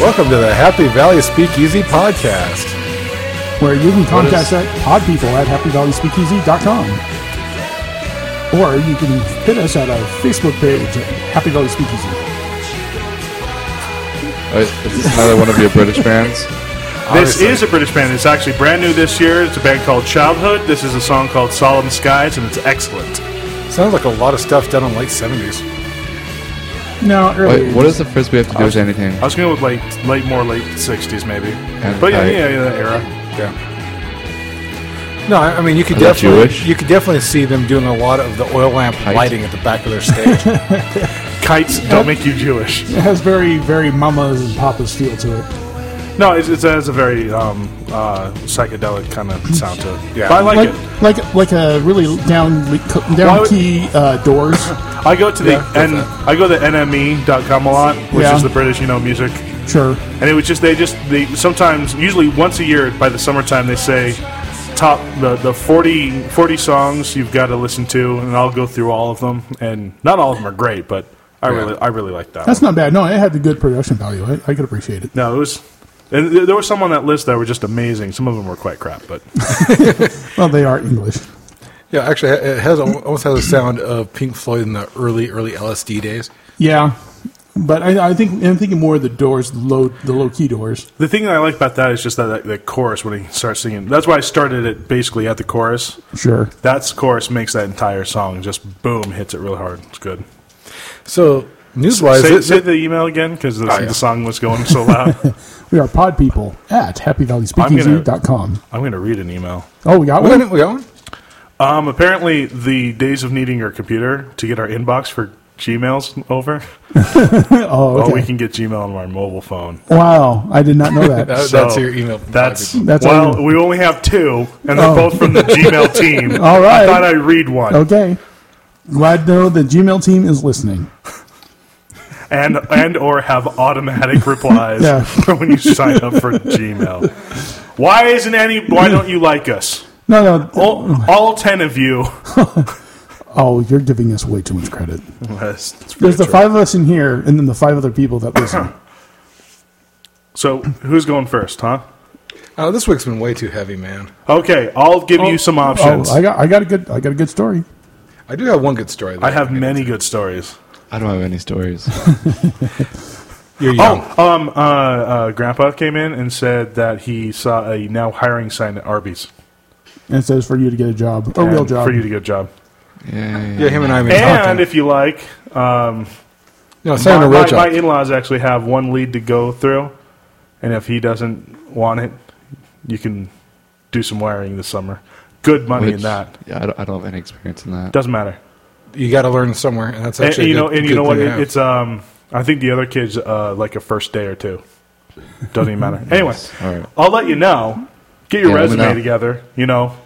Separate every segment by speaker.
Speaker 1: welcome to the Happy Valley Speakeasy Podcast.
Speaker 2: where you can
Speaker 1: What
Speaker 2: contact
Speaker 1: is-
Speaker 2: at podpeople at happyvalleyspeakeasy.com. Or you can hit us at our Facebook page at Happy Valley Speakeasy.
Speaker 3: Oh, Is is this another one of your British bands?
Speaker 4: This is a British band. It's actually brand new this year. It's a band called Childhood. This is a song called Solemn Skies, and it's excellent.
Speaker 1: Sounds like a lot of stuff done in late 70s.
Speaker 2: No, early.
Speaker 3: Wait, what does the first we have to do with anything?
Speaker 4: I was going to go with like late, more late '60s maybe,
Speaker 3: And
Speaker 4: but yeah,
Speaker 3: I-
Speaker 4: yeah, yeah, that era.
Speaker 1: Yeah. No, I I mean you could
Speaker 3: Are they
Speaker 1: definitely
Speaker 3: Jewish?
Speaker 1: you could definitely see them doing a lot of the oil lamp
Speaker 3: Kites?
Speaker 1: lighting at the back of their stage.
Speaker 4: Kites don't make you Jewish.
Speaker 2: It has very, very mamas and papas feel to it.
Speaker 4: No, it, it has a very um, uh, psychedelic kind of sound to it. Yeah, but I like,
Speaker 5: like
Speaker 4: it.
Speaker 5: like like a really down
Speaker 4: Why
Speaker 5: down
Speaker 4: would-
Speaker 5: key uh, doors.
Speaker 4: I go to the
Speaker 1: Yeah,
Speaker 4: and
Speaker 1: that's
Speaker 4: I go to NME.com a lot, which
Speaker 5: Yeah.
Speaker 4: is the British, you know, music.
Speaker 5: sure.
Speaker 4: And it was just they just they sometimes usually once a year by the summertime they say top the the 40, 40 songs you've got to listen to, and I'll go through all of them. And not all of them are great, but I really I really like that.
Speaker 5: That's not bad. No, it had the good production value. I, I could appreciate it.
Speaker 4: No, it was. And th- there were some on that list that were just amazing. Some of them were quite crap, but
Speaker 5: Well, they are English.
Speaker 1: yeah, actually, it has al- almost has a sound of Pink Floyd in the early early LSD days.
Speaker 5: Yeah, but I, I think I'm thinking more of the doors, the low the low key doors.
Speaker 4: the thing that I like about that is just that, that the chorus when he starts singing. That's why I started it basically at the chorus.
Speaker 5: Sure.
Speaker 4: That chorus makes that entire song just boom hits it real hard. It's good.
Speaker 1: So newswise,
Speaker 4: Say,
Speaker 1: it-
Speaker 4: say the email again because the,
Speaker 1: Oh, yeah.
Speaker 4: the song was going so loud.
Speaker 5: We are pod people at happyvalleyspeakeasy.com.
Speaker 4: I'm going to read an email.
Speaker 5: Oh, we got
Speaker 1: we
Speaker 5: one.
Speaker 1: got one- we got one.
Speaker 4: Um, apparently, the days of needing your computer to get our inbox for Gmail's over.
Speaker 5: Oh,
Speaker 4: Well,
Speaker 5: okay.
Speaker 4: we can get Gmail on our mobile phone.
Speaker 5: Wow, I did not know that.
Speaker 1: That- that's
Speaker 4: So,
Speaker 1: your email. from
Speaker 4: That's,
Speaker 1: Bobby.
Speaker 5: That's all
Speaker 4: well,
Speaker 5: you-
Speaker 4: we only have two, and they're
Speaker 5: Oh.
Speaker 4: both from the Gmail team.
Speaker 5: All right.
Speaker 4: I thought I'd read one.
Speaker 5: okay. Glad to know the Gmail team is listening.
Speaker 4: And and or have automatic replies
Speaker 5: Yeah.
Speaker 4: for when you sign up for Gmail. Why isn't any why don't you like us?
Speaker 5: No, no. Oh,
Speaker 4: All, all ten of you
Speaker 5: you're giving us way too much credit.
Speaker 4: That's- that's
Speaker 5: There's the
Speaker 4: pretty true.
Speaker 5: five of us in here, and then the five other people that listen.
Speaker 4: So who's going first, huh?
Speaker 1: Oh, this week's been way too heavy, man.
Speaker 4: Okay, I'll give you some
Speaker 5: oh,
Speaker 4: options.
Speaker 5: I got, I got a good, I got a good story.
Speaker 1: I do have one good story. Though.
Speaker 4: I have many good stories.
Speaker 3: I don't have any stories.
Speaker 1: You're young.
Speaker 4: Oh, um, uh, uh, Grandpa came in and said that he saw a now hiring sign at Arby's.
Speaker 5: And it says for you to get a job, a real
Speaker 4: And
Speaker 5: job.
Speaker 4: for you to get a job.
Speaker 3: Yay.
Speaker 1: yeah, him and I. Have been
Speaker 4: And
Speaker 1: talking.
Speaker 4: if you like,
Speaker 1: no, it's not a
Speaker 4: my,
Speaker 1: real
Speaker 4: my- my
Speaker 1: job.
Speaker 4: in-laws actually have one lead to go through, and if he doesn't want it, you can do some wiring this summer. Good money
Speaker 3: Which-
Speaker 4: in that.
Speaker 3: Yeah, I don't, I don't have any experience in that.
Speaker 4: Doesn't matter.
Speaker 1: You got to learn somewhere, and that's
Speaker 4: And,
Speaker 1: actually
Speaker 4: and you
Speaker 1: a
Speaker 4: know,
Speaker 1: good-
Speaker 4: and
Speaker 1: good
Speaker 4: you know what?
Speaker 1: thing to
Speaker 4: It,
Speaker 1: have.
Speaker 4: it's um, I think the other kids uh, like a first day or two. Doesn't even matter. Anyway,
Speaker 3: All right.
Speaker 4: I'll let you know. Get your
Speaker 3: Yeah, let me
Speaker 4: resume
Speaker 3: know.
Speaker 4: together. You know,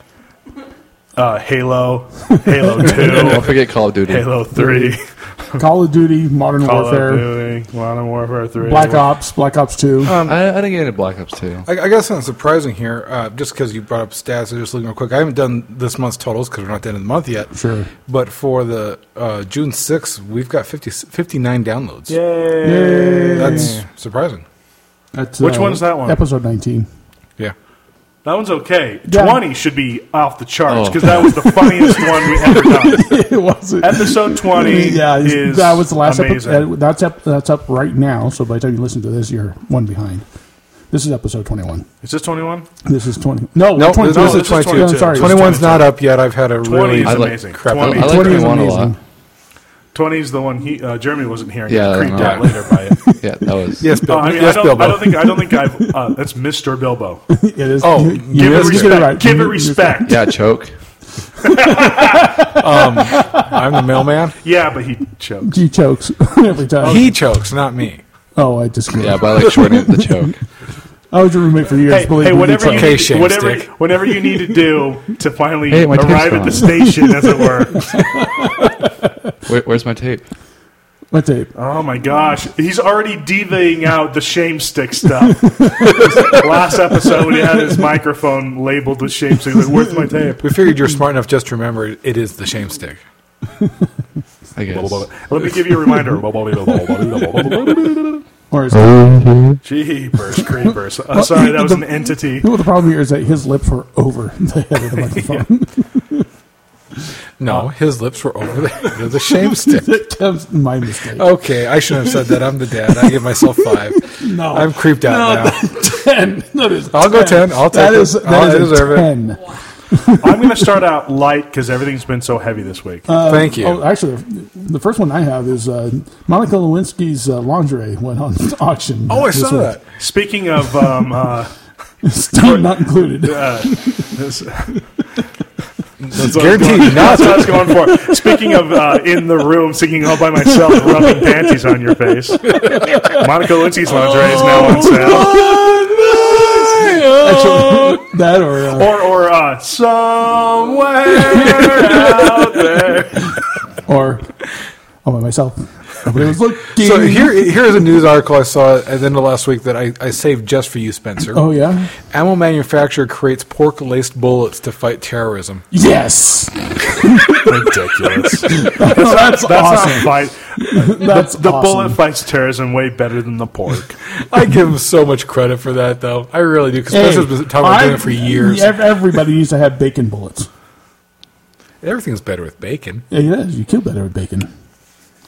Speaker 4: uh, Halo, Halo
Speaker 3: Don't
Speaker 4: Two,
Speaker 3: forget Call of Duty.
Speaker 4: Halo Three,
Speaker 5: Call of Duty, Modern
Speaker 4: Call
Speaker 5: Warfare,
Speaker 4: of Duty, Modern Warfare Three,
Speaker 5: Black Ops, Black Ops Two.
Speaker 3: I, I didn't get into Black Ops 2.
Speaker 1: I, I got something surprising here, uh, just because you brought up stats. I'm just looking real quick. I haven't done this month's totals because we're not done in the month yet.
Speaker 5: Sure.
Speaker 1: But for the uh, June 6th, we've got 50, 59 downloads.
Speaker 4: Yay!
Speaker 1: That's surprising.
Speaker 5: That's, uh,
Speaker 4: Which one's that one?
Speaker 5: Episode nineteen.
Speaker 1: Yeah.
Speaker 4: That one's okay.
Speaker 5: Yeah.
Speaker 4: 20 should be off the charts
Speaker 3: Oh.
Speaker 4: because that was the funniest one we ever done.
Speaker 5: it wasn't.
Speaker 4: Episode 20
Speaker 5: yeah, it's-
Speaker 4: is
Speaker 5: that was the last
Speaker 4: amazing.
Speaker 5: episode. That's up. That's up right now. So by the time you listen to this, you're one behind. This is episode twenty-one.
Speaker 4: Is this 21?
Speaker 5: This is twenty. No,
Speaker 1: No,
Speaker 5: 22.
Speaker 1: this
Speaker 4: No,
Speaker 1: is 22.
Speaker 5: I'm sorry.
Speaker 1: 21's not up yet. I've had a
Speaker 4: 20
Speaker 1: really.
Speaker 4: is
Speaker 3: I like
Speaker 4: amazing.
Speaker 1: crap.
Speaker 4: 20,
Speaker 3: I like
Speaker 5: 20 is
Speaker 3: 21 a lot.
Speaker 5: amazing.
Speaker 4: 20 is the one he, uh, Jeremy wasn't here. and
Speaker 3: Yeah,
Speaker 4: got creeped
Speaker 3: no.
Speaker 4: out later by it.
Speaker 3: Yeah, that was.
Speaker 1: Yes, Bill.
Speaker 4: Uh, I, mean,
Speaker 1: yes,
Speaker 4: I, don't,
Speaker 1: Bilbo.
Speaker 4: I don't think I don't think I've. Uh, that's Mr. Bilbo.
Speaker 5: It is.
Speaker 1: Oh,
Speaker 5: you-
Speaker 1: give
Speaker 5: you
Speaker 1: it
Speaker 5: did
Speaker 4: Give
Speaker 5: get
Speaker 4: it
Speaker 5: it
Speaker 4: respect.
Speaker 5: right.
Speaker 4: Give
Speaker 5: You-
Speaker 4: it
Speaker 5: you-
Speaker 4: respect. Yeah.
Speaker 3: Yeah, choke.
Speaker 1: I'm the mailman.
Speaker 4: but he choked.
Speaker 5: He chokes every time.
Speaker 1: He chokes, not me.
Speaker 5: oh, I disagree.
Speaker 3: Yeah, but I like shortening it to choke.
Speaker 5: I was your roommate for years.
Speaker 4: Hey,
Speaker 5: believe
Speaker 4: hey,
Speaker 5: me,
Speaker 4: whatever
Speaker 5: he
Speaker 4: you,
Speaker 5: chokes.
Speaker 1: Okay, shame
Speaker 4: whatever,
Speaker 1: stick.
Speaker 4: whatever you need to do to finally
Speaker 3: Hey, my tape's
Speaker 4: arrive at
Speaker 3: gone.
Speaker 4: the station, as it were.
Speaker 3: Where, where's my tape?
Speaker 5: What tape?
Speaker 4: Oh my gosh, he's already divvying out the shame stick stuff. Last episode, he had his microphone labeled with shame stick. He's Like, Where's my tape?
Speaker 1: We figured you're smart enough just to remember it, it is the shame stick.
Speaker 3: I guess.
Speaker 4: Let me give you a reminder.
Speaker 5: Or is
Speaker 1: Oh.
Speaker 5: it,
Speaker 4: Jeepers creepers. Uh, sorry, that was an entity.
Speaker 5: well, the problem here is that his lips were over the head of the microphone.
Speaker 4: Oh.
Speaker 1: No, his lips were over the head of the shame stick.
Speaker 5: that was my mistake.
Speaker 1: Okay, I shouldn't have said that. I'm the dad. I give myself five.
Speaker 5: no,
Speaker 1: I'm creeped out now.
Speaker 5: ten. That is
Speaker 1: I'll go ten. I'll take
Speaker 5: that is
Speaker 1: it. Oh,
Speaker 5: that
Speaker 1: I
Speaker 5: is a
Speaker 1: deserve it.
Speaker 5: ten.
Speaker 4: I'm going to start out light because everything's been so heavy this week.
Speaker 1: Thank you.
Speaker 5: Oh, actually, the first one I have is uh, Monica Lewinsky's uh, lingerie went on auction.
Speaker 1: oh, I
Speaker 5: this
Speaker 1: saw
Speaker 5: week.
Speaker 1: that.
Speaker 4: Speaking of, um, uh,
Speaker 5: Still not included.
Speaker 4: uh, this,
Speaker 1: It's guaranteed not.
Speaker 4: that's what I was going for. Speaking of uh, in the room, singing all by myself, rubbing panties on your face. Monica Lewinsky's lingerie is now on
Speaker 5: Oh.
Speaker 4: sale.
Speaker 1: Oh.
Speaker 5: Actually, that or uh,
Speaker 4: Or, or uh, somewhere out there.
Speaker 5: or all by myself. Nobody was looking.
Speaker 1: So here, here's a news article I saw at the end of last week that I, I saved just for you, Spencer.
Speaker 5: oh yeah,
Speaker 1: Ammo manufacturer creates pork laced bullets to fight terrorism.
Speaker 5: yes,
Speaker 4: Ridiculous.
Speaker 5: that's,
Speaker 4: That's
Speaker 5: awesome.
Speaker 4: not a fight.
Speaker 5: that's
Speaker 4: The
Speaker 5: awesome.
Speaker 4: bullet fights terrorism way better than the pork.
Speaker 1: I give him so much credit for that, though. I really do. Because
Speaker 5: Hey,
Speaker 1: Spencer's been talking about doing
Speaker 5: I-
Speaker 1: it for years.
Speaker 5: ev- Everybody used to have bacon bullets.
Speaker 1: Everything's better with bacon.
Speaker 5: Yeah, it is. You kill better with bacon.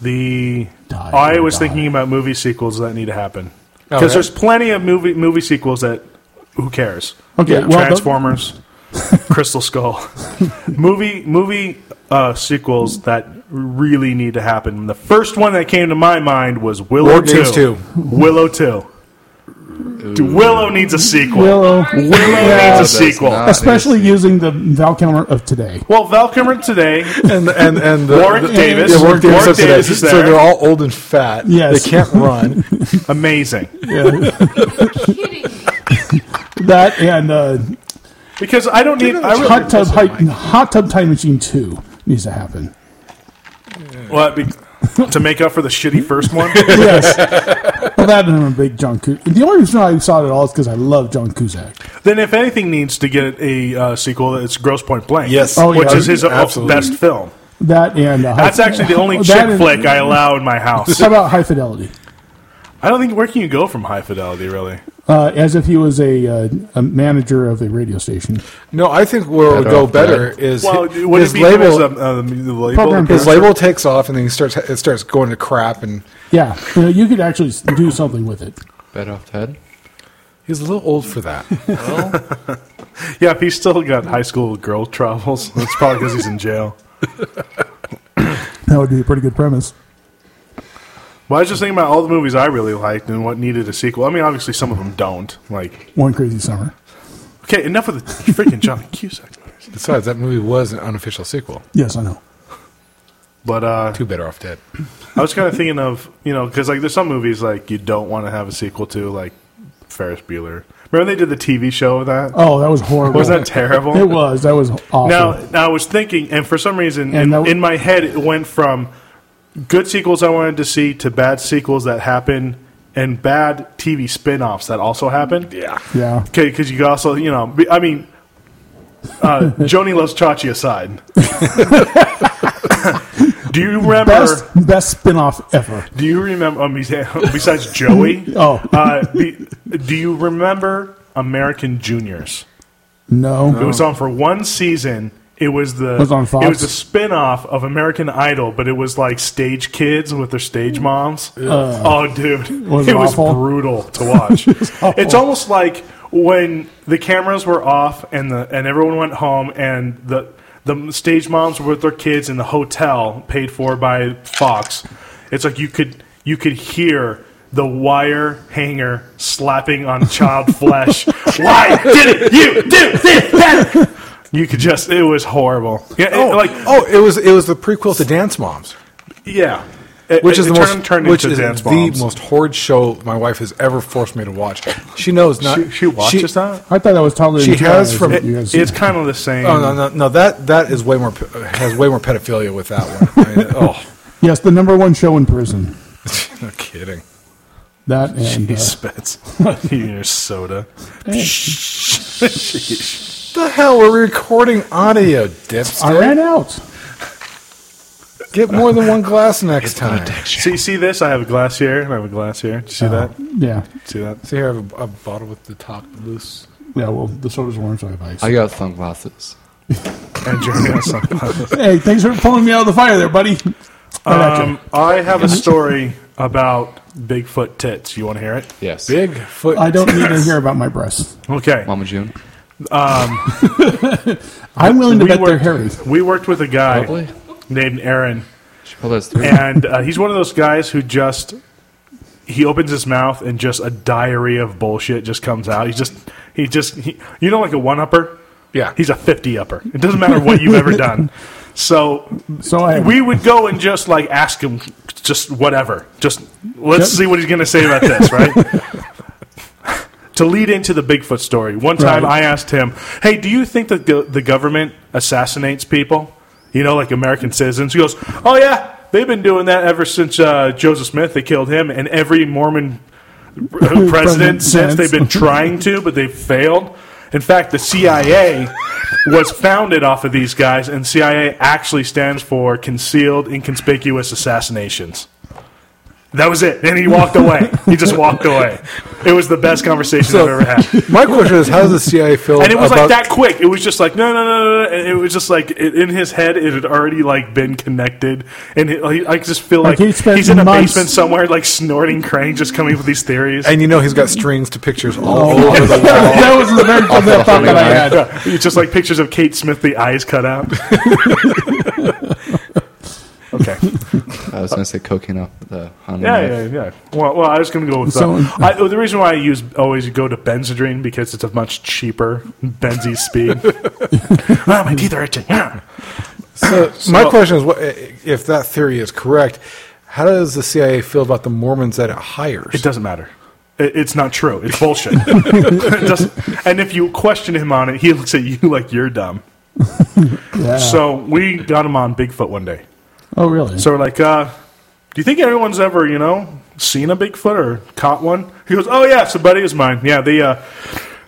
Speaker 4: The
Speaker 5: Die,
Speaker 4: I was
Speaker 5: die.
Speaker 4: thinking about movie sequels that need to happen because
Speaker 1: Okay.
Speaker 4: there's plenty of movie movie sequels that who cares?
Speaker 5: Okay, well, the-
Speaker 4: Transformers, Crystal Skull, movie movie uh, sequels that really need to happen. The first one that came to my mind was Willow
Speaker 1: War Games
Speaker 4: 2.
Speaker 1: 2.
Speaker 4: Willow Two. Dude, Willow needs a
Speaker 1: Oh.
Speaker 4: sequel.
Speaker 5: Willow,
Speaker 4: needs a
Speaker 5: yes.
Speaker 4: sequel.
Speaker 5: especially using the Val Kilmer of today.
Speaker 4: Well, Val Kilmer today.
Speaker 1: And and and the,
Speaker 4: Warwick
Speaker 1: the-
Speaker 4: Davis.
Speaker 1: Yeah, Warwick Davis,
Speaker 4: Warwick
Speaker 1: is today.
Speaker 4: Davis is
Speaker 1: So
Speaker 4: there.
Speaker 1: they're all old and fat.
Speaker 5: Yes.
Speaker 1: they can't run.
Speaker 4: Amazing.
Speaker 6: kidding me.
Speaker 5: That and uh,
Speaker 4: Because I don't need. I really,
Speaker 5: hot tub hi- hot tub time machine two needs to happen.
Speaker 4: well, be, to make up for the shitty first one.
Speaker 5: Yes, well, that and I'm a big John. Cus- the only reason I saw it at all is because I love John Cusack.
Speaker 4: Then, if anything needs to get a uh, sequel, it's Gross Point Blank.
Speaker 1: Yes.
Speaker 5: Oh, yeah.
Speaker 4: which is his
Speaker 1: Absolutely.
Speaker 4: best film.
Speaker 5: That and uh, High-
Speaker 4: That's actually the only
Speaker 5: That
Speaker 4: chick
Speaker 5: and-
Speaker 4: flick I allow in my house.
Speaker 5: How about High Fidelity?
Speaker 4: I don't think where can you go from High Fidelity, really?
Speaker 5: Uh, as if he was a, uh, a manager of a radio station.
Speaker 1: No, I think where it would
Speaker 3: Better
Speaker 1: go
Speaker 3: off
Speaker 1: better is
Speaker 4: Well,
Speaker 1: hi-
Speaker 4: would
Speaker 1: his
Speaker 4: it be label,
Speaker 1: label.
Speaker 4: as, um, uh, the label?
Speaker 5: Program
Speaker 1: his
Speaker 5: picture?
Speaker 1: label takes off, and then he starts. It starts going to crap, and
Speaker 5: Yeah, you, know, you could actually s- do something with it.
Speaker 3: Bet off Ted.
Speaker 1: he's a little old for that.
Speaker 4: Yeah, if he's still got high school girl troubles, that's probably because he's in jail.
Speaker 5: That would be a pretty good premise.
Speaker 4: Well, I was just thinking about all the movies I really liked and what needed a sequel. I mean, obviously some of them don't. Like,
Speaker 5: One crazy summer.
Speaker 4: okay, enough of the freaking John Cusack movies.
Speaker 1: Besides, that movie was an unofficial sequel.
Speaker 5: Yes, I know.
Speaker 4: But uh,
Speaker 1: Two better off dead.
Speaker 4: I was kind of thinking of you know because like there's some movies like you don't want to have a sequel to like Ferris Bueller. Remember they did the TV show of that?
Speaker 5: Oh, that was horrible.
Speaker 4: Wasn't that terrible?
Speaker 5: It was. That was awful.
Speaker 4: Now, now I was thinking, and for some reason,
Speaker 5: And
Speaker 4: in,
Speaker 5: that-
Speaker 4: in my head, it went from good sequels I wanted to see to bad sequels that happen and bad TV spin-offs that also happen. Yeah.
Speaker 5: yeah.
Speaker 4: Okay, because you could also, you know, be- I mean, uh, Joni loves Chachi aside. Do you remember?
Speaker 5: Best best spin-off ever.
Speaker 4: Do you remember? Um, bes- besides Joey,
Speaker 5: Oh.
Speaker 4: uh, be, do you remember American Juniors?
Speaker 5: No.
Speaker 4: It was on for one season. It was the
Speaker 5: Oh. Was on Fox?
Speaker 4: it was a spin-off of American Idol, but it was like stage kids with their stage moms.
Speaker 5: Uh.
Speaker 4: oh, dude,
Speaker 5: Was it
Speaker 4: it was
Speaker 5: awful?
Speaker 4: brutal to watch. it's almost like when the cameras were off and the and everyone went home and the the stage moms were with their kids in the hotel paid for by Fox. It's like you could you could hear the wire hanger slapping on child flesh. Why didn't you do this? That? You could just it was horrible. Yeah, it-
Speaker 1: Oh,
Speaker 4: like
Speaker 1: oh, it was it was the prequel to Dance Moms,
Speaker 4: yeah. It-
Speaker 1: which
Speaker 4: it-
Speaker 1: is the
Speaker 4: it
Speaker 1: most
Speaker 4: turned, turned
Speaker 1: which
Speaker 4: into
Speaker 1: is
Speaker 4: dance
Speaker 1: the
Speaker 4: bombs.
Speaker 1: most horrid show my wife has ever forced me to watch. She knows not.
Speaker 4: she, she watches that.
Speaker 5: I thought that was totally.
Speaker 1: She has from-
Speaker 4: It-
Speaker 5: you guys-
Speaker 4: it's kind of the same.
Speaker 1: Oh no no no that that is way more pe- has way more pedophilia with that one. I mean, oh,
Speaker 5: yes, the number one show in prison.
Speaker 1: no kidding.
Speaker 5: That and uh,
Speaker 4: He spits in your soda.
Speaker 5: uh,
Speaker 1: The hell we're recording audio, dips.
Speaker 5: I ran out.
Speaker 1: Get more than one glass next time.
Speaker 4: See, see this? I have a glass here, and I have a glass here. Did you see
Speaker 5: Oh.
Speaker 4: that?
Speaker 5: Yeah.
Speaker 4: See that?
Speaker 1: See here, I have a, a bottle with the top loose.
Speaker 5: Yeah, well, the soda's warm, so I have ice.
Speaker 3: I got sunglasses.
Speaker 4: And Jeremy has sunglasses.
Speaker 5: hey, thanks for pulling me out of the fire there, buddy.
Speaker 4: Um, I have a story about Bigfoot tits. You want to hear it?
Speaker 3: Yes.
Speaker 1: Big foot.
Speaker 5: I don't need to hear about my breasts.
Speaker 4: Okay.
Speaker 3: Mama June.
Speaker 5: I'm willing to bet they're
Speaker 4: worked,
Speaker 5: hairy.
Speaker 4: we worked with a guy
Speaker 3: Probably.
Speaker 4: named Aaron,
Speaker 3: She probably has three.
Speaker 4: and uh, he's one of those guys who just he opens his mouth and just a diary of bullshit just comes out. He's just he just he, you know like a one upper.
Speaker 1: Yeah.
Speaker 4: he's a fifty upper. It doesn't matter what you've ever done. So
Speaker 5: So I
Speaker 4: we would go and just like ask him just whatever. Just let's see what he's going to say about this, right? to lead into the Bigfoot story, one time
Speaker 5: Right.
Speaker 4: I asked him, "Hey, do you think that the, the government assassinates people? You know, like American citizens?" He goes, "Oh yeah, they've been doing that ever since uh, Joseph Smith. They killed him, and every Mormon president,
Speaker 5: President
Speaker 4: since
Speaker 5: since.
Speaker 4: they've been trying to, but they've failed. In fact, the CIA was founded off of these guys, and CIA actually stands for Concealed Inconspicuous Assassinations. That was it. And he walked away. he just walked away. It was the best conversation I've ever had.
Speaker 1: My question is, how does the CIA feel?
Speaker 4: And it was
Speaker 1: about-
Speaker 4: like that quick. It was just like no, no, no, no. no. And it was just like it, in his head, it had already like been connected. And it, like, I just feel like,
Speaker 5: he spent
Speaker 4: he's in a
Speaker 5: months-
Speaker 4: basement somewhere, like snorting crane, just coming up with these theories.
Speaker 1: And you know he's got strings to pictures
Speaker 5: Oh.
Speaker 1: all over the wall.
Speaker 5: that was the very
Speaker 3: Off the
Speaker 5: that thought that I
Speaker 3: honeymoon.
Speaker 5: had.
Speaker 4: It's just like pictures of Kate Smith, the eyes cut out. okay.
Speaker 3: I was going to say cocaine off the Honda.
Speaker 4: Yeah, yeah, yeah. Well, well I was going to go with
Speaker 5: So-
Speaker 4: uh, I, oh, the reason why I use always go to Benzedrine because it's a much cheaper Benzy speed. Ah, my teeth are itching. Yeah.
Speaker 1: So, my question is, what, if that theory is correct, how does the CIA feel about the Mormons that it hires?
Speaker 4: It doesn't matter. It, it's not true. It's bullshit. It doesn't- and if you question him on it, he looks at you like you're dumb.
Speaker 5: Yeah.
Speaker 4: So we got him on Bigfoot one day.
Speaker 5: oh, really?
Speaker 4: So we're like, uh, do you think anyone's ever, you know, seen a Bigfoot or caught one? He goes, oh yeah, it's a buddy of mine. Yeah, they uh,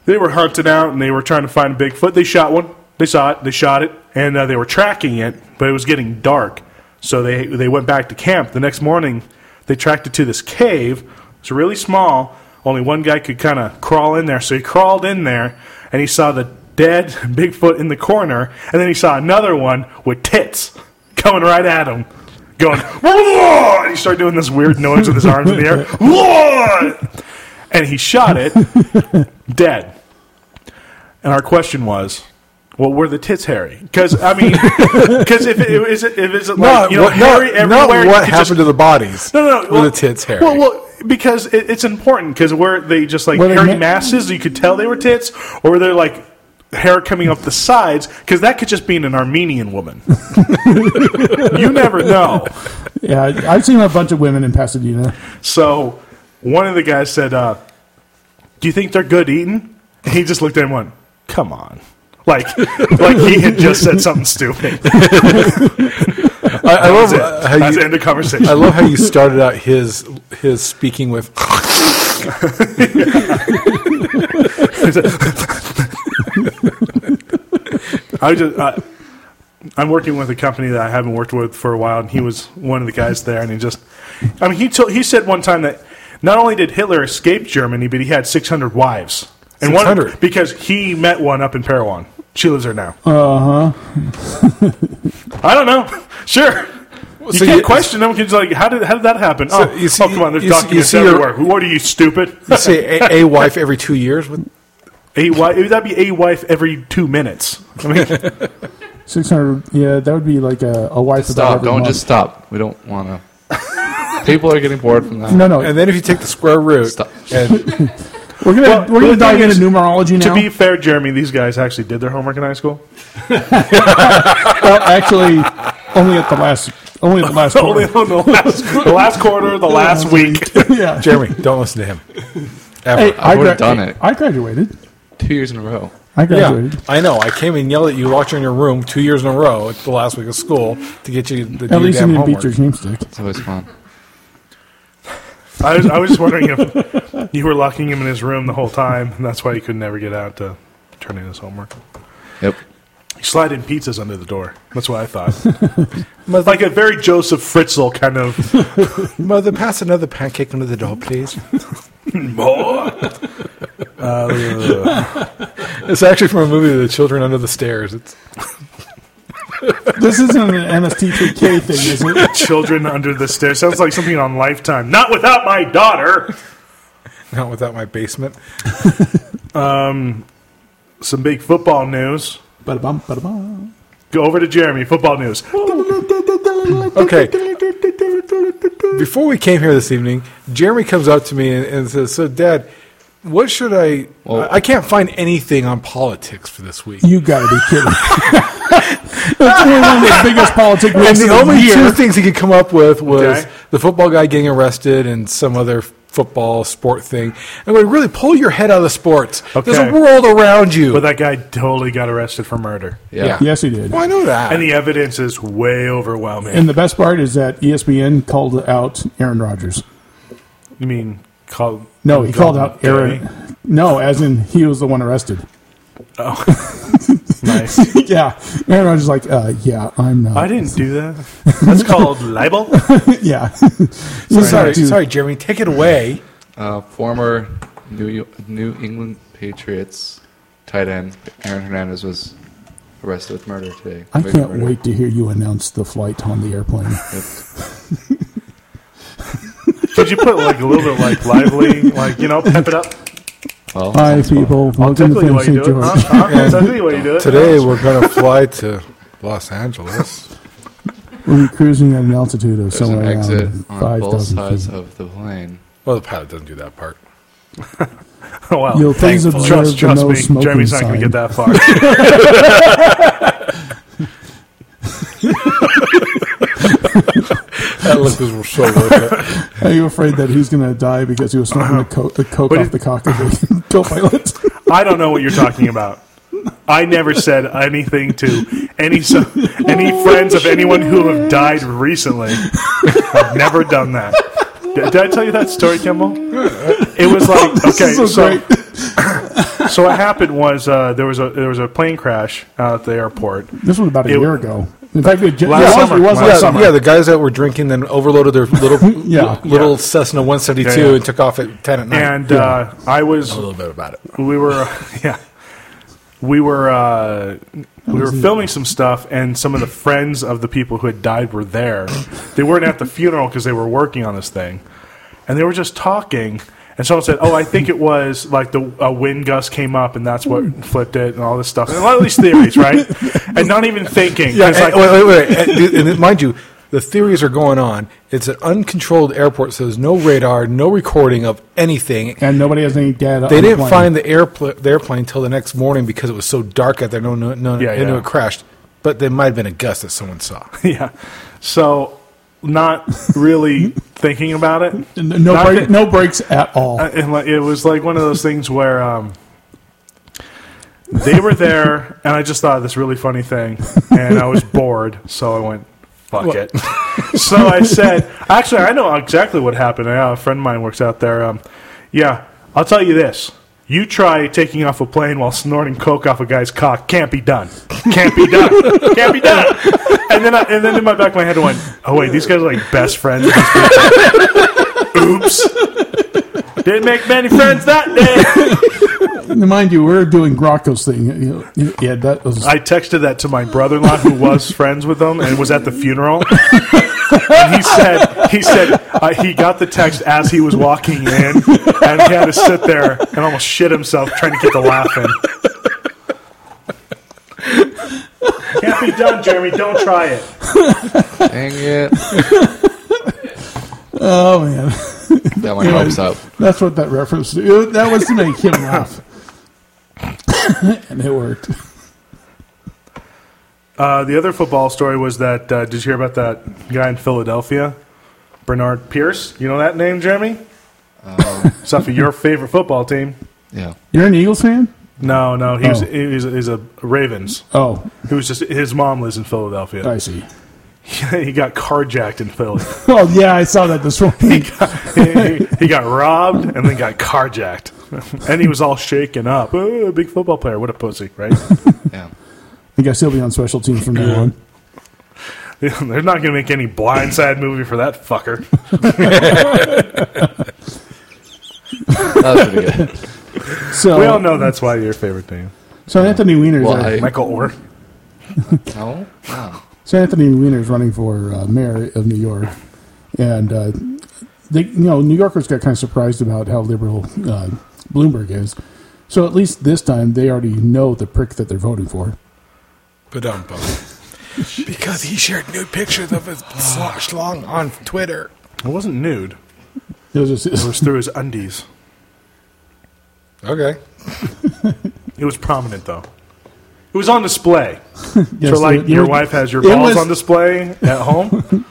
Speaker 4: they were hunting out and they were trying to find a Bigfoot. They shot one. They saw it. They shot it, and uh, they were tracking it, but it was getting dark. So they they went back to camp the next morning. They tracked it to this cave. It's really small. Only one guy could kind of crawl in there. So he crawled in there, and he saw the dead Bigfoot in the corner, and then he saw another one with tits coming right at him, going. "Whoa!" And he started doing this weird noise with his arms in the air. "Whoa!" And he shot it dead. And our question was, well, were the tits hairy? Because I mean, because if it is it, if it's like you know
Speaker 1: what,
Speaker 4: hairy
Speaker 1: not, not
Speaker 4: everywhere,
Speaker 1: what
Speaker 4: you could
Speaker 1: happened
Speaker 4: just-
Speaker 1: to the bodies.
Speaker 4: no, no, no,
Speaker 1: Were
Speaker 4: well-
Speaker 1: the tits hairy?
Speaker 4: Well, well, because it, it's important because were they just like
Speaker 5: Were they
Speaker 4: hairy
Speaker 5: ma-
Speaker 4: masses? You could tell they were tits, or were they like hair coming up the sides? Because that could just be an Armenian woman. you never know.
Speaker 5: Yeah, I- I've seen a bunch of women in Pasadena.
Speaker 4: So one of the guys said, uh, "Do you think they're good eating?" And he just looked at him and went, "Come on." Like, like he had just said something stupid.
Speaker 1: I, I love
Speaker 4: That's it.
Speaker 1: uh, how
Speaker 4: That's the
Speaker 1: you,
Speaker 4: end of conversation.
Speaker 1: I love how you started out his his speaking with.
Speaker 4: I just, I, I'm working with a company that I haven't worked with for a while, and he was one of the guys there, and he just, I mean, he told, he said one time that not only did Hitler escape Germany, but he had 600 wives, and one
Speaker 1: 600?
Speaker 4: because he met one up in Parowan. She lives there now. Uh
Speaker 1: Uh-huh.
Speaker 4: huh. I don't know. Sure. You
Speaker 1: so
Speaker 4: can't
Speaker 1: you-
Speaker 4: question them because like how did how did that happen? oh,
Speaker 1: you see-
Speaker 4: oh, come on, there's
Speaker 1: you see- you
Speaker 4: documents
Speaker 1: see your-
Speaker 4: everywhere. what are you stupid?
Speaker 1: You say a, a wife every two years. With,
Speaker 4: a wife that'd be a wife every two minutes. I mean,
Speaker 5: 600, yeah, that would be like a, a wife about
Speaker 3: Stop.
Speaker 5: every
Speaker 3: Don't
Speaker 5: month.
Speaker 3: just stop. We don't want to. People are getting bored from that.
Speaker 5: No, no,
Speaker 1: and then if you take the square root,
Speaker 3: Stop.
Speaker 1: and
Speaker 5: we're gonna
Speaker 4: Well,
Speaker 5: we're gonna
Speaker 4: the
Speaker 5: dive
Speaker 4: thing
Speaker 5: into
Speaker 4: is,
Speaker 5: numerology now.
Speaker 4: to be fair, Jeremy, these guys actually did their homework in high school.
Speaker 5: well, actually, only at the last, only at the last
Speaker 4: Only
Speaker 5: quarter.
Speaker 4: on the last, the last quarter, the last week.
Speaker 5: yeah.
Speaker 1: Jeremy, don't listen to him. Ever.
Speaker 5: Hey, I
Speaker 3: would've
Speaker 5: gra-
Speaker 3: done it.
Speaker 5: I graduated.
Speaker 3: Two years in a row.
Speaker 5: I
Speaker 1: yeah,
Speaker 5: graduated.
Speaker 1: I know. I came and yelled at you locked you in your room two years in a row at the last week of school to get you the
Speaker 5: At least you
Speaker 1: damn
Speaker 5: didn't
Speaker 1: homework.
Speaker 5: beat your dreamstick.
Speaker 3: It's always fun.
Speaker 4: I was, I was just wondering if you were locking him in his room the whole time, and that's why he could never get out to turn in his homework.
Speaker 3: Yep.
Speaker 4: You slide in pizzas under the door. That's what I thought. like a very Joseph Fritzl kind of
Speaker 1: Mother, pass another pancake under the door, please.
Speaker 4: more.
Speaker 1: It's actually from a movie, The Children Under the Stairs. It's
Speaker 5: This isn't an MST3K thing, is it?
Speaker 4: Children under the stairs. Sounds like something on Lifetime. Not without my daughter.
Speaker 1: not without my basement.
Speaker 4: Some big football news.
Speaker 5: Bada bum, bada bum.
Speaker 4: Go over to Jeremy. Football news.
Speaker 1: Okay. Before we came here this evening, Jeremy comes up to me and, and says, "So, Dad, what should I? I I can't find anything on politics for this week."
Speaker 5: You gotta be kidding. That's one of the biggest politic
Speaker 1: And
Speaker 5: weeks
Speaker 1: the
Speaker 5: of
Speaker 1: only
Speaker 5: year.
Speaker 1: two things he could come up with was
Speaker 4: Okay.
Speaker 1: the football guy getting arrested and some other football sport thing. And we really pull your head out of the sports. There's
Speaker 4: Okay.
Speaker 1: a world around you.
Speaker 4: But that guy totally got arrested for murder.
Speaker 1: yeah.
Speaker 5: Yes, he did.
Speaker 1: Well, I know that.
Speaker 4: And the evidence is way overwhelming.
Speaker 5: And the best part is that E ESPN called out Aaron Rodgers.
Speaker 4: you mean call?
Speaker 5: No, he called out
Speaker 4: Jeremy?
Speaker 5: Aaron. No, as in he was the one arrested.
Speaker 4: Nice.
Speaker 5: yeah, Aaron Rodgers is like, uh, yeah, I'm not.
Speaker 4: I didn't do that. That's called libel.
Speaker 5: yeah,
Speaker 1: sorry,
Speaker 5: Dude,
Speaker 1: sorry, Jeremy, take it away.
Speaker 3: Uh, former New Yo- New England Patriots tight end Aaron Hernandez was arrested with murder today.
Speaker 5: I
Speaker 3: Convicted
Speaker 5: can't
Speaker 3: murder.
Speaker 5: wait to hear you announce the flight on the airplane.
Speaker 4: Could you put like a little bit like lively, like you know, pep it up?
Speaker 3: Well,
Speaker 5: Hi, people. Welcome
Speaker 4: Technically,
Speaker 5: to
Speaker 4: why you
Speaker 5: Fantasy
Speaker 4: do it?
Speaker 5: George.
Speaker 4: Huh? Huh? That's technically why you do it.
Speaker 1: Today we're going to fly to Los Angeles.
Speaker 5: We're cruising at an altitude of
Speaker 3: there's an
Speaker 5: somewhere
Speaker 3: exit
Speaker 5: around
Speaker 3: on both
Speaker 5: 5,000
Speaker 3: sides
Speaker 5: feet.
Speaker 3: of the plane.
Speaker 1: Well, the pilot doesn't do that part.
Speaker 4: Oh, wow.
Speaker 5: You'll please
Speaker 4: Thankfully.
Speaker 5: observe
Speaker 4: Trust,
Speaker 5: the
Speaker 4: trust
Speaker 5: no
Speaker 4: me.
Speaker 5: smoking
Speaker 4: Jeremy's not going
Speaker 5: sign.
Speaker 4: to get that far.
Speaker 1: That look was so worth it.
Speaker 5: Are you afraid that he's going to die because he was smoking
Speaker 4: Uh-huh.
Speaker 5: the, co- the coke
Speaker 4: What
Speaker 5: off
Speaker 4: did-
Speaker 5: the cock of the co-pilot?
Speaker 4: I don't know what you're talking about. I never said anything to any so, any friends of anyone who have died recently. I've never done that. Did, did I tell you that story, Kimball? It was like okay,
Speaker 5: so
Speaker 4: so so what happened was uh, there was a there was a plane crash out at the airport.
Speaker 5: This was about a
Speaker 4: It-
Speaker 5: year ago. In fact, it, ju-
Speaker 4: Last
Speaker 5: it was,
Speaker 4: summer.
Speaker 5: it was
Speaker 4: Last
Speaker 5: last
Speaker 1: Yeah,
Speaker 5: summer.
Speaker 1: yeah, the guys that were drinking then overloaded their little
Speaker 5: Yeah.
Speaker 1: little Cessna 172
Speaker 4: Yeah, yeah.
Speaker 1: and took off at 10 at night.
Speaker 4: And uh, I was
Speaker 1: a little bit about it.
Speaker 4: we were yeah we were uh, we were filming some stuff and some of the friends of the people who had died were there they weren't at the funeral because they were working on this thing and they were just talking and someone said oh i think it was like the a wind gust came up and that's what flipped it and all this stuff and a lot of these theories right and not even thinking
Speaker 1: Yeah, eh,
Speaker 4: 'cause,
Speaker 1: and-
Speaker 4: like,
Speaker 1: wait, wait, wait. and, dude, and mind you, the theories are going on. It's an uncontrolled airport, so there's no radar, no recording of anything.
Speaker 5: and nobody has any data.
Speaker 1: They
Speaker 5: on
Speaker 1: didn't
Speaker 5: the plane.
Speaker 1: find the, airpl- the airplane until the next morning because it was so dark out there. No, no, no,
Speaker 4: Yeah,
Speaker 1: they knew
Speaker 4: yeah.
Speaker 1: it crashed. But there might have been a gust that someone saw.
Speaker 4: yeah so not really thinking about it
Speaker 5: N- no
Speaker 4: Not
Speaker 5: break,
Speaker 4: that-
Speaker 5: no breaks at all.
Speaker 4: Uh, and like, it was like one of those things where um, they were there, and I just thought this really funny thing, and I was bored, so I went, "Fuck it." so I said, "Actually, I know exactly what happened. I, a friend of mine works out there. Um, yeah, I'll tell you this." You try taking off a plane while snorting coke off a guy's cock. Can't be done. Can't be done. Can't be done. And then, I, and then in my back of my head, I went, "Oh wait, these guys are like best friends." Oops. Didn't make many friends that day.
Speaker 5: Mind you, we're doing Grocco's thing. You know, Yeah, that was.
Speaker 4: I texted that to my brother-in-law who was friends with them and was at the funeral. and he said he said uh, he got the text as he was walking in, and he had to sit there and almost shit himself trying to get the laugh in. Can't be done, Jeremy. Don't try it.
Speaker 3: Dang it!
Speaker 5: oh man,
Speaker 3: That one helps up.
Speaker 5: that's what that reference. It, that was to make him laugh, and it worked.
Speaker 4: Uh, the other football story was that uh, did you hear about that guy in Philadelphia, Bernard Pierce? You know that name, Jeremy? it's off of your favorite football team.
Speaker 3: Yeah.
Speaker 5: You're an Eagles fan?
Speaker 4: No, no, he was
Speaker 5: Oh.
Speaker 4: he was, he was a Ravens.
Speaker 5: Oh,
Speaker 4: He was just his mom lives in Philadelphia.
Speaker 5: I see.
Speaker 4: he got carjacked in Philly.
Speaker 5: Oh yeah, I saw that this morning.
Speaker 4: he, he got robbed and then got carjacked, and he was all shaken up. Oh, big football player, what a pussy, right?
Speaker 3: Yeah.
Speaker 5: I guess he'll be on special teams from now on.
Speaker 4: They're not going to make any blindside movie for that fucker.
Speaker 3: That was pretty good.
Speaker 5: So,
Speaker 4: We all know that's why your favorite name.
Speaker 5: so Anthony Weiner's
Speaker 3: Well,
Speaker 5: our-
Speaker 3: I-
Speaker 4: Michael Orr.
Speaker 3: No? Wow.
Speaker 5: So Anthony Weiner's running for uh, mayor of New York, and uh, they, you know, New Yorkers got kind of surprised about how liberal uh, Bloomberg is. So at least this time, they already know the prick that they're voting for.
Speaker 1: But um, because he shared nude pictures of his slosh long on Twitter.
Speaker 4: It wasn't nude.
Speaker 5: It was just,
Speaker 4: It was through his undies.
Speaker 1: Okay.
Speaker 4: It was prominent, though. It was on display.
Speaker 5: yes,
Speaker 4: so, like,
Speaker 5: it-
Speaker 4: your
Speaker 5: it-
Speaker 4: wife has your
Speaker 5: it
Speaker 4: balls
Speaker 5: was-
Speaker 4: on display at home?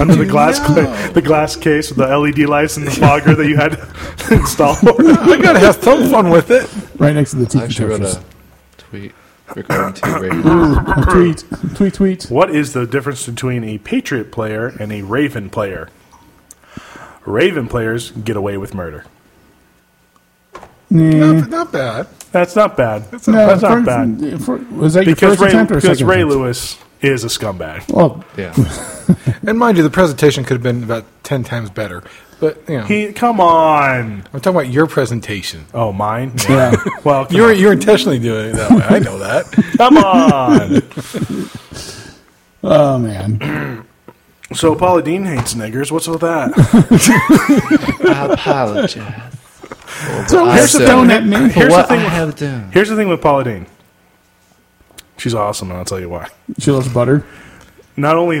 Speaker 4: Under the glass the glass case with the LED lights and the fogger that you had to install.
Speaker 1: I gotta have some fun with it.
Speaker 5: right next to the
Speaker 3: I
Speaker 5: TV
Speaker 3: actually wrote
Speaker 5: pictures.
Speaker 3: a tweet regarding T. Raven.
Speaker 5: tweet, tweet, tweet.
Speaker 4: what is the difference between a Patriot player and a Raven player? Raven players get away with murder.
Speaker 5: Nah.
Speaker 1: Not, not bad.
Speaker 4: That's not bad. That's not,
Speaker 5: No, for-
Speaker 4: bad.
Speaker 5: for- was that
Speaker 4: Because
Speaker 5: your first
Speaker 4: Ray,
Speaker 5: attempt or
Speaker 4: because
Speaker 5: second?
Speaker 4: Ray
Speaker 5: attempt? Oh,
Speaker 4: Lewis is a scumbag.
Speaker 5: Well,
Speaker 3: Yeah.
Speaker 1: And mind you, the presentation could have been about ten times better. But you know,
Speaker 4: He, come on.
Speaker 1: I'm talking about your presentation.
Speaker 4: Oh, mine?
Speaker 5: yeah.
Speaker 4: Well, come
Speaker 1: You're
Speaker 4: on.
Speaker 1: you're intentionally doing it that way. I know that.
Speaker 4: Come on.
Speaker 5: oh man.
Speaker 4: so Paula Dean hates niggers. What's with that?
Speaker 3: I apologize.
Speaker 5: So
Speaker 3: I
Speaker 5: here's the
Speaker 3: said-
Speaker 5: thing at me.
Speaker 4: Here's the thing. With,
Speaker 3: have done.
Speaker 4: here's the thing with Paula Dean. She's awesome, and I'll tell you why.
Speaker 5: She loves butter.
Speaker 4: Not only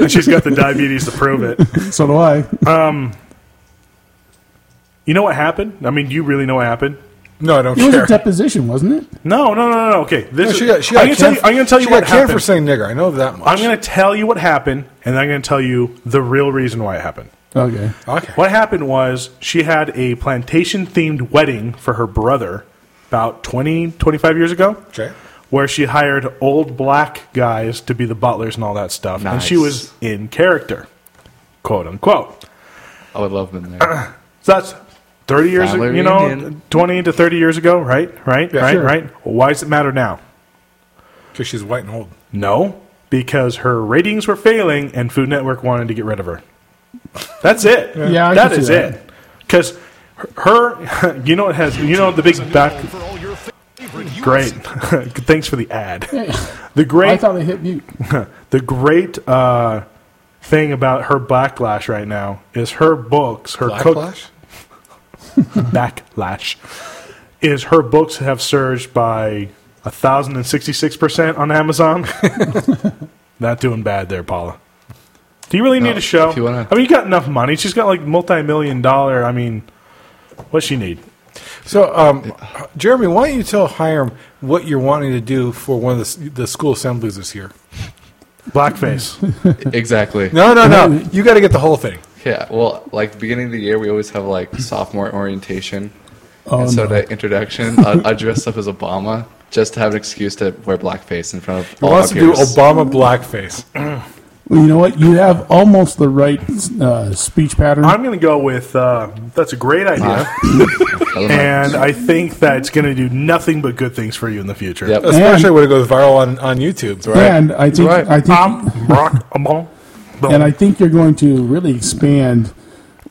Speaker 4: and she's got the diabetes to prove it.
Speaker 5: So do I.
Speaker 4: You know what happened? I mean, do you really know what happened?
Speaker 1: No, I don't
Speaker 5: It was
Speaker 1: care.
Speaker 5: a deposition, wasn't it?
Speaker 4: No, no, no, no. no. Okay, this
Speaker 1: No,
Speaker 4: is,
Speaker 1: she got, she got
Speaker 4: I'm going to tell you.
Speaker 1: canned-
Speaker 4: I'm going to tell
Speaker 1: she
Speaker 4: you
Speaker 1: got
Speaker 4: what
Speaker 1: canned
Speaker 4: happened.
Speaker 1: for saying nigger. I know that much.
Speaker 4: I'm going to tell you what happened, and I'm going to tell you the real reason why it happened.
Speaker 5: Okay.
Speaker 1: okay.
Speaker 4: What happened was she had a plantation themed wedding for her brother about 20, 25 years ago.
Speaker 1: Okay.
Speaker 4: Where she hired old black guys to be the butlers and all that stuff. And she
Speaker 3: Nice.
Speaker 4: was in character, quote unquote.
Speaker 3: Oh, I would love them there.
Speaker 4: So that's 30 years,
Speaker 3: Family
Speaker 4: you know,
Speaker 3: reunion.
Speaker 4: 20 to 30 years ago, right? Right? right?
Speaker 1: sure.
Speaker 4: Right? Why does it matter now?
Speaker 1: Because she's white and old.
Speaker 4: No, because her ratings were failing and Food Network wanted to get rid of her. That's it.
Speaker 5: Yeah, I
Speaker 4: that
Speaker 5: can see
Speaker 4: is
Speaker 5: that.
Speaker 4: it. Because her, you know, it has, you know, the big back. Great. Thanks for the ad. The
Speaker 5: I
Speaker 4: great,
Speaker 5: thought I hit mute.
Speaker 4: the great uh, thing about her backlash right now is her books, her cook,
Speaker 1: Backlash?
Speaker 4: backlash, is her books have surged by thousand and sixty-six percent on Amazon. Not doing bad there, Paula. Do you really need
Speaker 3: No,
Speaker 4: a show?
Speaker 3: if you wanna-
Speaker 4: I mean, you got enough money. She's got like multi-million dollar. I mean, what's she need?
Speaker 1: So, um, Jeremy, why don't you tell Hiram what you're wanting to do for one of the, s- the school assemblies this year?
Speaker 4: Blackface.
Speaker 3: exactly.
Speaker 1: No, no, no. You got to get the whole thing.
Speaker 3: Yeah, well, like the beginning of the year, we always have like sophomore orientation.
Speaker 5: Oh,
Speaker 3: and so
Speaker 5: no.
Speaker 3: that introduction, I, I dressed up as Obama just to have an excuse to wear blackface in front of
Speaker 1: He
Speaker 4: Oh,
Speaker 3: all
Speaker 1: wants
Speaker 3: my
Speaker 1: to do
Speaker 3: peers.
Speaker 1: Obama blackface.
Speaker 5: Well, you know what? You have almost the right uh, speech pattern.
Speaker 4: I'm going to go with uh, that's a great idea.
Speaker 3: Uh-huh. Doesn't matter.
Speaker 4: and I think that it's going to do nothing but good things for you in the future.
Speaker 3: Yep.
Speaker 1: Especially when it goes viral on, on YouTube. Right?
Speaker 5: and I think
Speaker 3: Right.
Speaker 5: I think
Speaker 4: I'm Barack Obama.
Speaker 5: and I think you're going to really expand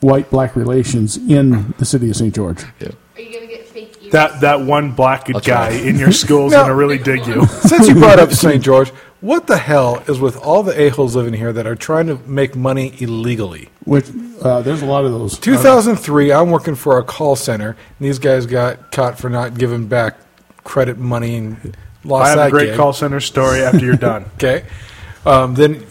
Speaker 5: white black relations in the city of St. George.
Speaker 3: Yep.
Speaker 6: Are you gonna get fake ears?
Speaker 4: that that one black guy
Speaker 3: try.
Speaker 4: in your school's
Speaker 1: No.
Speaker 4: going to really dig you.
Speaker 1: Since you brought up St. George, what the hell is with all the a-holes living here that are trying to make money illegally?
Speaker 5: Which uh, there's a lot of those.
Speaker 1: 2003, I'm working for a call center, and these guys got caught for not giving back credit money and lost
Speaker 4: I have
Speaker 1: that
Speaker 4: a great
Speaker 1: gig.
Speaker 4: call center story after you're done.
Speaker 1: Okay. Um, then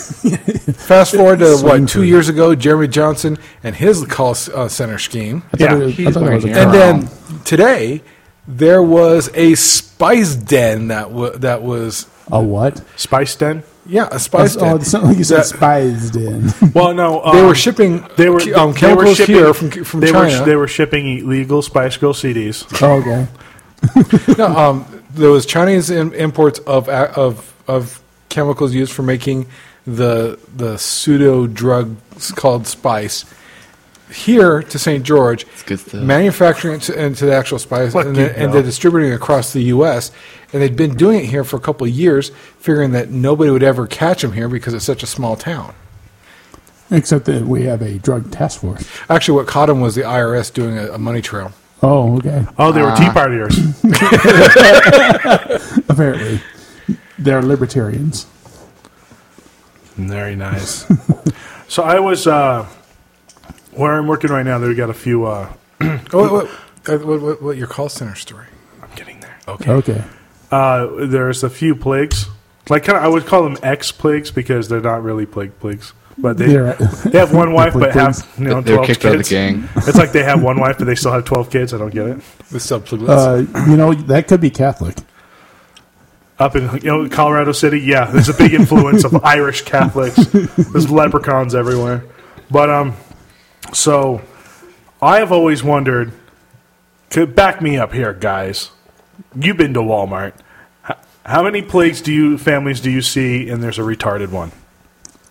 Speaker 1: fast forward to what two years ago, Jeremy Johnson and his call s- uh, center scheme,
Speaker 5: I thought
Speaker 4: yeah,
Speaker 5: it was, I
Speaker 3: he's
Speaker 5: thought it was
Speaker 3: wearing
Speaker 5: a,
Speaker 1: and
Speaker 3: Wow.
Speaker 1: then today there was a spice den that wa that was
Speaker 5: a what?
Speaker 4: Spice Den.
Speaker 1: yeah a spice
Speaker 5: That's, oh,
Speaker 1: den.
Speaker 5: it sounded like you said
Speaker 1: That-
Speaker 5: spies did.
Speaker 4: Well, no, um,
Speaker 1: They were shipping
Speaker 4: They were
Speaker 1: ki- um,
Speaker 4: they were
Speaker 1: chemicals
Speaker 4: shipping-
Speaker 1: here from from
Speaker 4: they
Speaker 1: China.
Speaker 4: Were, they were shipping illegal Spice Girl CDs.
Speaker 5: Oh, okay.
Speaker 1: No, um, there was Chinese im- imports of a- of of chemicals used for making the the pseudo drugs called spice, here to St. George,
Speaker 3: good stuff.
Speaker 1: manufacturing it to, into the actual spice,
Speaker 4: Fuck
Speaker 1: and,
Speaker 4: you,
Speaker 1: they're, and
Speaker 4: Bill.
Speaker 1: they're distributing it across the U.S. And they'd been doing it here for a couple of years, figuring that nobody would ever catch them here because it's such a small town.
Speaker 5: Except that we have a drug task force.
Speaker 1: Actually, what caught them was the IRS doing a, a money trail.
Speaker 5: Oh, okay.
Speaker 4: Oh, they were Tea Partiers.
Speaker 5: Apparently, they're libertarians.
Speaker 4: Very nice. so I was uh, where I'm working right now. They got a few. Uh,
Speaker 1: Oh, wait, wait, uh, what, what, what your call center story?
Speaker 4: I'm getting there.
Speaker 5: Okay.
Speaker 4: Uh, there's a few plagues. Like kind of, I would call them X plagues because they're not really plague plagues, but they
Speaker 5: They're-
Speaker 4: they have one wife
Speaker 5: plague
Speaker 4: but have you know
Speaker 3: They're
Speaker 4: twelve
Speaker 3: kicked
Speaker 4: kids.
Speaker 3: out of the gang.
Speaker 4: It's like they have one wife but they still have twelve kids. I don't get it.
Speaker 1: The subplug
Speaker 5: Uh, you know, that could be Catholic.
Speaker 4: Up in you know Colorado City, yeah, there's a big influence of Irish Catholics. There's leprechauns everywhere, but um, so I have always wondered. Could back me up here, guys. You've been to Walmart. H- How many plagues do you families do you see? And there's a retarded one.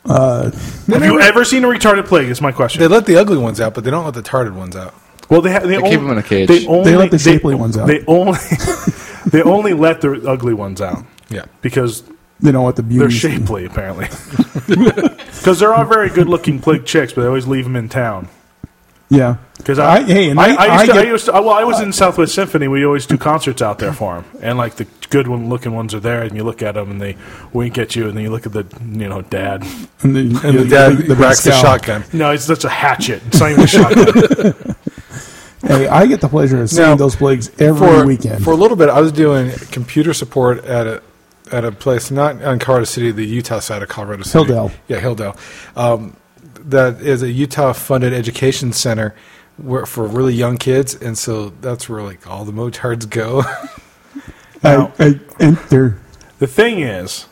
Speaker 5: Uh,
Speaker 4: Have you ever seen a retarded plague? Is my question.
Speaker 1: they let the ugly ones out, but they don't let the tarted ones out.
Speaker 4: well, they, ha- they, only,
Speaker 3: keep 'em in a cage.
Speaker 4: They
Speaker 3: They
Speaker 4: only
Speaker 5: let the shapely ones out.
Speaker 4: They only they only let the ugly ones out
Speaker 1: Yeah.
Speaker 4: because
Speaker 5: They don't want the beauty.
Speaker 4: they're shapely apparently. Because they're all very good-looking plague chicks, but they always leave them in town.
Speaker 5: Yeah.
Speaker 4: Because I,
Speaker 5: I- hey, and I-
Speaker 4: I, I used
Speaker 5: I
Speaker 4: to,
Speaker 5: get-
Speaker 4: I used to, well, I was in Southwest Symphony. We always do concerts out there for them, and like the good one looking ones are there, and you look at them, and they wink at you, and then you look at the you know dad.
Speaker 5: And, the,
Speaker 1: And the dad racks the
Speaker 5: scowl.
Speaker 1: shotgun.
Speaker 4: No, it's that's a hatchet. It's not even a shotgun.
Speaker 5: Hey, I get the pleasure of seeing
Speaker 1: Now,
Speaker 5: those plagues every
Speaker 1: for,
Speaker 5: weekend.
Speaker 1: For a little bit, I was doing computer support at a at a place not on Colorado City, the Utah side of Colorado City.
Speaker 5: Hilldale.
Speaker 1: Yeah, Hilldale. Um, that is a Utah-funded education center where, for really young kids, and so that's where like all the motards go.
Speaker 5: I, I enter.
Speaker 4: the thing is,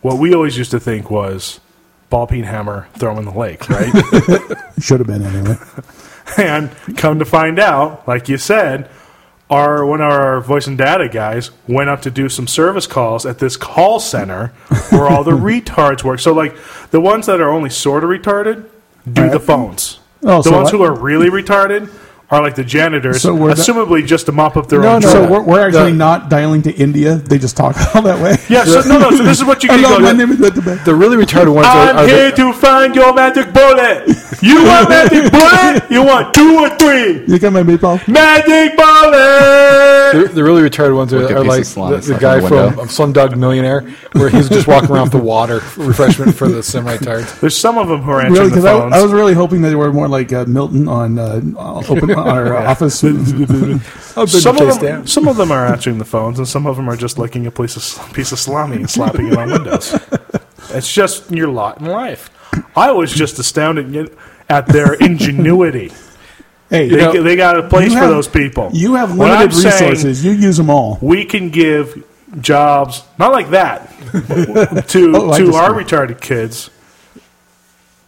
Speaker 4: what we always used to think was ball peen hammer, throw 'em in the lake, right?
Speaker 5: Should have been anyway.
Speaker 4: And come to find out, like you said, our one of our voice and data guys went up to do some service calls at this call center where all the retards work. So like the ones that are only sort of retarded do the phones.
Speaker 5: Oh,
Speaker 4: the
Speaker 5: so
Speaker 4: ones
Speaker 5: I-
Speaker 4: who are really retarded are like the janitors,
Speaker 5: So we're the-
Speaker 4: assumably just to mop up their
Speaker 1: no,
Speaker 4: own. trash.
Speaker 5: So we're, we're actually
Speaker 1: The-
Speaker 5: not dialing to India. They just talk all that way.
Speaker 4: Yeah, so, no, no. So this is what you can
Speaker 5: Hello,
Speaker 4: go.
Speaker 5: my name is Elizabeth.
Speaker 1: the really retarded ones are,
Speaker 4: I'm
Speaker 1: are
Speaker 4: here
Speaker 1: the,
Speaker 4: to find your magic bullet. You want magic bullet? You want two or three?
Speaker 5: You got my meatball?
Speaker 4: Magic bullet.
Speaker 1: the, the really retarded ones are,
Speaker 3: Wicked
Speaker 1: are
Speaker 3: piece
Speaker 1: like
Speaker 3: of slime
Speaker 1: the, the
Speaker 3: stuck in
Speaker 1: guy
Speaker 3: the
Speaker 1: from
Speaker 3: window.
Speaker 1: Slumdog Millionaire, where he's just walking around with the water refreshment for the semi-tards.
Speaker 4: There's some of them who are
Speaker 5: Really?
Speaker 4: answering the
Speaker 5: Because I,
Speaker 4: phones.
Speaker 5: I was really hoping that they were more like uh, Milton on uh, open our office.
Speaker 4: some, of them, some of them are answering the phones, and some of them are just licking a piece of, sl- piece of salami and slapping it on windows. It's just your lot in life. I was just astounded yet- at their ingenuity.
Speaker 5: hey,
Speaker 4: They, they got a place
Speaker 5: you
Speaker 4: for
Speaker 5: have-
Speaker 4: those people.
Speaker 5: you have
Speaker 4: What
Speaker 5: limited
Speaker 4: I'm saying,
Speaker 5: resources. you use them all.
Speaker 4: we can give jobs, not like that, to
Speaker 5: Oh, I
Speaker 4: to our
Speaker 5: disagree.
Speaker 4: retarded kids.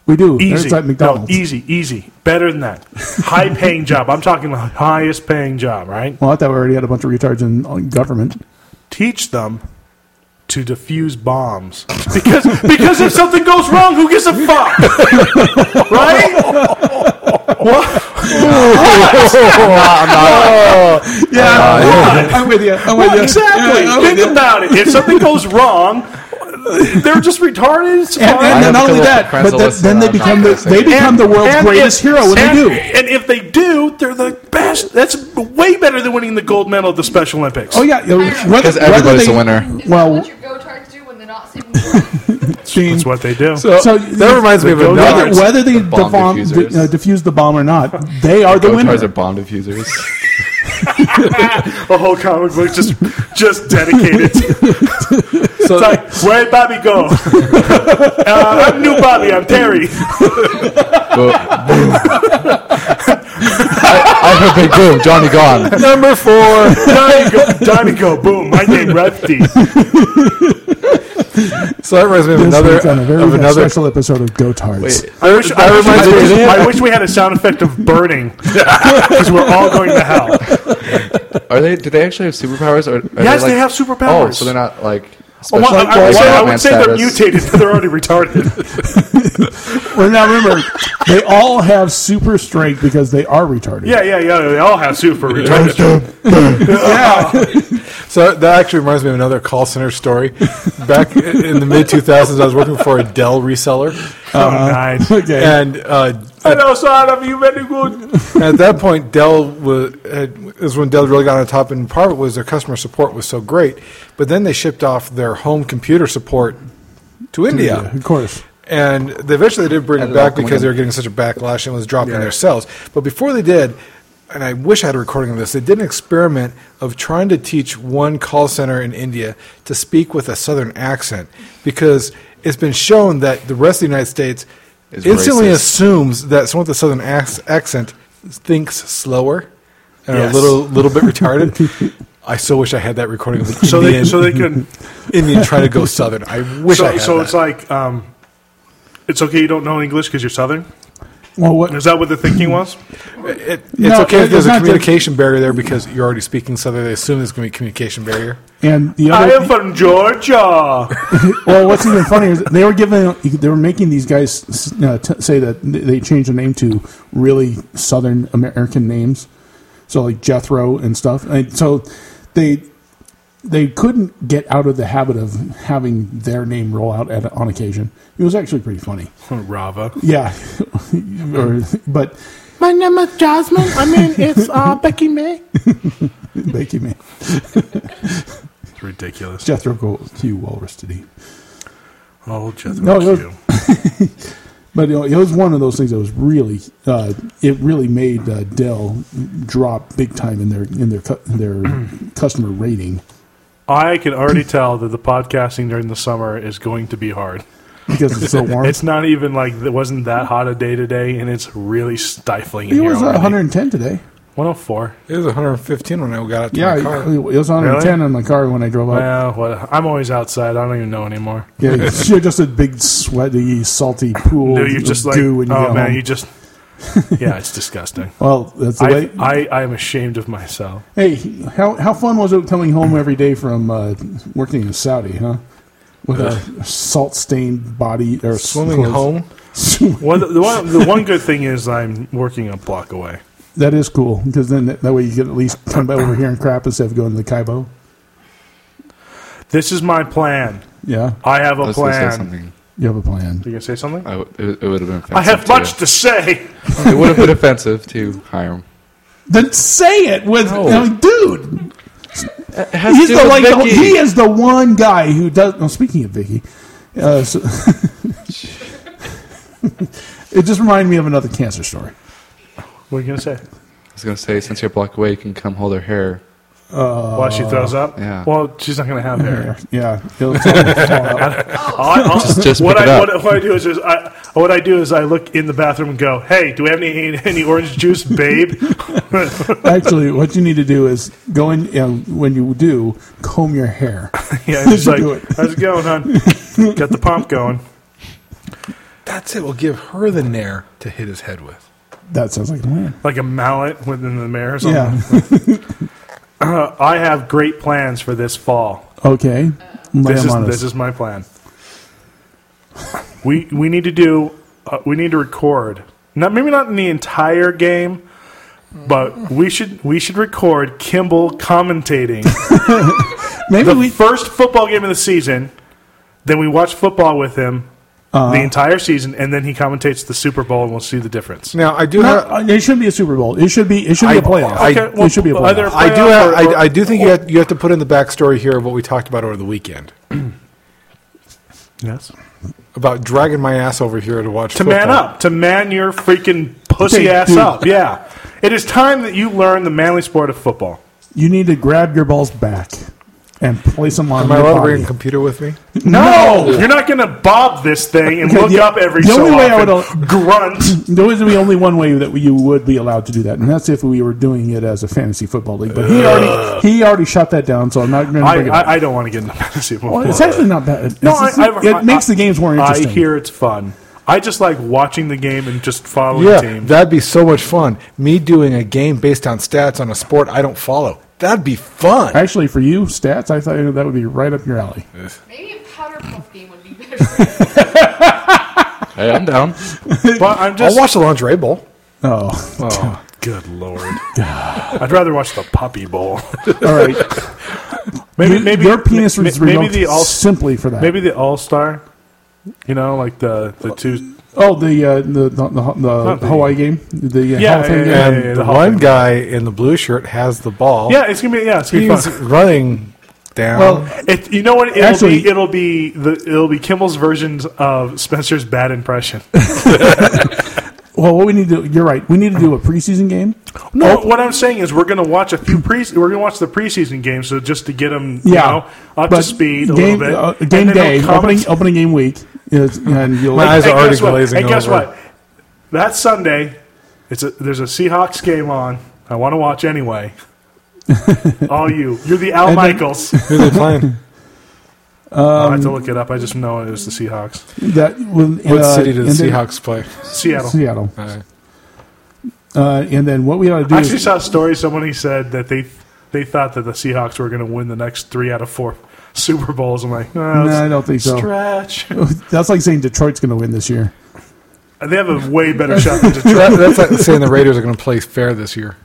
Speaker 5: We do.
Speaker 4: Easy,
Speaker 5: There's like
Speaker 4: No,
Speaker 5: McDonald's.
Speaker 4: easy, easy. Better than that. High paying job. I'm talking the highest paying job, right?
Speaker 5: Well, I thought we already had a bunch of retards in uh, government.
Speaker 4: teach them to defuse bombs because because if something goes wrong, who gives a fuck, right? What?
Speaker 5: Yeah, I'm with you. I'm with you.
Speaker 4: Exactly.
Speaker 5: Yeah, I'm with you.
Speaker 4: Think about it. If something goes wrong, they're just retarded. It's
Speaker 5: And,
Speaker 4: fine.
Speaker 5: and then
Speaker 3: have
Speaker 5: not
Speaker 3: to
Speaker 5: only
Speaker 3: look
Speaker 5: that,
Speaker 3: at
Speaker 5: but then,
Speaker 3: Craigslist
Speaker 5: then
Speaker 3: and
Speaker 5: they
Speaker 3: I'm
Speaker 5: become
Speaker 3: not
Speaker 5: the
Speaker 3: gonna
Speaker 5: they
Speaker 3: say
Speaker 5: become the world's
Speaker 4: and
Speaker 5: greatest
Speaker 4: if-
Speaker 5: hero when
Speaker 4: and,
Speaker 5: they do.
Speaker 4: And if they do, they're the best. That's way better than winning the gold medal at the Special Olympics.
Speaker 5: Oh yeah, you know, whether-
Speaker 3: Because
Speaker 5: whether
Speaker 3: everybody's
Speaker 5: they-
Speaker 3: a winner.
Speaker 5: Well-
Speaker 6: what your go-tards do when they're not saving the
Speaker 5: Gene,
Speaker 4: That's what they do.
Speaker 1: So,
Speaker 5: So-
Speaker 1: that reminds me of
Speaker 4: Go
Speaker 1: another.
Speaker 5: whether,
Speaker 4: Guards.
Speaker 5: whether they
Speaker 3: The bomb
Speaker 5: defom-
Speaker 3: diffusers.
Speaker 5: de- uh, defuse the bomb or not, they are the
Speaker 3: Gotards are
Speaker 5: winner.
Speaker 3: bomb diffusers.
Speaker 4: a whole comic book just just dedicated. to
Speaker 1: So,
Speaker 4: It's like, where'd Bobby go? uh, I'm new Bobby. I'm Terry.
Speaker 3: Boom. I, I heard big boom. Johnny gone.
Speaker 1: number four.
Speaker 4: Johnny go, Johnny go, boom, my name Rusty.
Speaker 1: So that reminds me of
Speaker 5: This
Speaker 1: another
Speaker 5: week on a very
Speaker 1: of another.
Speaker 5: special episode of Gotards.
Speaker 4: I wish, I, wish, I, wish, I wish we had a sound effect of burning because we're all going to hell.
Speaker 3: Are they? Do they actually have superpowers? Or are
Speaker 4: Yes,
Speaker 3: like-
Speaker 4: they have superpowers.
Speaker 3: Oh, so they're not like
Speaker 4: Oh, well,
Speaker 3: Especially-
Speaker 4: I, I would say, I
Speaker 3: Batman
Speaker 4: would say they're
Speaker 3: status.
Speaker 4: mutated, but they're already retarded.
Speaker 5: Well, now remember, they all have super strength because they are retarded.
Speaker 4: Yeah, yeah, yeah. They all have super retarded.
Speaker 1: So that actually reminds me of another call center story. Back in the mid 2000s, I was working for a Dell reseller,
Speaker 4: Oh, nice.
Speaker 5: Okay.
Speaker 1: and uh,
Speaker 4: I know, son of you, very good.
Speaker 1: at that point, Dell was had, is when Dell really got on top. And part of it was their customer support was so great, but then they shipped off their home computer support to India.
Speaker 5: Yeah, of course.
Speaker 1: And they eventually did bring
Speaker 3: Had
Speaker 1: it
Speaker 3: it
Speaker 1: back
Speaker 3: all come
Speaker 1: because they
Speaker 3: in.
Speaker 1: were getting such a backlash and it was dropping
Speaker 4: Yeah.
Speaker 1: their sales. But before they did, and I wish I had a recording of this, they did an experiment of trying to teach one call center in India to speak with a southern accent because it's been shown that the rest of the United States
Speaker 3: Is
Speaker 1: instantly
Speaker 3: racist.
Speaker 1: assumes that someone with a southern ac- accent thinks slower and are a
Speaker 4: Yes.
Speaker 1: little little bit retarded. I so wish I had that recording of an
Speaker 4: So they,
Speaker 1: Indian,
Speaker 4: so they can.
Speaker 1: Indian trying to go southern. I wish I
Speaker 4: So,
Speaker 1: had
Speaker 4: so
Speaker 1: that.
Speaker 4: it's like, um, it's okay you don't know English because you're Southern.
Speaker 5: Well, what?
Speaker 4: Is that what the thinking was?
Speaker 1: It, it's
Speaker 5: No,
Speaker 1: okay if
Speaker 5: it-
Speaker 1: there's
Speaker 5: it's
Speaker 1: a
Speaker 5: not just-
Speaker 1: communication barrier there because you're already speaking Southern. They assume there's going to be a communication barrier.
Speaker 5: And the
Speaker 4: I
Speaker 5: other.
Speaker 4: am from Georgia.
Speaker 5: well, what's even funnier is they were giving. They were making these guys uh, t- say that they changed the name to really Southern American names, so like Jethro and stuff. And so they they couldn't get out of the habit of having their name roll out at, on occasion. It was actually pretty funny.
Speaker 4: Rava.
Speaker 5: Yeah, or, but
Speaker 7: My name is Jasmine. I mean, it's uh, Becky May.
Speaker 5: Becky May,
Speaker 4: It's ridiculous.
Speaker 5: Jethro Gold, Q Walrus to D.
Speaker 4: Oh, Jethro
Speaker 5: No, it was-
Speaker 4: Q.
Speaker 5: But you know, it was one of those things that was really, uh, it really made uh, Dell drop big time in their in their cu- their customer rating
Speaker 4: I can already tell that the podcasting during the summer is going to be hard.
Speaker 5: because it's so warm.
Speaker 4: It's not even like it wasn't that hot a day today, and it's really stifling. in
Speaker 5: it
Speaker 4: here
Speaker 5: was uh,
Speaker 4: already.
Speaker 5: 110 today.
Speaker 4: 104.
Speaker 1: It was 115 when I got out to
Speaker 5: Yeah,
Speaker 1: my
Speaker 5: it
Speaker 1: car.
Speaker 5: it was 110 on my car when I drove up.
Speaker 4: Well, what, I'm always outside. I don't even know anymore.
Speaker 5: Yeah, you're just a big sweaty, salty pool.
Speaker 4: No, you're
Speaker 5: of
Speaker 4: just like,
Speaker 5: goo when you
Speaker 4: oh
Speaker 5: go
Speaker 4: man,
Speaker 5: home.
Speaker 4: you just. Yeah, it's disgusting.
Speaker 5: well, that's the
Speaker 4: I,
Speaker 5: way.
Speaker 4: I, I am ashamed of myself.
Speaker 5: Hey, how how fun was it coming home every day from uh, working in Saudi, huh? With
Speaker 4: Uh,
Speaker 5: a salt stained body or
Speaker 1: Swimming home.
Speaker 4: One, the, one, the one good thing is I'm working a block away.
Speaker 5: That is cool because then that, that way you can at least come back over here and crap instead of going to the Kaibo.
Speaker 4: This is my plan.
Speaker 5: Yeah,
Speaker 4: I have a
Speaker 3: I was gonna say
Speaker 4: plan.
Speaker 3: something.
Speaker 5: you have a plan.
Speaker 4: You gonna say something?
Speaker 3: I w- it, it would have been. Offensive
Speaker 4: I have much
Speaker 3: To,
Speaker 4: to say.
Speaker 3: it would have been offensive to Hiram.
Speaker 5: Then say it with, I mean, dude.
Speaker 3: has
Speaker 5: He's
Speaker 3: to
Speaker 5: the,
Speaker 3: do
Speaker 5: like,
Speaker 3: with
Speaker 5: the,
Speaker 3: Vicky.
Speaker 5: he is the one guy who does. No, speaking of Vicky, uh, so- it just reminded me of another cancer story.
Speaker 4: What are you gonna say?
Speaker 3: I was gonna say since you're a block away, you can come hold her hair.
Speaker 4: While she throws up?
Speaker 3: yeah.
Speaker 4: Well, she's not gonna have hair.
Speaker 5: Yeah, it'll totally fall out.
Speaker 4: I, I'll-
Speaker 3: just
Speaker 4: what,
Speaker 3: pick it
Speaker 4: I,
Speaker 3: up.
Speaker 4: what, what I do is just, I, what I do is I look in the bathroom and go, "Hey, do we have any any orange juice, babe?"
Speaker 5: Actually, what you need to do is go in and when you do, comb your hair.
Speaker 4: Yeah, and it's
Speaker 5: You
Speaker 4: like,
Speaker 5: do it.
Speaker 4: "How's it going, hon? Got the pump going."
Speaker 1: That's it. We'll give her the nair to hit his head with.
Speaker 5: That sounds like a plan.
Speaker 4: Like a mallet within the mirror. Or something.
Speaker 5: Yeah.
Speaker 4: Uh, I have great plans for this fall.
Speaker 5: Okay. Lay
Speaker 4: this
Speaker 5: 'em
Speaker 4: is
Speaker 5: on us.
Speaker 4: this is my plan. We we need to do uh, we need to record. Not maybe not in the entire game, but we should we should record Kimball commentating
Speaker 5: Maybe
Speaker 4: the
Speaker 5: we
Speaker 4: first football game of the season. Then we watch football with him the entire season, and then he commentates the Super Bowl, and we'll see the difference.
Speaker 1: Now I do have.
Speaker 5: Not, uh, it should be a Super Bowl. It should be. It should be a
Speaker 1: I-
Speaker 5: playoff.
Speaker 1: I-
Speaker 4: Okay, well,
Speaker 5: it should be a playoff.
Speaker 4: either-
Speaker 1: I do
Speaker 4: playoff
Speaker 1: have.
Speaker 4: or-
Speaker 1: I, I do think you have, you have to put in the backstory here of what we talked about over the weekend
Speaker 4: Yes,
Speaker 1: about dragging my ass over here to watch
Speaker 4: to man up, to man your freaking pussy
Speaker 5: Okay,
Speaker 4: ass
Speaker 5: dude.
Speaker 4: up. Yeah, it is time that you learn the manly sport of football.
Speaker 5: you need to grab your balls back and place them on
Speaker 1: Am I
Speaker 5: your
Speaker 1: allowed to
Speaker 5: body.
Speaker 1: bring a computer with me?
Speaker 4: No, you're not going to bob this thing and
Speaker 5: Okay,
Speaker 4: look
Speaker 5: the-
Speaker 4: up every
Speaker 5: the
Speaker 4: so
Speaker 5: only way I
Speaker 4: often.
Speaker 5: would-
Speaker 4: grunt.
Speaker 5: There is the only one way that we, you would be allowed to do that, and that's if we were doing it as a fantasy football league. But he already he already shut that down, so I'm not going to
Speaker 4: I,
Speaker 5: bring it up.
Speaker 4: I, I don't want to get into fantasy football.
Speaker 5: Well, it's actually not bad. It's-
Speaker 4: no,
Speaker 5: it's-
Speaker 4: I, I,
Speaker 5: it makes the games more interesting.
Speaker 4: I hear it's fun. I just like watching the game and just following the
Speaker 1: Yeah,
Speaker 4: team.
Speaker 1: that'd be so much fun. Me doing a game based on stats on a sport I don't follow. That'd be fun.
Speaker 5: Actually, for you, stats, I thought that would be right up your alley.
Speaker 6: Maybe a powder puff game would be better.
Speaker 3: Hey, I'm down.
Speaker 4: But I'm
Speaker 1: I'll
Speaker 4: just.
Speaker 1: watch the lingerie bowl.
Speaker 5: Oh,
Speaker 4: Oh, good lord. I'd rather watch the Puppy Bowl.
Speaker 5: all right.
Speaker 4: Maybe,
Speaker 5: Your-
Speaker 4: maybe
Speaker 5: your penis was
Speaker 4: maybe,
Speaker 5: removed
Speaker 4: the all
Speaker 5: simply for that.
Speaker 4: maybe the All Star. You know, like the the two.
Speaker 5: oh the uh, the the, the, the
Speaker 4: the-
Speaker 5: Hawaii game, the uh,
Speaker 4: Yeah,
Speaker 5: Hall of Fame
Speaker 4: yeah,
Speaker 5: game.
Speaker 4: yeah,
Speaker 1: And
Speaker 4: yeah, yeah,
Speaker 1: the
Speaker 4: the Hall
Speaker 1: one
Speaker 4: of Fame.
Speaker 1: guy in the blue shirt has the ball.
Speaker 4: Yeah, it's gonna be yeah, it's gonna be
Speaker 1: he's
Speaker 4: fun.
Speaker 1: running down.
Speaker 5: Well,
Speaker 4: It, you know what? It'll
Speaker 5: Actually-
Speaker 4: be it'll be the it'll be Kimmel's versions of Spencer's bad impression.
Speaker 5: well, what we need to you're right. We need to do a preseason game.
Speaker 4: No, what I'm saying is we're going to watch a few pre we're going to watch the preseason games so just to get them you
Speaker 5: Yeah,
Speaker 4: know, up
Speaker 5: but
Speaker 4: to speed a
Speaker 5: game,
Speaker 4: little bit.
Speaker 5: uh,
Speaker 4: And
Speaker 5: game
Speaker 4: then
Speaker 5: day,
Speaker 4: they'll comment-
Speaker 5: opening opening game week, is, and you'll.
Speaker 1: My eyes
Speaker 4: Hey,
Speaker 1: are already
Speaker 4: guess what?
Speaker 1: glazing
Speaker 4: Hey, guess
Speaker 1: over.
Speaker 4: what? That Sunday, it's a, there's a Seahawks game on. I want to watch anyway. All you, you're the Al
Speaker 5: And then-
Speaker 4: Michaels.
Speaker 1: Who are they playing?
Speaker 4: I
Speaker 5: um,
Speaker 4: have to look it up. I just know it was the Seahawks,
Speaker 5: that will,
Speaker 1: What
Speaker 5: uh,
Speaker 1: city do the
Speaker 5: and then-
Speaker 1: Seahawks play?
Speaker 4: Seattle.
Speaker 5: Seattle.
Speaker 1: right.
Speaker 5: Uh, and then what we ought to do
Speaker 4: I actually
Speaker 5: is
Speaker 4: saw a story. Somebody said that they they thought that the Seahawks were going to win the next three out of four Super Bowls. I'm like, no,
Speaker 5: No, I don't think so.
Speaker 4: Stretch.
Speaker 5: that's like saying Detroit's going to win this year.
Speaker 4: They have a way better shot than Detroit.
Speaker 1: That- that's like saying the Raiders are going to play fair this year.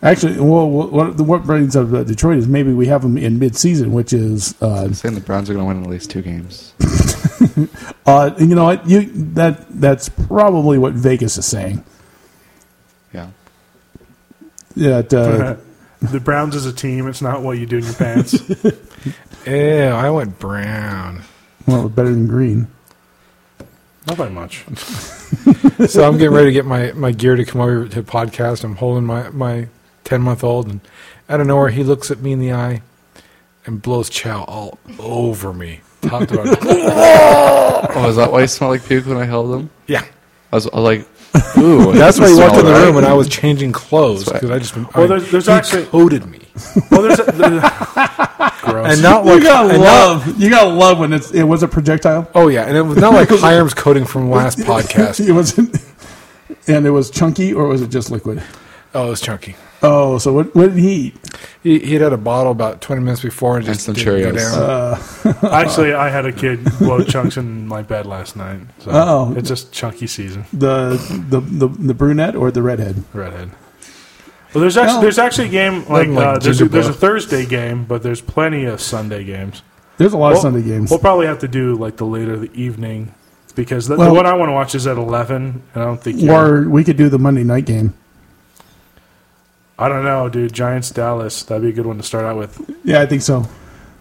Speaker 5: Actually, well, what what brings up uh, Detroit is maybe we have them in mid-season, which is uh,
Speaker 3: I'm saying the Browns are going to win at least two games.
Speaker 5: uh, you know what you that that's probably what Vegas is saying
Speaker 3: Yeah.
Speaker 5: that uh,
Speaker 4: the Browns is a team. It's not what you do in your pants.
Speaker 1: Ew, I went brown.
Speaker 5: well better than green.
Speaker 4: not by much.
Speaker 1: So I'm getting ready to get my, my gear to come over to podcast. I'm holding my my ten month old, and out of nowhere he looks at me in the eye and blows chow all over me, top to bottom.
Speaker 3: Oh, is that why you smell like puke when I held him?
Speaker 1: yeah,
Speaker 3: I was, I was like, ooh.
Speaker 1: that's
Speaker 3: it
Speaker 1: why he walked
Speaker 3: smells
Speaker 1: in the
Speaker 3: right.
Speaker 1: room and I was changing clothes
Speaker 3: That's right.
Speaker 1: because I just
Speaker 4: Well,
Speaker 1: I,
Speaker 4: there's- there's
Speaker 1: he
Speaker 4: actually-
Speaker 1: coated me,
Speaker 4: Well, there's a, there's gross.
Speaker 1: and not like
Speaker 5: You gotta
Speaker 1: and not-
Speaker 5: love you gotta love when it's it was a projectile.
Speaker 1: oh yeah, and it was not like Hiram's coating from last podcast.
Speaker 5: It wasn't, and it was chunky or was it just liquid?
Speaker 1: Oh, it was chunky.
Speaker 5: Oh, so what what did he eat?
Speaker 1: He he had had a bottle about twenty minutes before and just
Speaker 3: some
Speaker 1: didn't go
Speaker 3: Cheerios.
Speaker 1: down.
Speaker 4: Actually, I had a kid blow chunks in my bed last night. So
Speaker 5: Uh-oh.
Speaker 4: it's just chunky season.
Speaker 5: The the the, the brunette or the redhead?
Speaker 4: Redhead. Well, there's actually
Speaker 5: No.
Speaker 4: there's actually a game
Speaker 1: like
Speaker 4: like, uh, there's, a,
Speaker 1: ginger
Speaker 4: there's a
Speaker 1: breath.
Speaker 4: Thursday game, but there's plenty of Sunday games.
Speaker 5: There's a lot
Speaker 4: Well,
Speaker 5: of Sunday games.
Speaker 4: We'll probably have to do like the later the evening because the,
Speaker 5: Well-
Speaker 4: the one I want to watch is at eleven, and I don't think you
Speaker 5: Or we could do the Monday night game.
Speaker 4: I don't know, dude. Giants Dallas that'd be a good one to start out with.
Speaker 5: Yeah, I think so.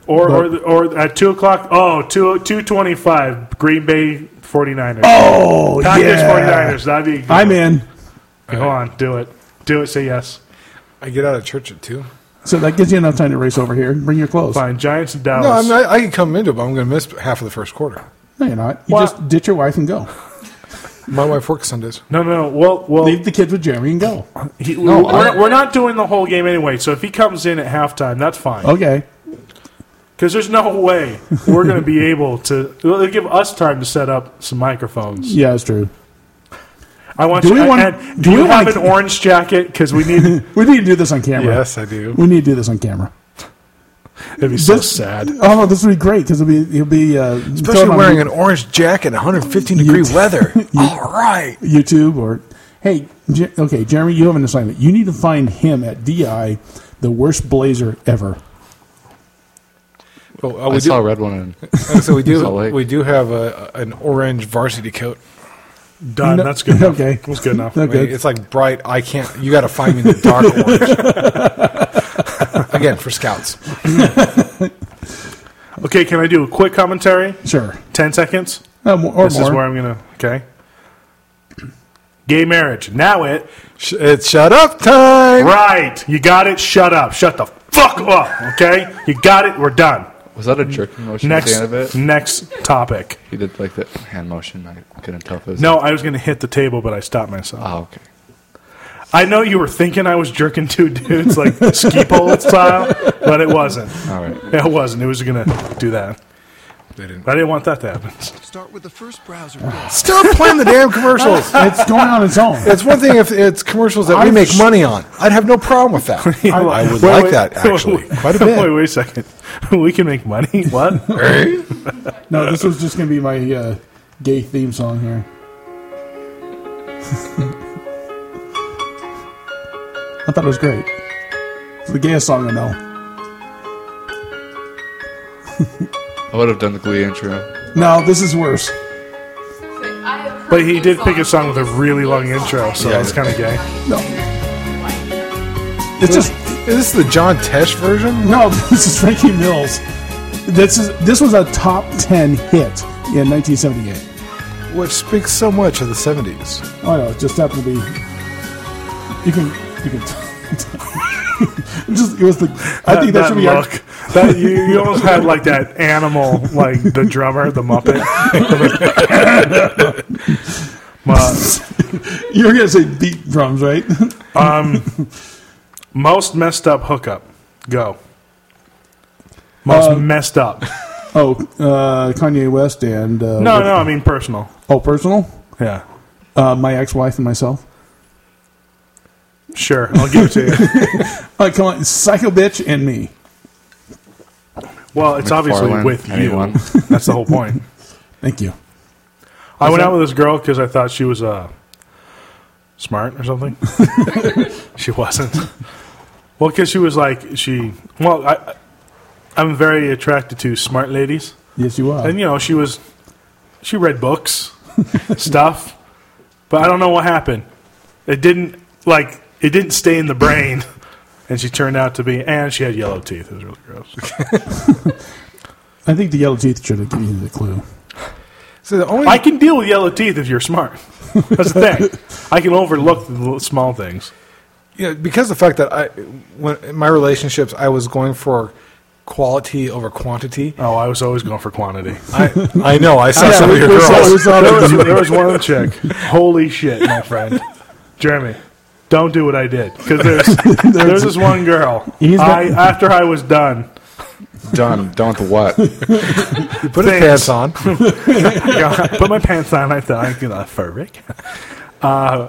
Speaker 4: Or
Speaker 5: But-
Speaker 4: or the- or at two o'clock. Oh, two two twenty five. Green Bay 49ers.
Speaker 5: Oh,
Speaker 4: Packers
Speaker 5: yeah.
Speaker 4: 49ers. That'd be. a good
Speaker 5: I'm
Speaker 4: one.
Speaker 5: in.
Speaker 4: Go on, do it, do it. Say yes.
Speaker 1: I get out of church at two.
Speaker 5: So that gives you enough time to race over here and bring your clothes.
Speaker 4: Fine, Giants and Dallas.
Speaker 1: No, I, mean, I, I can come into it, but I'm going to miss half of the first quarter.
Speaker 5: No, you're not. You
Speaker 4: Well-
Speaker 5: just ditch your wife and go.
Speaker 1: My wife works Sundays.
Speaker 4: no, no, no. Well, well,
Speaker 5: Leave the kids with Jeremy and go.
Speaker 4: he- we're, we're not doing the whole game anyway. So if he comes in at halftime, that's fine.
Speaker 5: Okay.
Speaker 4: Because there's no way we're going to be able to. It'll give us time to set up some microphones.
Speaker 5: Yeah, that's true.
Speaker 4: I want
Speaker 5: Do
Speaker 4: you.
Speaker 5: we
Speaker 4: and-
Speaker 5: want-
Speaker 4: and
Speaker 5: do
Speaker 4: do you
Speaker 5: we
Speaker 4: have
Speaker 5: like-
Speaker 4: an orange jacket? Because we need. It'd
Speaker 5: We need to do this on camera.
Speaker 1: Yes, I do.
Speaker 5: We need to do this on camera.
Speaker 4: be so
Speaker 5: This-
Speaker 4: sad.
Speaker 5: Oh, this would be great because it'll be it'll be uh,
Speaker 1: Especially
Speaker 5: thrown on
Speaker 1: wearing an orange jacket, 115 degree weather. All right.
Speaker 5: YouTube or hey, Je- okay, Jeremy, you have an assignment. You need to find him at DI, the worst blazer ever.
Speaker 1: Well, uh,
Speaker 3: I
Speaker 1: we
Speaker 3: saw a
Speaker 1: do,
Speaker 3: red one. And
Speaker 1: so we
Speaker 3: saw like-
Speaker 1: do. We do have a, an orange varsity coat.
Speaker 4: Done.
Speaker 5: No-
Speaker 4: that's good. Enough.
Speaker 5: okay.
Speaker 4: that's good enough.
Speaker 1: I mean,
Speaker 5: Okay.
Speaker 1: it's like bright. I can't. You got to find me the dark orange. Again, for scouts.
Speaker 4: Okay, can I do a quick commentary?
Speaker 5: Sure.
Speaker 4: 10 seconds?
Speaker 5: Um, or
Speaker 4: this
Speaker 5: more.
Speaker 4: is where I'm going to. Okay. Gay marriage. Now it.
Speaker 1: Sh- It's shut up time.
Speaker 4: Right. You got it. Shut up. Shut the fuck up. Okay? You got it. We're done.
Speaker 3: was that a jerking motion at the end of
Speaker 4: Next
Speaker 3: it?
Speaker 4: next topic.
Speaker 3: He did like the hand motion. I couldn't tell if it was.
Speaker 4: No, I was going to hit the table, but I stopped myself.
Speaker 3: Oh, okay.
Speaker 4: I know you were thinking I was jerking two dudes like ski pole style, but it wasn't.
Speaker 3: All right.
Speaker 4: It wasn't. It was going to do that.
Speaker 1: They didn't.
Speaker 4: I didn't want that to happen.
Speaker 8: Start with the first browser goal.
Speaker 1: Stop playing the damn commercials.
Speaker 5: It's going on its own.
Speaker 1: It's one thing if it's commercials that we
Speaker 5: I've
Speaker 1: make
Speaker 5: sh-
Speaker 1: money on. I'd have no problem with that. I would
Speaker 4: Wait,
Speaker 1: like
Speaker 4: wait.
Speaker 1: that actually quite a
Speaker 4: Wait,
Speaker 1: bit.
Speaker 4: wait a second. We can make money. What?
Speaker 5: No, this was just going to be my uh, gay theme song here. I thought it was great. It's the gayest song I know.
Speaker 3: I would have done the Glee intro.
Speaker 5: No, this is worse.
Speaker 4: But he did pick a song with a really long intro, so that's kind of gay.
Speaker 5: No. It's just
Speaker 1: Is this the John Tesh version?
Speaker 5: no. This is Frankie Mills. This is this was a top ten hit in 1978.
Speaker 1: Which speaks so much of the 70s.
Speaker 5: Oh no, it just happened to be. You can you can. just it was the. I think that, should be our-
Speaker 4: look. That, you, you almost had like that animal, like the drummer, the Muppet. Mo-
Speaker 5: You were gonna say beat drums, right?
Speaker 4: most messed up hookup. Go. Most
Speaker 5: Uh,
Speaker 4: messed up.
Speaker 5: Oh, uh, Kanye West and uh,
Speaker 4: No, no, I mean personal.
Speaker 5: Oh, personal.
Speaker 4: Yeah.
Speaker 5: Uh, my ex-wife and myself.
Speaker 4: Sure, I'll give it to you.
Speaker 5: Uh, come on, psycho bitch and me.
Speaker 4: Well, it's obviously
Speaker 3: McFarlane,
Speaker 4: with
Speaker 3: anyone.
Speaker 4: you. That's the whole point.
Speaker 5: Thank you.
Speaker 4: I went out with this girl because I thought she was uh, smart or something. she wasn't. Well, because she was like she. Well, I, I'm very attracted to smart ladies,
Speaker 5: Yes, you are.
Speaker 4: and you know she was. She read books, stuff, but I don't know what happened. It didn't like it didn't stay in the brain, and she turned out to be. And she had yellow teeth. It was really gross.
Speaker 5: I think the yellow teeth should have given you the clue.
Speaker 1: So the only
Speaker 4: I can deal with yellow teeth if you're smart. That's the thing. I can overlook the little small things.
Speaker 1: you know, because of the fact that I, when in my relationships, I was going for quality over quantity.
Speaker 4: Oh, I was always going for quantity.
Speaker 1: I, I know. I saw some of your
Speaker 5: we saw-
Speaker 1: girls.
Speaker 5: we saw
Speaker 4: there,
Speaker 5: that
Speaker 4: was, there was one chick. Holy shit, my friend. Jeremy, don't do what I did. Because there's, there's this one girl.
Speaker 5: He's got-
Speaker 4: I, after I was done,
Speaker 3: Done. Done with what?
Speaker 1: You put his
Speaker 4: Thanks.
Speaker 1: pants on.
Speaker 4: you know, I put my pants on. I thought I'm going to fur Rick. Uh,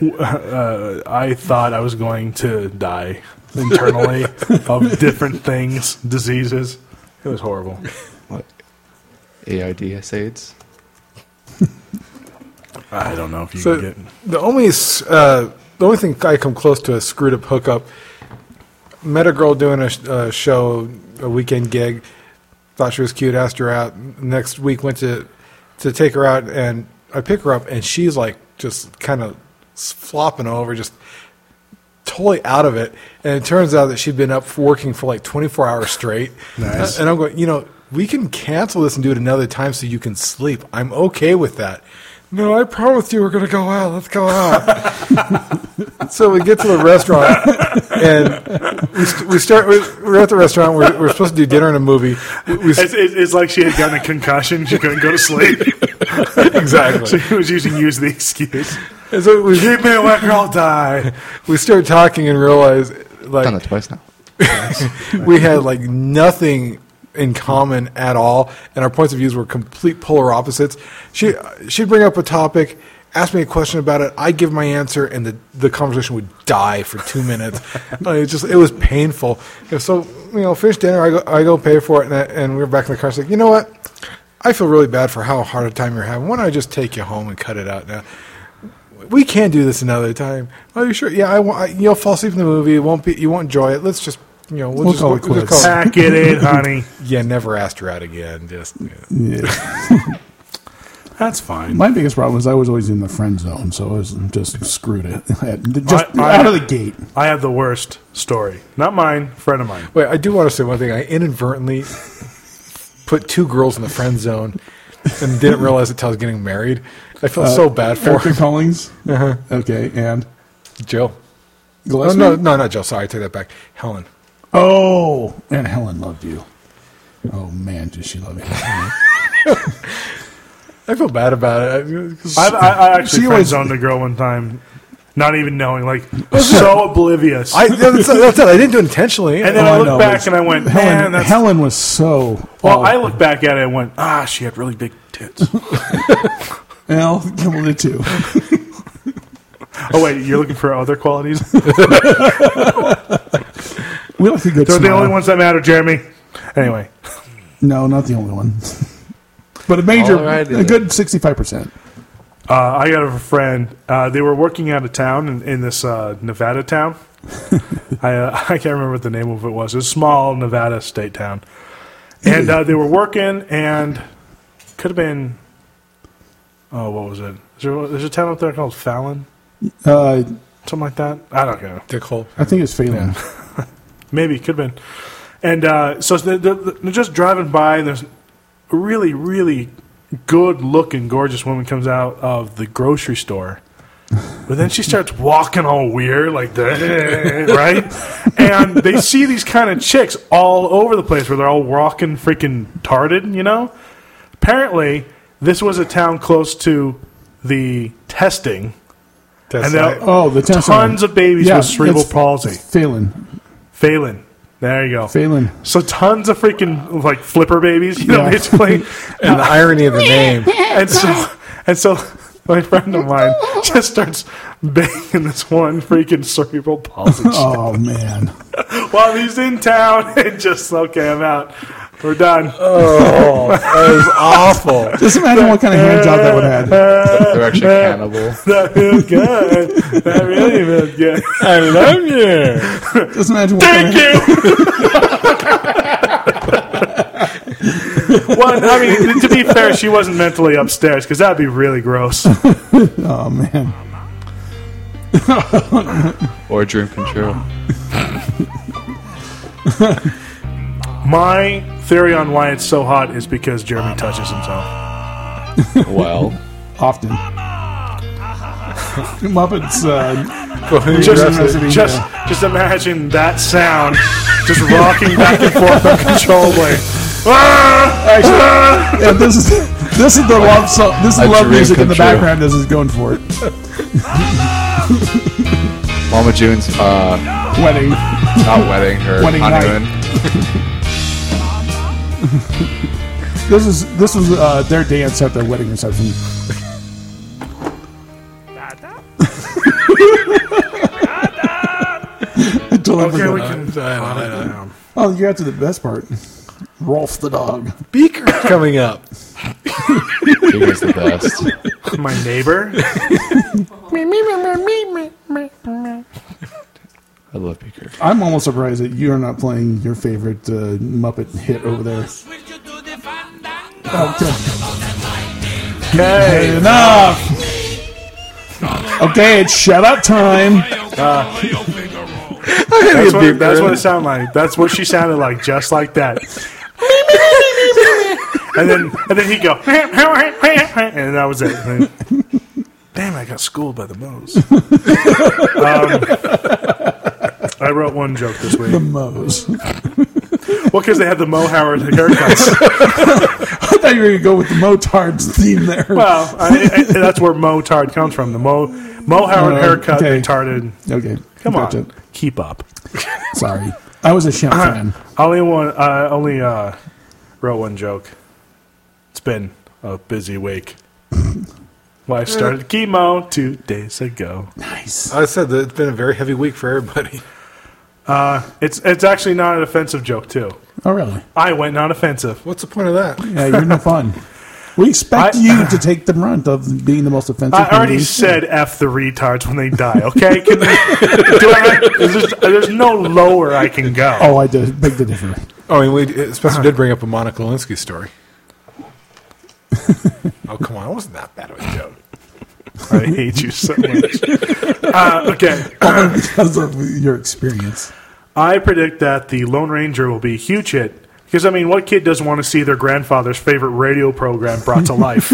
Speaker 4: uh, I thought I was going to die internally of different things, diseases. It was horrible.
Speaker 3: What? AIDS. AIDS.
Speaker 4: I don't know if you
Speaker 1: So
Speaker 4: can get.
Speaker 1: the only s- uh, the only thing I come close to a screwed up hookup. Met a girl doing a sh- uh, show, a weekend gig. Thought she was cute. Asked her out. Next week went to to take her out, and I pick her up, and she's like just kind of flopping over, just totally out of it. And it turns out that she'd been up for working for like 24 hours straight. Nice. And I'm going, you know, we can cancel this and do it another time so you can sleep. I'm okay with that. No, I promised you we're going to go out. Let's go out. so we get to the restaurant and we, st- we start, we- we're at the restaurant. We're, we're supposed to do dinner and a movie. We, we
Speaker 4: It's, it's, it's like she had gotten a concussion. She couldn't go to sleep.
Speaker 1: exactly.
Speaker 4: She was using you as the excuse.
Speaker 1: And so we,
Speaker 4: Keep me awake or I'll die.
Speaker 1: we start talking and realize like,
Speaker 3: Done it twice now.
Speaker 1: we had like nothing in common at all, and our points of views were complete polar opposites. She she'd bring up a topic, ask me a question about it, I'd give my answer, and the the conversation would die for two minutes. Like, it just it was painful. And so you know, finish dinner, I go I go pay for it, and, I, and we were back in the car. She's like, you know what? I feel really bad for how hard a time you're having. Why don't I just take you home and cut it out now? we can do this another time. Are you sure? Yeah, I, wa- I you'll fall asleep in the movie. It won't be. You won't enjoy it. Let's just you know we'll,
Speaker 5: We'll
Speaker 1: just,
Speaker 5: call it
Speaker 1: we'll
Speaker 5: quits.
Speaker 1: just call it.
Speaker 4: Pack it in, honey.
Speaker 1: Yeah, never asked her out again. Just yeah.
Speaker 5: Yeah.
Speaker 4: That's fine.
Speaker 5: My biggest problem is I was always in the friend zone, so I was just screwed it. Just
Speaker 4: I- I-
Speaker 5: out of the gate.
Speaker 4: I have the worst story. Not mine, friend of mine.
Speaker 1: wait. I do want to say one thing. I inadvertently put two girls in the friend zone and didn't realize that I was getting married. I felt
Speaker 5: Uh,
Speaker 1: so bad for
Speaker 5: Erica Collins.
Speaker 4: Uh-huh.
Speaker 5: Okay, and
Speaker 1: Jill. Oh,
Speaker 5: Gillespie.
Speaker 1: no, no, not Jill. Sorry, I take that back. Helen.
Speaker 5: Oh, and Helen loved you. Oh man, did she love you?
Speaker 1: I feel bad about it. I,
Speaker 4: I, I, I actually
Speaker 5: She
Speaker 4: friend
Speaker 5: always-
Speaker 4: zoned a girl one time. not even knowing. Like so oblivious.
Speaker 1: I, that's, that's it. I didn't do it intentionally.
Speaker 4: and then
Speaker 5: Oh,
Speaker 4: I
Speaker 5: I
Speaker 4: look
Speaker 5: know.
Speaker 4: back and I went, man,
Speaker 5: Helen,
Speaker 4: that's.
Speaker 5: Helen was so.
Speaker 4: well,
Speaker 5: oh,
Speaker 4: I look back at it and went, ah, she had really big tits.
Speaker 5: well, Helen did too.
Speaker 4: oh wait, you're looking for other qualities?
Speaker 5: We like a good.
Speaker 4: They're the
Speaker 5: smile.
Speaker 4: only ones that matter, Jeremy. Anyway,
Speaker 5: No, not the only one. but a major,
Speaker 3: All righty
Speaker 5: a
Speaker 3: then.
Speaker 5: good sixty-five percent.
Speaker 4: uh, I got a friend. Uh, they were working out of town in, in this uh, Nevada town. I uh, I can't remember what the name of it was. It was a small Nevada state town, and uh, they were working and could have been. Oh, what was it? Is there, there's a town up there called Fallon,
Speaker 5: Uh,
Speaker 4: something like that. I don't know.
Speaker 1: Dick hole.
Speaker 5: I think it's failing.
Speaker 4: Maybe it could have been. And uh, so they're, they're- they're just driving by, and there's a really, really good looking, gorgeous woman comes out of the grocery store. But then she starts walking all weird, like that, right? And they see these kind of chicks all over the place where they're all walking freaking tarded, you know? Apparently, this was a town close to the testing.
Speaker 1: That's
Speaker 4: and there
Speaker 1: right.
Speaker 5: Oh, the test
Speaker 4: tons of babies
Speaker 5: Yeah,
Speaker 4: with cerebral
Speaker 5: it's-
Speaker 4: palsy.
Speaker 5: Phelan.
Speaker 4: Phelan. There you go.
Speaker 5: Phelan.
Speaker 4: So tons of freaking like flipper babies, you know,
Speaker 5: Yeah.
Speaker 4: basically.
Speaker 1: And the irony of the name.
Speaker 4: and so and so my friend of mine just starts banging this one freaking cerebral palsy. chick
Speaker 5: Oh man.
Speaker 4: While he's in town and just okay, I'm out. We're done.
Speaker 1: Oh, that was awful.
Speaker 5: Just imagine what kind of hand job that would have had.
Speaker 3: They're actually cannibal.
Speaker 4: Uh, That feels good. That really feels good.
Speaker 1: I love you.
Speaker 5: Just imagine what kind
Speaker 4: Thank
Speaker 5: of
Speaker 4: you. well, I mean, to be fair, she wasn't mentally upstairs because that'd be really gross.
Speaker 5: Oh man.
Speaker 3: Or Dream Control.
Speaker 4: My theory on why it's so hot is because Jeremy touches himself.
Speaker 3: Well,
Speaker 5: Often. Muppets. Uh,
Speaker 4: Just,
Speaker 5: Recipe,
Speaker 4: just, just imagine that sound just rocking back and forth uncontrollably. Ah!
Speaker 5: yeah, this is this is the love song. This
Speaker 3: A
Speaker 5: is love
Speaker 3: dream
Speaker 5: music in
Speaker 3: come
Speaker 5: the
Speaker 3: true.
Speaker 5: background. This is going for it.
Speaker 3: Mama June's uh,
Speaker 5: Wedding.
Speaker 3: not wedding her
Speaker 5: Wedding night.
Speaker 3: honeymoon.
Speaker 5: This is this was uh, their dance at their wedding reception. I totally
Speaker 4: Okay,
Speaker 5: forgot.
Speaker 4: we can.
Speaker 5: Oh, you got to the best part. Rolf the dog.
Speaker 1: Beaker coming up.
Speaker 3: She was the best.
Speaker 4: My neighbor.
Speaker 7: Me, me, me, me, me, me, me, me.
Speaker 3: I love Beaker.
Speaker 5: I'm almost surprised that you are not playing your favorite uh, Muppet hit over there. Uh, Okay,
Speaker 4: Hey,
Speaker 5: enough. Okay, it's shut up time.
Speaker 4: that's, what, that's what it sounded like. That's what she sounded like, just like that. and then and then he'd go, and that was it. And then, Damn, I got schooled by the Moes. um, I wrote one joke this week.
Speaker 5: Moe's. I
Speaker 4: Well, because they had the Mo Howard haircuts.
Speaker 5: thought you were gonna go with the Motard's theme there.
Speaker 4: well, I, I, that's where Mo Tard comes from. The Mo Mo Howard
Speaker 5: Uh,
Speaker 4: haircut
Speaker 5: okay.
Speaker 4: retarded.
Speaker 5: okay,
Speaker 4: Come on,
Speaker 5: Gotcha.
Speaker 4: keep up.
Speaker 5: Sorry, I was a shout
Speaker 4: Uh-huh.
Speaker 5: fan.
Speaker 4: I only one. I only uh, wrote one joke. It's been a busy week. Wife started chemo two days ago.
Speaker 5: Nice.
Speaker 1: I said that it's been a very heavy week for everybody.
Speaker 4: It's it's actually not an offensive joke too.
Speaker 5: Oh really?
Speaker 4: I went non offensive.
Speaker 1: What's the point of that?
Speaker 5: Yeah, you're no fun. We expect
Speaker 4: I-
Speaker 5: you to take the brunt of being the most offensive.
Speaker 4: I already
Speaker 5: movie.
Speaker 4: said f the retards when they die. Okay, Can we- do I, is this- there's no lower I can go.
Speaker 5: Oh, I did. Big the difference.
Speaker 1: Oh, and we, Spencer did bring up a Monica Lewinsky story. oh, come on. It wasn't that bad of a joke.
Speaker 4: I hate you so much. Uh, okay,
Speaker 5: because of your experience.
Speaker 4: I predict that the Lone Ranger will be a huge hit because I mean, what kid doesn't want to see their grandfather's favorite radio program brought to life?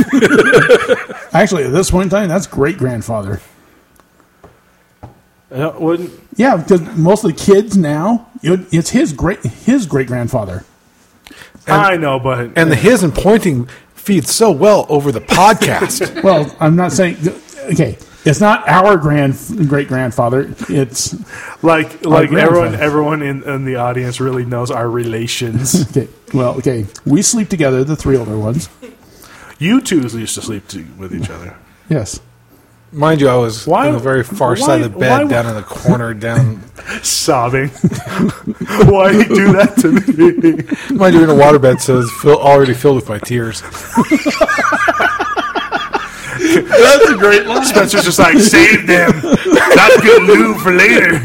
Speaker 5: Actually, at this point in time, that's great grandfather.
Speaker 4: Uh, wouldn't-
Speaker 5: Yeah, because most of the kids now, it- it's his great his great grandfather.
Speaker 4: I know, but
Speaker 1: And the his and pointing feeds so well over the podcast.
Speaker 5: Well, I'm not saying okay. It's not our grand great grandfather. It's
Speaker 4: Like like everyone
Speaker 5: grandfather.
Speaker 4: everyone in, in the audience really knows our relations.
Speaker 5: okay. Well, okay. We sleep together, the three older ones.
Speaker 4: you two used to sleep to, with each other.
Speaker 5: Yes.
Speaker 1: Mind you, I was
Speaker 4: Why-
Speaker 1: on the very far
Speaker 4: why-
Speaker 1: side of the
Speaker 4: why-
Speaker 1: bed, down in the corner, down.
Speaker 4: Sobbing. Why do you do that to me?
Speaker 1: Mind you, in a waterbed, so it's fill, already filled with my tears.
Speaker 4: That's a great line. Spencer's just like, save them. That's good lube for later.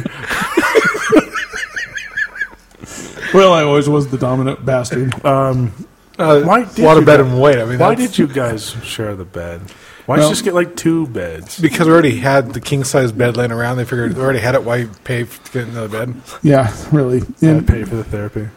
Speaker 5: Well, I always was the dominant bastard.
Speaker 1: Uh,
Speaker 4: Why did you
Speaker 1: waterbed
Speaker 4: do-
Speaker 1: and white. I mean,
Speaker 4: Why
Speaker 1: that's-
Speaker 4: did you guys share the bed? Why don't you
Speaker 5: Well-
Speaker 4: just get like two beds?
Speaker 1: Because we already had the king size bed laying around. They figured we already had it. Why pay f- to get another bed?
Speaker 5: Yeah, really.
Speaker 4: I
Speaker 5: And,
Speaker 4: pay for the therapy.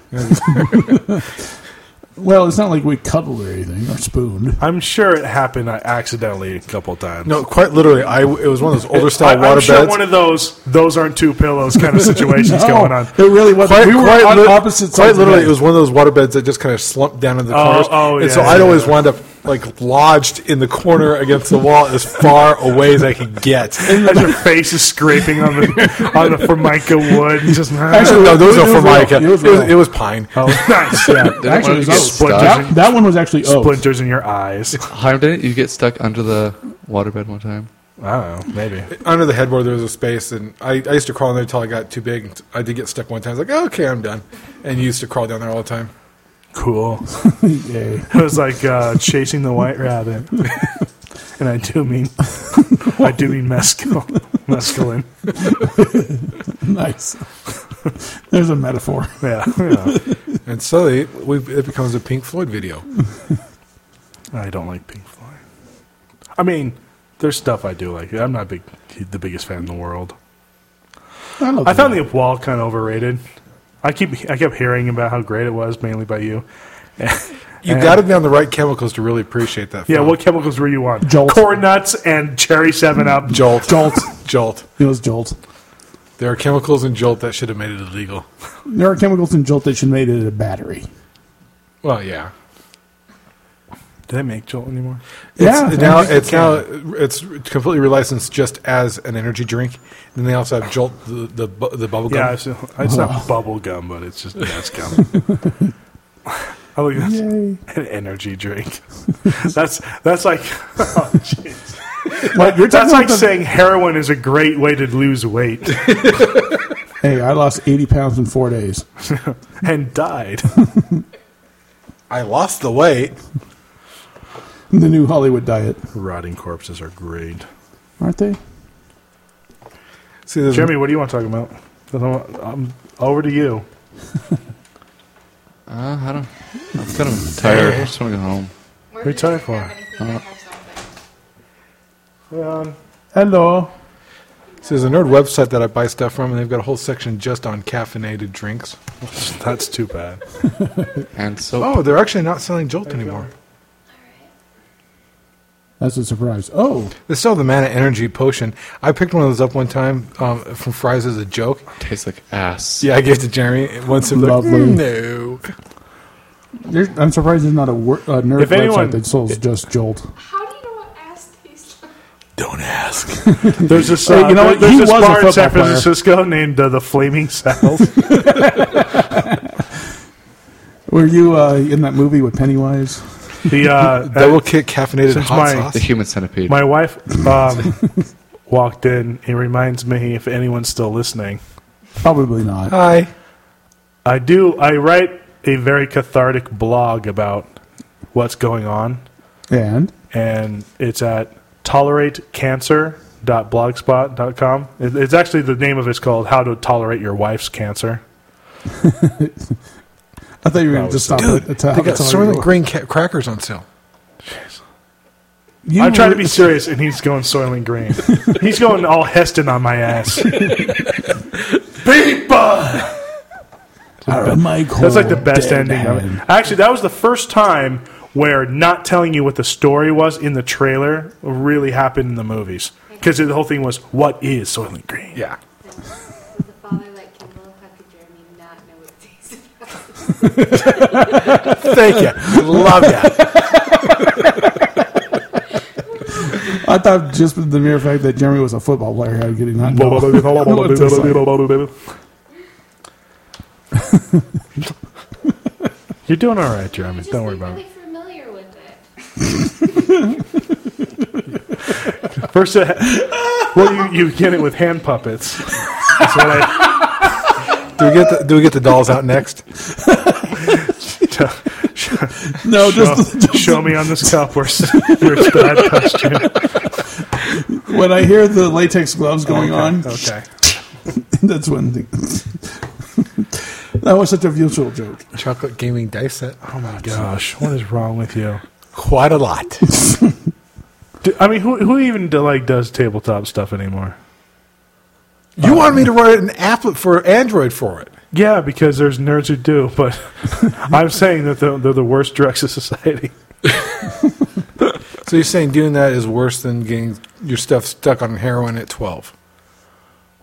Speaker 5: well, it's not like we cuddled or anything or spooned.
Speaker 4: I'm sure it happened uh, accidentally a couple times.
Speaker 1: No, quite literally. I it was one of those older
Speaker 4: I,
Speaker 1: style
Speaker 4: am
Speaker 1: water
Speaker 4: sure
Speaker 1: beds.
Speaker 4: one of those those aren't two pillows kind of situations going on.
Speaker 5: It really was.
Speaker 1: Quite,
Speaker 5: we were
Speaker 1: quite
Speaker 5: on
Speaker 1: lit-
Speaker 5: opposite sides.
Speaker 1: Quite
Speaker 5: of the
Speaker 1: literally,
Speaker 5: bed.
Speaker 1: it was one of those water beds that just kind of slumped down in the
Speaker 4: Oh,
Speaker 1: corners.
Speaker 4: oh,
Speaker 1: and
Speaker 4: yeah,
Speaker 1: so I'd
Speaker 4: yeah,
Speaker 1: always
Speaker 4: yeah.
Speaker 1: wind up like lodged in the corner against the wall as far away as I could get.
Speaker 4: As your face is scraping on the on the formica wood, just
Speaker 1: Actually, no, those
Speaker 5: it
Speaker 1: are
Speaker 5: was
Speaker 1: formica.
Speaker 5: real. It
Speaker 1: It
Speaker 5: was Oh.
Speaker 1: was, it was,
Speaker 5: real.
Speaker 1: pine.
Speaker 4: nice. Yeah.
Speaker 5: Actually,
Speaker 3: Didn't
Speaker 5: it
Speaker 3: one
Speaker 5: was
Speaker 3: of you
Speaker 4: oak.
Speaker 3: get stuck?
Speaker 5: that, that one was actually oh
Speaker 4: Splinters in your eyes.
Speaker 3: Harm, didn't you get stuck under the waterbed one time?
Speaker 4: I don't know, maybe.
Speaker 1: Under the headboard, there was a space, and I, I used to crawl in there until I got too big. I did get stuck one time. I was like, okay, I'm done. And used to crawl down there all the time.
Speaker 4: Cool. It was like uh, chasing the white rabbit. and I do mean I do mean mescal mescaline.
Speaker 5: nice. There's a metaphor.
Speaker 4: Yeah. yeah.
Speaker 1: And suddenly, we, it becomes a Pink Floyd video.
Speaker 4: I don't like Pink Floyd. I mean, there's stuff I do like. I'm not big the biggest fan in the world.
Speaker 5: I, love
Speaker 4: I found the wall kind of overrated. I keep I kept hearing about how great it was, mainly by you.
Speaker 1: You
Speaker 4: And-
Speaker 1: got to be on the right chemicals to really appreciate that.
Speaker 4: Yeah,
Speaker 1: film.
Speaker 4: what chemicals were you on?
Speaker 5: Jolt.
Speaker 4: Corn nuts and cherry seven up.
Speaker 1: Jolt,
Speaker 5: Jolt.
Speaker 1: Jolt.
Speaker 5: It was Jolt.
Speaker 1: There are chemicals in Jolt that should have made it illegal.
Speaker 5: There are chemicals in Jolt that should have made it a battery.
Speaker 1: Well, yeah.
Speaker 4: Do they make Jolt anymore?
Speaker 1: It's,
Speaker 5: Yeah, I
Speaker 1: now
Speaker 5: think they
Speaker 1: it's now it's completely relicensed just as an energy drink. And they also have Jolt the the, bu- the bubble gum.
Speaker 4: Yeah, it's, it's not bubble gum, but it's just that's gum. I look at
Speaker 5: Yay.
Speaker 4: an energy drink. That's that's like oh, jeez.
Speaker 5: Like, you're talking
Speaker 4: that's like
Speaker 5: about the-
Speaker 4: saying heroin is a great way to lose weight
Speaker 5: Hey, I lost 80 pounds in four days.
Speaker 4: and died.
Speaker 1: I lost the weight.
Speaker 5: The new Hollywood diet.
Speaker 4: Rotting corpses are great.
Speaker 5: Aren't they?
Speaker 1: See, there's-
Speaker 4: Jeremy, what do you want to talk about? I don't- I'm over to you.
Speaker 3: Uh, I don't. I'm kind of tired. I just want to go home.
Speaker 6: Where
Speaker 4: Wait,
Speaker 6: did
Speaker 4: time
Speaker 6: you
Speaker 4: for-
Speaker 6: grab anything? I have something.
Speaker 5: Hello.
Speaker 1: see, there's a nerd website that I buy stuff from, and they've got a whole section just on caffeinated drinks.
Speaker 4: That's too bad.
Speaker 3: And so,
Speaker 1: Oh, they're actually not selling Jolt anymore.
Speaker 5: That's a surprise. Oh,
Speaker 1: They sell the Mana Energy Potion. I picked one of those up one time um, from Fry's as a joke.
Speaker 3: tastes like ass.
Speaker 1: Yeah, I gave it to Jeremy once. It was like,
Speaker 5: Lovely.
Speaker 1: "Mm, no.
Speaker 5: there's, I'm surprised there's not a, wor- a nerd
Speaker 4: If
Speaker 5: website
Speaker 4: anyone-
Speaker 5: that sells just Jolt.
Speaker 6: How do you know what ass tastes like?
Speaker 1: Don't ask.
Speaker 4: There's this,
Speaker 5: Hey,
Speaker 4: uh,
Speaker 5: you know
Speaker 4: there-
Speaker 5: what?
Speaker 4: there's
Speaker 5: He
Speaker 4: this
Speaker 5: was a
Speaker 4: bar in
Speaker 5: football
Speaker 4: San
Speaker 5: player.
Speaker 4: Francisco named uh, the Flaming Saddles.
Speaker 5: Were you uh, in that movie with Pennywise?
Speaker 4: the uh,
Speaker 1: Double kick caffeinated
Speaker 4: Since
Speaker 1: hot
Speaker 4: my-
Speaker 1: sauce.
Speaker 3: The human centipede.
Speaker 4: My wife um, walked in. It reminds me if anyone's still listening.
Speaker 5: Probably not.
Speaker 1: Hi.
Speaker 4: I do. I write a very cathartic blog about what's going on,
Speaker 5: And
Speaker 4: and it's at toleratecancer.blogspot.com. It, it's actually the name of it's called "How to Tolerate Your Wife's Cancer."
Speaker 5: I thought you were going to just stop
Speaker 1: Dude,
Speaker 5: it. That's how-
Speaker 1: they got
Speaker 5: that's how
Speaker 1: Soylent
Speaker 5: you-
Speaker 1: Green ca- crackers on sale.
Speaker 5: You
Speaker 4: I'm trying to
Speaker 5: were-
Speaker 4: be serious, and he's going soiling green. he's going all Heston on my ass. People.
Speaker 5: out of my
Speaker 4: That's like the
Speaker 5: cold
Speaker 4: best
Speaker 5: dead
Speaker 4: ending of
Speaker 5: Oh, man.
Speaker 4: it. Actually, that was the first time where not telling you what the story was in the trailer really happened in the movies. Because the whole thing was, what is Soylent Green?
Speaker 1: Yeah.
Speaker 6: As a father like Kimball, how could Jeremy not know what tastes like?
Speaker 1: Thank you. Love that.
Speaker 5: I thought just the mere fact that Jeremy was a football player, I would get it not. What's this like?
Speaker 4: You're doing all right,
Speaker 6: I
Speaker 4: Jeremy.
Speaker 6: just
Speaker 4: Don't worry
Speaker 6: get
Speaker 4: about it.
Speaker 6: really familiar with it.
Speaker 4: First, uh, well, you, you get it with hand puppets. That's what I,
Speaker 1: Do we get the, do we get the dolls out next?
Speaker 5: No, just,
Speaker 4: show, show me on this cup where, s- where it's bad question.
Speaker 5: when I hear the latex gloves going on,
Speaker 4: Okay.
Speaker 5: that's one thing. that was such a mutual joke.
Speaker 1: Chocolate gaming dice set.
Speaker 4: Oh my gosh, what is wrong with you?
Speaker 1: Quite a lot.
Speaker 4: Do- I mean, who who even do, like does tabletop stuff anymore?
Speaker 1: You wanted me to write an applet for Android for it.
Speaker 4: Yeah, because there's nerds who do, but I'm saying that they're, they're the worst directs of society.
Speaker 1: So you're saying doing that is worse than getting your stuff stuck on heroin at 12?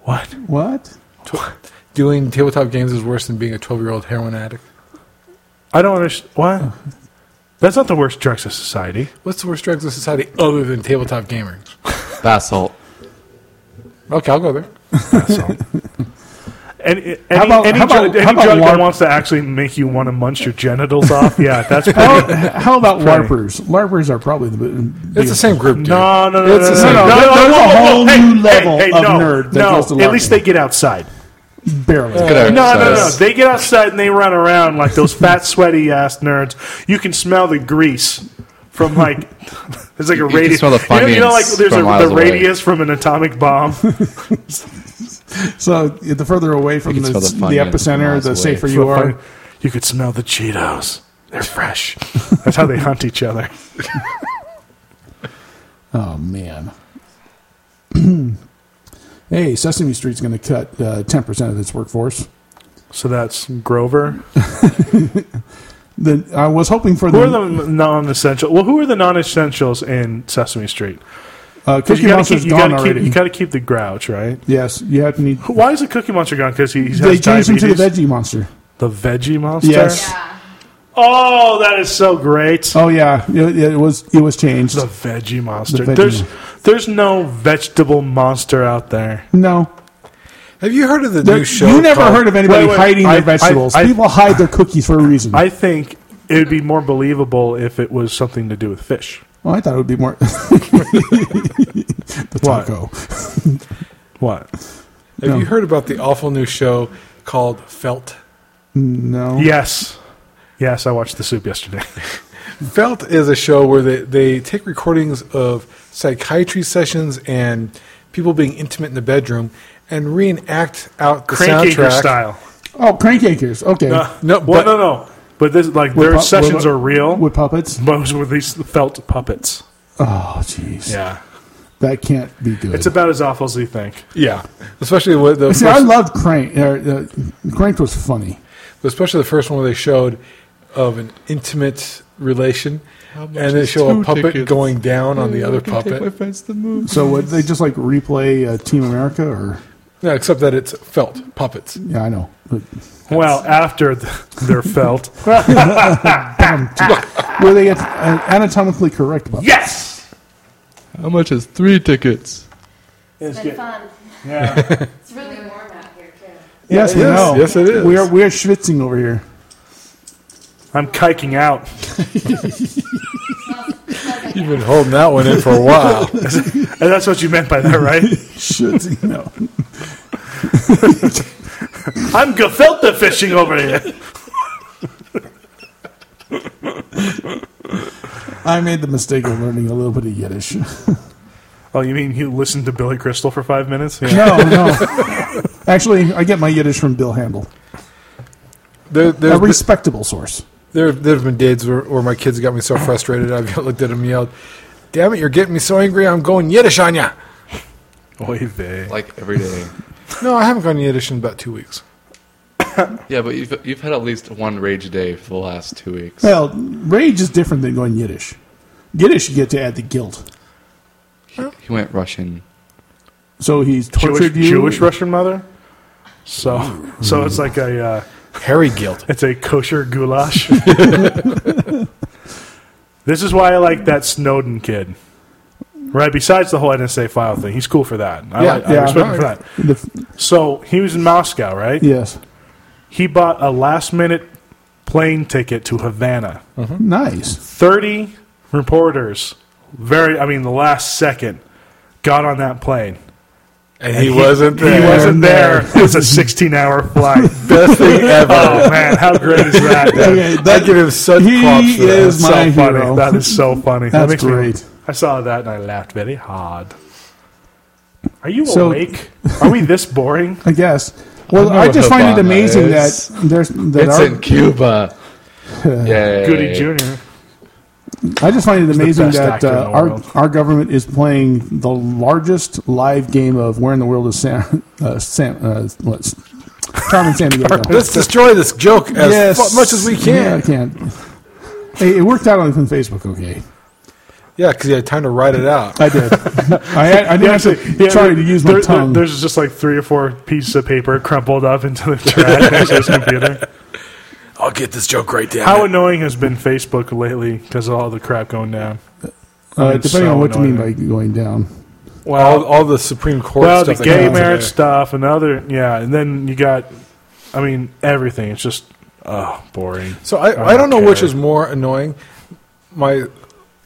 Speaker 4: What?
Speaker 5: What?
Speaker 1: Doing tabletop games is worse than being a 12 year old heroin addict.
Speaker 4: I don't understand. What? That's not the worst directs of society.
Speaker 1: What's the worst drugs in society other than tabletop gaming?
Speaker 3: Basalt.
Speaker 1: Okay, I'll go there.
Speaker 4: And, and
Speaker 5: How about-
Speaker 4: any,
Speaker 5: how about-
Speaker 4: drug- any
Speaker 5: how about
Speaker 4: drug that
Speaker 5: LARP?
Speaker 4: wants to actually make you want to munch your genitals off, yeah, that's pretty.
Speaker 5: Oh, How about LARPers? LARPers are probably the biggest.
Speaker 1: It's the same group, dude.
Speaker 4: No, no, no,
Speaker 1: It's
Speaker 4: no,
Speaker 1: the
Speaker 4: no,
Speaker 1: same.
Speaker 4: no, no,
Speaker 5: There-
Speaker 4: no,
Speaker 5: there's a
Speaker 4: no, no,
Speaker 5: whole
Speaker 4: no,
Speaker 5: new
Speaker 4: hey,
Speaker 5: level
Speaker 4: hey,
Speaker 5: of
Speaker 4: no,
Speaker 5: nerd that goes to
Speaker 4: No, at
Speaker 5: LARPing.
Speaker 4: least they get outside.
Speaker 5: barely.
Speaker 3: Good
Speaker 4: No, no, no.
Speaker 3: exercise.
Speaker 4: They get outside and they run around like those fat, sweaty ass nerds. You can smell the grease from like there's like a
Speaker 3: can
Speaker 4: radius.
Speaker 3: smell the
Speaker 4: you, know, you know, like
Speaker 3: funyuns
Speaker 4: there's a,
Speaker 3: from miles
Speaker 4: the
Speaker 3: away.
Speaker 4: radius from an atomic bomb.
Speaker 5: So yeah, the further away from
Speaker 3: can
Speaker 5: the, the,
Speaker 3: smell the fun in
Speaker 5: epicenter,
Speaker 3: miles
Speaker 5: the
Speaker 3: away.
Speaker 5: safer you are.
Speaker 4: you could smell the Cheetos. They're fresh. That's how they hunt each other.
Speaker 5: Oh man. hey, Sesame Street's going to cut uh, ten percent of its workforce.
Speaker 4: So that's Grover.
Speaker 5: The, I was hoping for
Speaker 4: Who
Speaker 5: the,
Speaker 4: are the non-essential? Well, who are the non-essentials in Sesame Street?
Speaker 5: uh,
Speaker 4: Because
Speaker 5: Cookie
Speaker 4: you got to
Speaker 5: Monster's
Speaker 4: keep you
Speaker 5: gone
Speaker 4: got to keep
Speaker 5: already.
Speaker 4: you got to keep the Grouch, right?
Speaker 5: yes, you have to need.
Speaker 4: Why is the Cookie Monster gone? Because he, he has
Speaker 5: They changed him
Speaker 4: diabetes.
Speaker 5: to the Veggie Monster.
Speaker 4: The Veggie Monster.
Speaker 5: Yes.
Speaker 6: Yeah.
Speaker 4: Oh, that is so great.
Speaker 5: Oh yeah, it, it was it was changed.
Speaker 4: The Veggie Monster.
Speaker 5: The Veggie
Speaker 4: there's there's no vegetable monster out there.
Speaker 5: No,
Speaker 1: Have you heard of the
Speaker 5: There-
Speaker 1: new show?
Speaker 5: you never
Speaker 1: called-
Speaker 5: heard of anybody
Speaker 4: Wait, wait,
Speaker 5: hiding
Speaker 4: I-
Speaker 5: their vegetables.
Speaker 4: I- I-
Speaker 5: People hide their cookies for a reason.
Speaker 4: I think it would be more believable if it was something to do with fish.
Speaker 5: well, I thought it would be more the
Speaker 4: What?
Speaker 5: taco.
Speaker 4: What?
Speaker 1: Have you heard about the awful new show called Felt?
Speaker 5: No,
Speaker 4: Yes. Yes, I watched the soup yesterday.
Speaker 1: Felt is a show where they, they take recordings of psychiatry sessions and people being intimate in the bedroom and reenact out the
Speaker 4: Crankaker
Speaker 1: soundtrack.
Speaker 4: style.
Speaker 5: Oh, crank acres. Okay,
Speaker 1: No,
Speaker 4: no, well,
Speaker 1: but-
Speaker 4: no, no. But this like
Speaker 5: With
Speaker 4: Uh, their
Speaker 5: pu-
Speaker 4: sessions
Speaker 5: with-
Speaker 4: are real.
Speaker 5: with puppets.
Speaker 4: Those were these felt puppets.
Speaker 5: Oh, jeez,
Speaker 4: Yeah.
Speaker 5: that can't be good.
Speaker 4: It's about as awful as you think.
Speaker 1: Yeah, especially with the
Speaker 5: See, I
Speaker 1: first-
Speaker 5: loved Crank. Uh, uh, crank was funny.
Speaker 1: especially the first one where they showed of an intimate relation, and they show a puppet going down on the other puppet.
Speaker 3: friends to the movie.
Speaker 5: So would they just like replay uh, Team America or?
Speaker 1: No, except that it's felt puppets.
Speaker 5: Yeah, I know. But-
Speaker 4: Well, after the, they're felt.
Speaker 5: Were they at- uh, anatomically correct about? Yeah.
Speaker 4: yes.
Speaker 3: How much is three tickets?
Speaker 6: It's been fun.
Speaker 4: Yeah.
Speaker 6: It's really warm out here, too.
Speaker 5: Yes, we
Speaker 1: Yes,
Speaker 5: know.
Speaker 1: yes, it is.
Speaker 5: We are we are schwitzing over here.
Speaker 4: I'm kiking out.
Speaker 1: You've been holding that one in for a while.
Speaker 4: And that's what you meant by that, right?
Speaker 5: Schwitzing. no.
Speaker 4: I'm gefilte fishing over here.
Speaker 5: I made the mistake of learning a little bit of Yiddish.
Speaker 4: Oh, you mean you listened to Billy Crystal for five minutes? Yeah.
Speaker 5: No, no. Actually, I get my Yiddish from Bill Handel,
Speaker 1: There,
Speaker 5: a
Speaker 1: there's,
Speaker 5: respectable source.
Speaker 1: there, there have been days where, where my kids got me so frustrated I've looked at them and yelled, "Damn it, you're getting me so angry! I'm going Yiddish on ya."
Speaker 4: Oy vey.
Speaker 3: Like every day.
Speaker 1: No, I haven't gone Yiddish in about two weeks.
Speaker 3: Yeah, but you've, you've had at least one rage a day for the last two weeks.
Speaker 5: Well, rage is different than going Yiddish. Yiddish, you get to add the guilt.
Speaker 3: He went Russian.
Speaker 5: So he's
Speaker 4: Jewish,
Speaker 5: tortured you. Hmm.
Speaker 4: Jewish Russian mother. So, so it's like a uh,
Speaker 1: Harry guilt.
Speaker 4: it's a kosher goulash. this is why I like that Snowden kid. Right, besides the whole NSA file thing. He's cool for that. I,
Speaker 5: Yeah,
Speaker 4: like, I
Speaker 5: yeah.
Speaker 4: respect him for that.
Speaker 5: The f-
Speaker 4: So he was in Moscow, right?
Speaker 5: yes.
Speaker 4: He bought a last minute plane ticket to Havana.
Speaker 5: Nice.
Speaker 4: 30 reporters, very, I mean, the last second, got on that plane.
Speaker 1: And he, wasn't there.
Speaker 4: He wasn't there. It was a 16 hour flight.
Speaker 1: Best thing ever.
Speaker 4: oh, man, how great is that?
Speaker 5: Okay,
Speaker 1: I give him such
Speaker 5: He
Speaker 1: props for that.
Speaker 5: is
Speaker 4: That's so
Speaker 5: my
Speaker 4: funny.
Speaker 5: hero.
Speaker 4: That is so funny. that
Speaker 5: That's
Speaker 4: makes
Speaker 5: great.
Speaker 4: Me, I saw that and I laughed very hard. Are you
Speaker 5: So-
Speaker 4: awake? Are we this boring?
Speaker 5: I guess. Well,
Speaker 3: I know
Speaker 5: I, just
Speaker 3: what
Speaker 5: find it
Speaker 3: Obama
Speaker 5: amazing
Speaker 3: is.
Speaker 5: that there's that
Speaker 3: It's
Speaker 5: our-
Speaker 3: in Cuba. Yeah.
Speaker 4: Goody Jr.
Speaker 5: I just find it
Speaker 4: the
Speaker 5: amazing
Speaker 4: best
Speaker 5: that
Speaker 4: actor in
Speaker 5: uh,
Speaker 4: the
Speaker 5: our
Speaker 4: world.
Speaker 5: our government is playing the largest live game of where in the world is Sam uh, Sam uh, what's Tom and San Diego.
Speaker 1: Let's destroy this joke as fu- much as we
Speaker 5: Yeah, I
Speaker 1: can.
Speaker 5: can. Hey, it worked out on on Facebook. Okay,
Speaker 1: Yeah, because he had time to write it out.
Speaker 5: I did. I I didn't actually
Speaker 4: yeah,
Speaker 5: try to use my
Speaker 4: there- there-
Speaker 5: tongue.
Speaker 4: there's just like three or four pieces of paper crumpled up into the trash next to his computer.
Speaker 1: I'll get this joke right down.
Speaker 4: How annoying has been Facebook lately because of all the crap going down?
Speaker 5: uh,
Speaker 4: it's
Speaker 5: depending
Speaker 4: so
Speaker 5: on what you mean by
Speaker 4: annoying.
Speaker 5: going down.
Speaker 1: all, all the Supreme Court
Speaker 4: Well, the
Speaker 1: stuff. that
Speaker 4: gay
Speaker 1: comes
Speaker 4: marriage
Speaker 1: today.
Speaker 4: stuff and other yeah, and then you got, I mean, everything. It's just oh boring.
Speaker 1: So I, I, don't
Speaker 4: don't
Speaker 1: know which
Speaker 4: care.
Speaker 1: is more annoying. My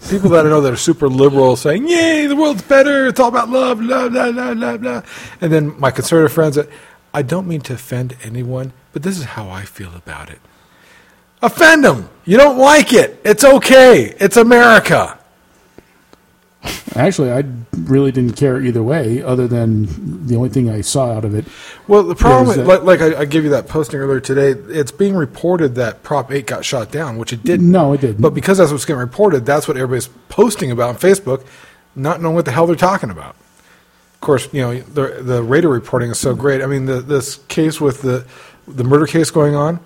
Speaker 1: people that I know that are super liberal saying, "Yay, the world's better. It's all about love, blah blah blah blah blah," and then my conservative friends that I don't mean to offend anyone, but this is how I feel about it. Offend them. You don't like it. It's okay. It's America.
Speaker 5: Actually, I really didn't care either way, other than the only thing I saw out of it.
Speaker 1: Well, the problem,
Speaker 5: There's
Speaker 1: is, like, like I, I gave you that posting earlier today, it's being reported that Prop 8 got shot down, which it didn't.
Speaker 5: No, it didn't.
Speaker 1: But because that's what's getting reported, that's what everybody's posting about on Facebook, not knowing what the hell they're talking about. Of course, you know, the, the radar reporting is so great. I mean, the, this case with the, the murder case going on.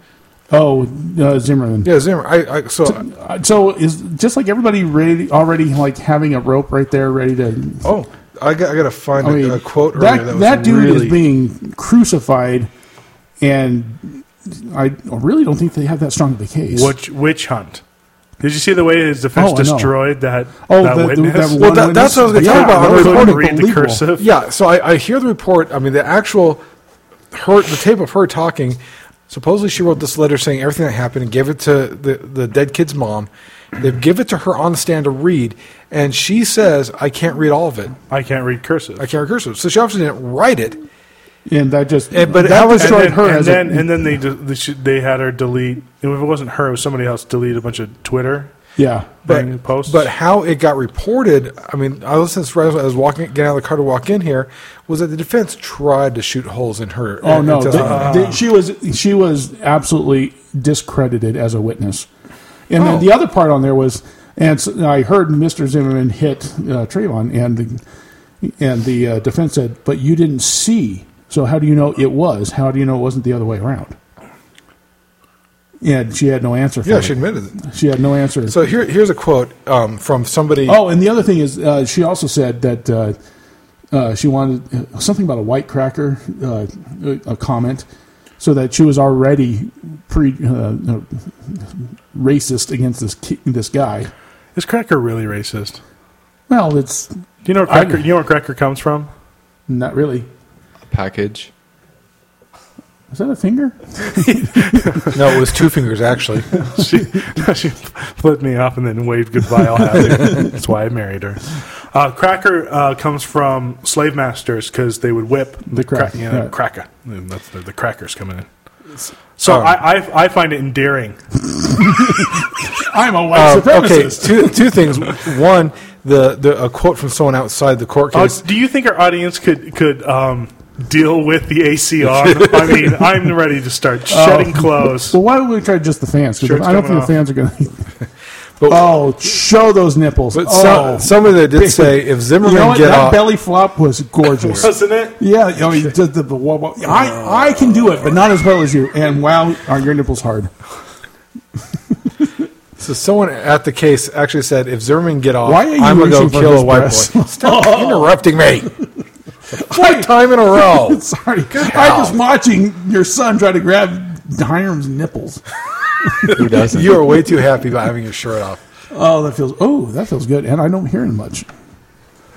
Speaker 5: Oh, uh, Zimmerman.
Speaker 1: Yeah, Zimmer. I, I, so,
Speaker 5: Uh, So is just like everybody ready already like having a rope right there ready to.
Speaker 1: oh, I got, I got to find
Speaker 5: I mean,
Speaker 1: a, a quote earlier
Speaker 5: that
Speaker 1: that, was
Speaker 5: that dude
Speaker 1: really-
Speaker 5: is being crucified, and I really don't think they have that strong of a case.
Speaker 4: Which witch hunt? Did you see the way his defense
Speaker 5: Oh, I know.
Speaker 4: destroyed that?
Speaker 5: Oh,
Speaker 4: that
Speaker 5: the- the-
Speaker 4: witness.
Speaker 5: that
Speaker 1: Well,
Speaker 5: one
Speaker 1: that, that's what I was going to
Speaker 5: witness?
Speaker 1: talk
Speaker 5: Yeah,
Speaker 1: about.
Speaker 5: that
Speaker 1: on
Speaker 5: was
Speaker 4: Couldn't
Speaker 1: reporting.
Speaker 4: read the
Speaker 5: unbelievable.
Speaker 4: cursive.
Speaker 1: Yeah, so I, I hear the report. I mean, the actual her the tape of her talking. Supposedly, she wrote this letter saying everything that happened and gave it to the the dead kid's mom. They give it to her on the stand to read, and she says, "I can't read all of it.
Speaker 4: I can't read cursive.
Speaker 1: I can't read cursive." So she obviously didn't write it.
Speaker 5: and that just
Speaker 1: And- Eh, but
Speaker 5: that
Speaker 1: how is-
Speaker 4: and
Speaker 5: destroyed
Speaker 4: then,
Speaker 5: her
Speaker 4: and
Speaker 5: as
Speaker 4: then,
Speaker 5: a,
Speaker 4: and then they, de- they should- they had her delete. If it wasn't her, it was somebody else. Delete a bunch of Twitter
Speaker 5: yeah.
Speaker 4: thing,
Speaker 1: But,
Speaker 4: posts.
Speaker 1: but how it got reported, I mean, I was since right as I was walking, getting out of the car to walk in here, was that the defense tried to shoot holes in her.
Speaker 5: Oh
Speaker 1: in- in
Speaker 5: no, th-
Speaker 1: testimony.
Speaker 5: th- she was she was absolutely discredited as a witness. And
Speaker 1: Oh.
Speaker 5: then the other part on there was, and s I I heard Mr. Zimmerman hit uh, Trayvon, and the and the uh, defense said, "But you didn't see, so how do you know it was? How do you know it wasn't the other way around?" And she had no answer. For
Speaker 1: yeah,
Speaker 5: it.
Speaker 1: she admitted it.
Speaker 5: She had no answer.
Speaker 1: So here, here's a quote um, from somebody.
Speaker 5: Oh, and the other thing is, uh, she also said that uh, uh, she wanted uh, something about a white cracker, uh, a a comment, so that she was already pre uh, no, racist against this ki- this guy.
Speaker 4: is Cracker really racist? Do
Speaker 5: Well, it's
Speaker 4: you know where Cracker? you know where Cracker comes from?
Speaker 5: not really.
Speaker 3: Package.
Speaker 5: Is that a finger?
Speaker 1: No, it was two fingers actually.
Speaker 4: she, she flipped me off and then waved goodbye. All happy. That's why I married her. Uh, cracker uh, comes from slave masters because they would whip the,
Speaker 5: crack,
Speaker 4: yeah, the
Speaker 5: right.
Speaker 4: cracker. And that's the, the crackers coming in. So
Speaker 1: Um,
Speaker 4: I, I, I find it endearing.
Speaker 5: I'm a white
Speaker 1: Um, okay,
Speaker 5: supremacist.
Speaker 1: two two things. One, the, the a quote from someone outside the court
Speaker 5: Oh.
Speaker 4: Uh,
Speaker 1: case.
Speaker 4: do you think our audience could could um, deal with the ACR? I mean, I'm ready to start shedding clothes.
Speaker 5: Well, why don't we try just the fans? 'Cause
Speaker 4: Sure, it's
Speaker 5: I don't think
Speaker 4: coming
Speaker 5: the fans are going to.
Speaker 1: But-
Speaker 5: oh, show those nipples!
Speaker 1: But
Speaker 5: oh,
Speaker 1: some, somebody that did say if Zimmerman
Speaker 5: you know what?
Speaker 1: get
Speaker 5: That
Speaker 1: off,
Speaker 5: belly flop was gorgeous.
Speaker 4: Doesn't it?
Speaker 5: Yeah, I mean, the, the, the, wha- wha- I I can do it, but not as well as you. And wow, are your nipples hard?
Speaker 1: so someone at the case actually said if Zimmerman get off,
Speaker 5: Why are you
Speaker 1: I'm gonna go
Speaker 5: reaching for
Speaker 1: kill
Speaker 5: his
Speaker 1: a white
Speaker 5: breast?
Speaker 1: boy. Stop interrupting me. Fourth time in a row.
Speaker 5: Sorry, I was watching your son try to grab Hiram's nipples.
Speaker 3: Who doesn't?
Speaker 1: You are way too happy about having your shirt off.
Speaker 5: Oh, that feels oh, that feels good, and I don't hear him much.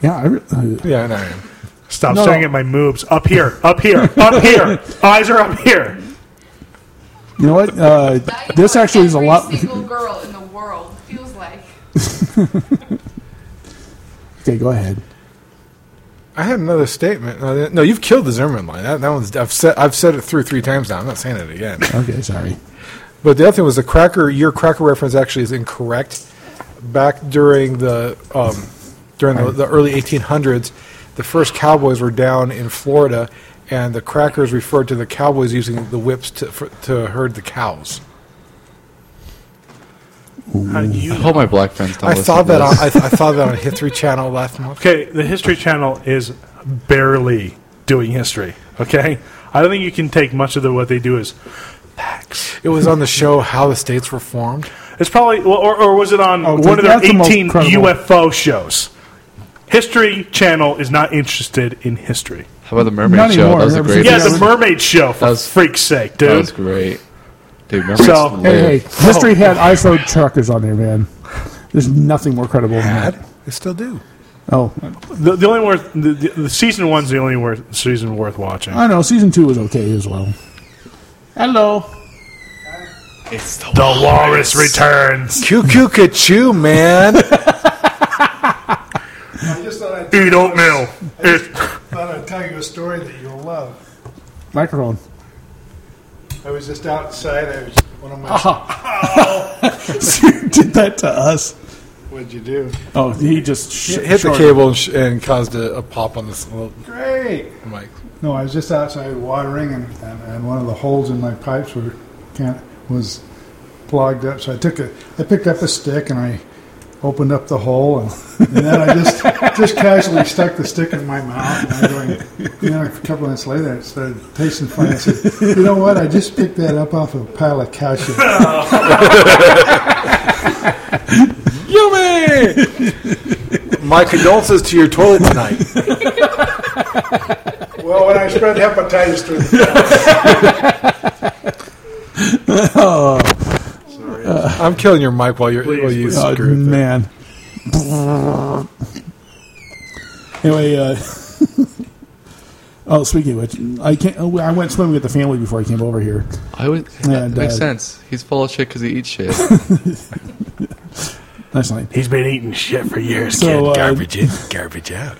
Speaker 5: Yeah, I, re-
Speaker 1: Yeah, I know. I am.
Speaker 4: Stop
Speaker 5: No,
Speaker 4: staring
Speaker 5: no.
Speaker 4: at my moves. Up here, up here, up here. Eyes are up here.
Speaker 5: You know what? Uh,
Speaker 9: Now you
Speaker 5: this
Speaker 9: know what
Speaker 5: actually is a
Speaker 9: every
Speaker 5: lot.
Speaker 9: Single girl in the world feels like.
Speaker 5: okay, go ahead.
Speaker 1: I had another statement. No, that- No, you've killed the Zimmerman line. That, that one's I've said I've said it through three times now. I'm not saying it again.
Speaker 5: Okay, sorry.
Speaker 1: But the other thing was the cracker. Your cracker reference actually is incorrect. Back during the um, during the, the early 1800s, the first cowboys were down in Florida, and the crackers referred to the cowboys using the whips to for, to herd the cows.
Speaker 4: How do you
Speaker 3: I hope my black friends don't
Speaker 1: I
Speaker 3: listen
Speaker 1: saw
Speaker 3: to
Speaker 1: that on
Speaker 3: this.
Speaker 1: I, I saw that on History Channel last month.
Speaker 4: Okay, the History Channel is barely doing history. Okay, I don't think you can take much of the, what they do is facts.
Speaker 1: It was on the show How the States Were Formed.
Speaker 4: It's probably well, or, or was it on
Speaker 5: Oh,
Speaker 4: one of their
Speaker 5: that's the most
Speaker 4: eighteen
Speaker 5: credible.
Speaker 4: UFO shows? History Channel is not interested in history.
Speaker 3: How about the mermaid
Speaker 5: Not
Speaker 3: show?
Speaker 5: anymore.
Speaker 3: That was a
Speaker 5: Never
Speaker 3: great.
Speaker 5: seen
Speaker 4: Yeah,
Speaker 5: that
Speaker 4: the Mermaid Show for
Speaker 3: That was-
Speaker 4: freak's sake, dude.
Speaker 3: That was great. Dude, mermaids
Speaker 4: So-
Speaker 3: live.
Speaker 5: Hey, hey, history had ISO truckers on there, man. There's nothing more credible than that.
Speaker 1: Bad. They still do.
Speaker 5: Oh,
Speaker 4: the, the only worth the, the, the season one's the only worth season worth watching.
Speaker 5: I know. Season two was okay as well.
Speaker 7: Hello.
Speaker 4: the Walrus returns.
Speaker 1: Cuckoo man.
Speaker 10: I just thought I'd,
Speaker 4: Eat oatmeal. It's
Speaker 10: thought I'd tell you a story that you'll love.
Speaker 5: Microphone.
Speaker 10: I was just outside. I was one of my.
Speaker 5: you did that to us.
Speaker 10: What'd you do?
Speaker 5: Oh, he just sh-
Speaker 1: Hit the
Speaker 5: short-
Speaker 1: cable and, sh- and caused a, a pop on this little
Speaker 10: Great.
Speaker 1: mic.
Speaker 10: No, I was just outside watering, and, and, and one of the holes in my pipes were can was plugged up. So I took a, I picked up a stick and I opened up the hole, and, and then I just just casually stuck the stick in my mouth. And I'm going, you know, a couple minutes later, it started tasting funny. I said, you know what? I just picked that up off a pile of cashew.
Speaker 1: Yummy! My condolences to your toilet tonight.
Speaker 10: Well, when I spread hepatitis through the
Speaker 1: I'm killing your mic while you're while you
Speaker 5: Oh,
Speaker 1: screw with it.
Speaker 5: man. anyway, uh, oh, speaking of which, I can't. oh, I went swimming with the family before I came over here.
Speaker 3: I would.
Speaker 5: Yeah,
Speaker 3: that makes
Speaker 5: duh.
Speaker 3: sense. He's full of shit because he eats shit.
Speaker 5: Last night.
Speaker 4: He's been eating shit for years.
Speaker 5: So uh,
Speaker 1: in, garbage out.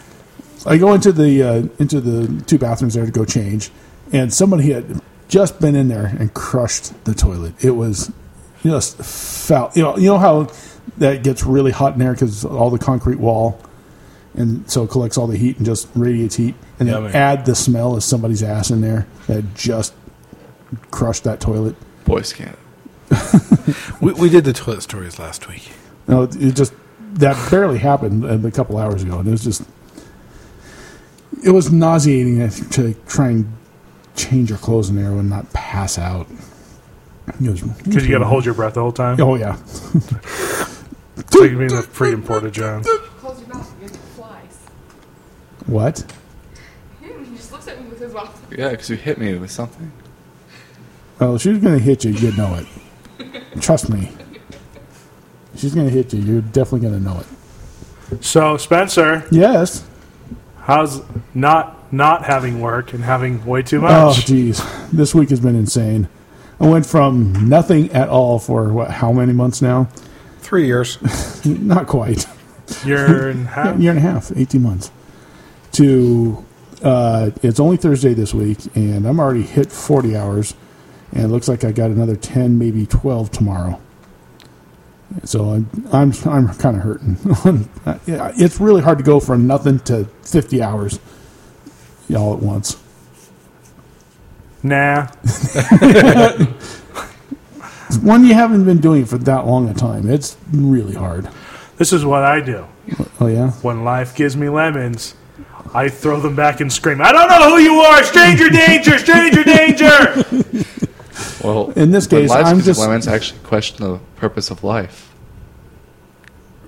Speaker 5: I go into the uh, into the two bathrooms there to go change, and somebody had just been in there and crushed the toilet. It was just foul. You know, you know how that gets really hot in there because all the concrete wall, and so it collects all the heat and just radiates heat. And then
Speaker 4: man.
Speaker 5: add the smell of somebody's ass in there that just crushed that toilet.
Speaker 3: Boy Scout.
Speaker 1: We, we did the toilet stories last week.
Speaker 5: No, it, it just that barely happened uh, a couple hours ago, and it was just it was nauseating to try and change your clothes in there and not pass out. It was
Speaker 4: Because you got to hold your breath the whole time.
Speaker 5: Oh yeah,
Speaker 4: So you mean the freaking porta john?
Speaker 9: Close your mouth. You get flies.
Speaker 5: what?
Speaker 9: Him. He just looks at me with his mouth.
Speaker 3: Yeah, because you hit me with something.
Speaker 5: Oh, if she was gonna hit you. You'd know it. Trust me. She's gonna hit you. You're definitely gonna know it.
Speaker 4: So Spencer,
Speaker 5: Yes.
Speaker 4: how's not not having work and having way too
Speaker 5: Oh
Speaker 4: much?
Speaker 5: geez, this week has been insane. I went from nothing at all for what? How many months now?
Speaker 1: Three years.
Speaker 5: Not quite.
Speaker 4: Year and a half.
Speaker 5: year and a half, 18 months. To uh, it's only Thursday this week, and I'm already hit 40 hours, and it looks like I got another 10, maybe 12 tomorrow. So I'm I'm I'm kind of hurting. Uh, yeah, it's really hard to go from nothing to 50 hours all at once.
Speaker 4: Nah.
Speaker 5: When you haven't been doing it for that long a time, it's really hard.
Speaker 4: This is what I do
Speaker 5: Oh yeah,
Speaker 4: when life gives me lemons. I throw them back and scream. I don't know who you are, stranger danger, stranger danger.
Speaker 3: Well,
Speaker 5: In this
Speaker 3: when
Speaker 5: case,
Speaker 3: life's
Speaker 5: I'm
Speaker 3: good,
Speaker 5: just-
Speaker 3: lemons actually question the purpose of life.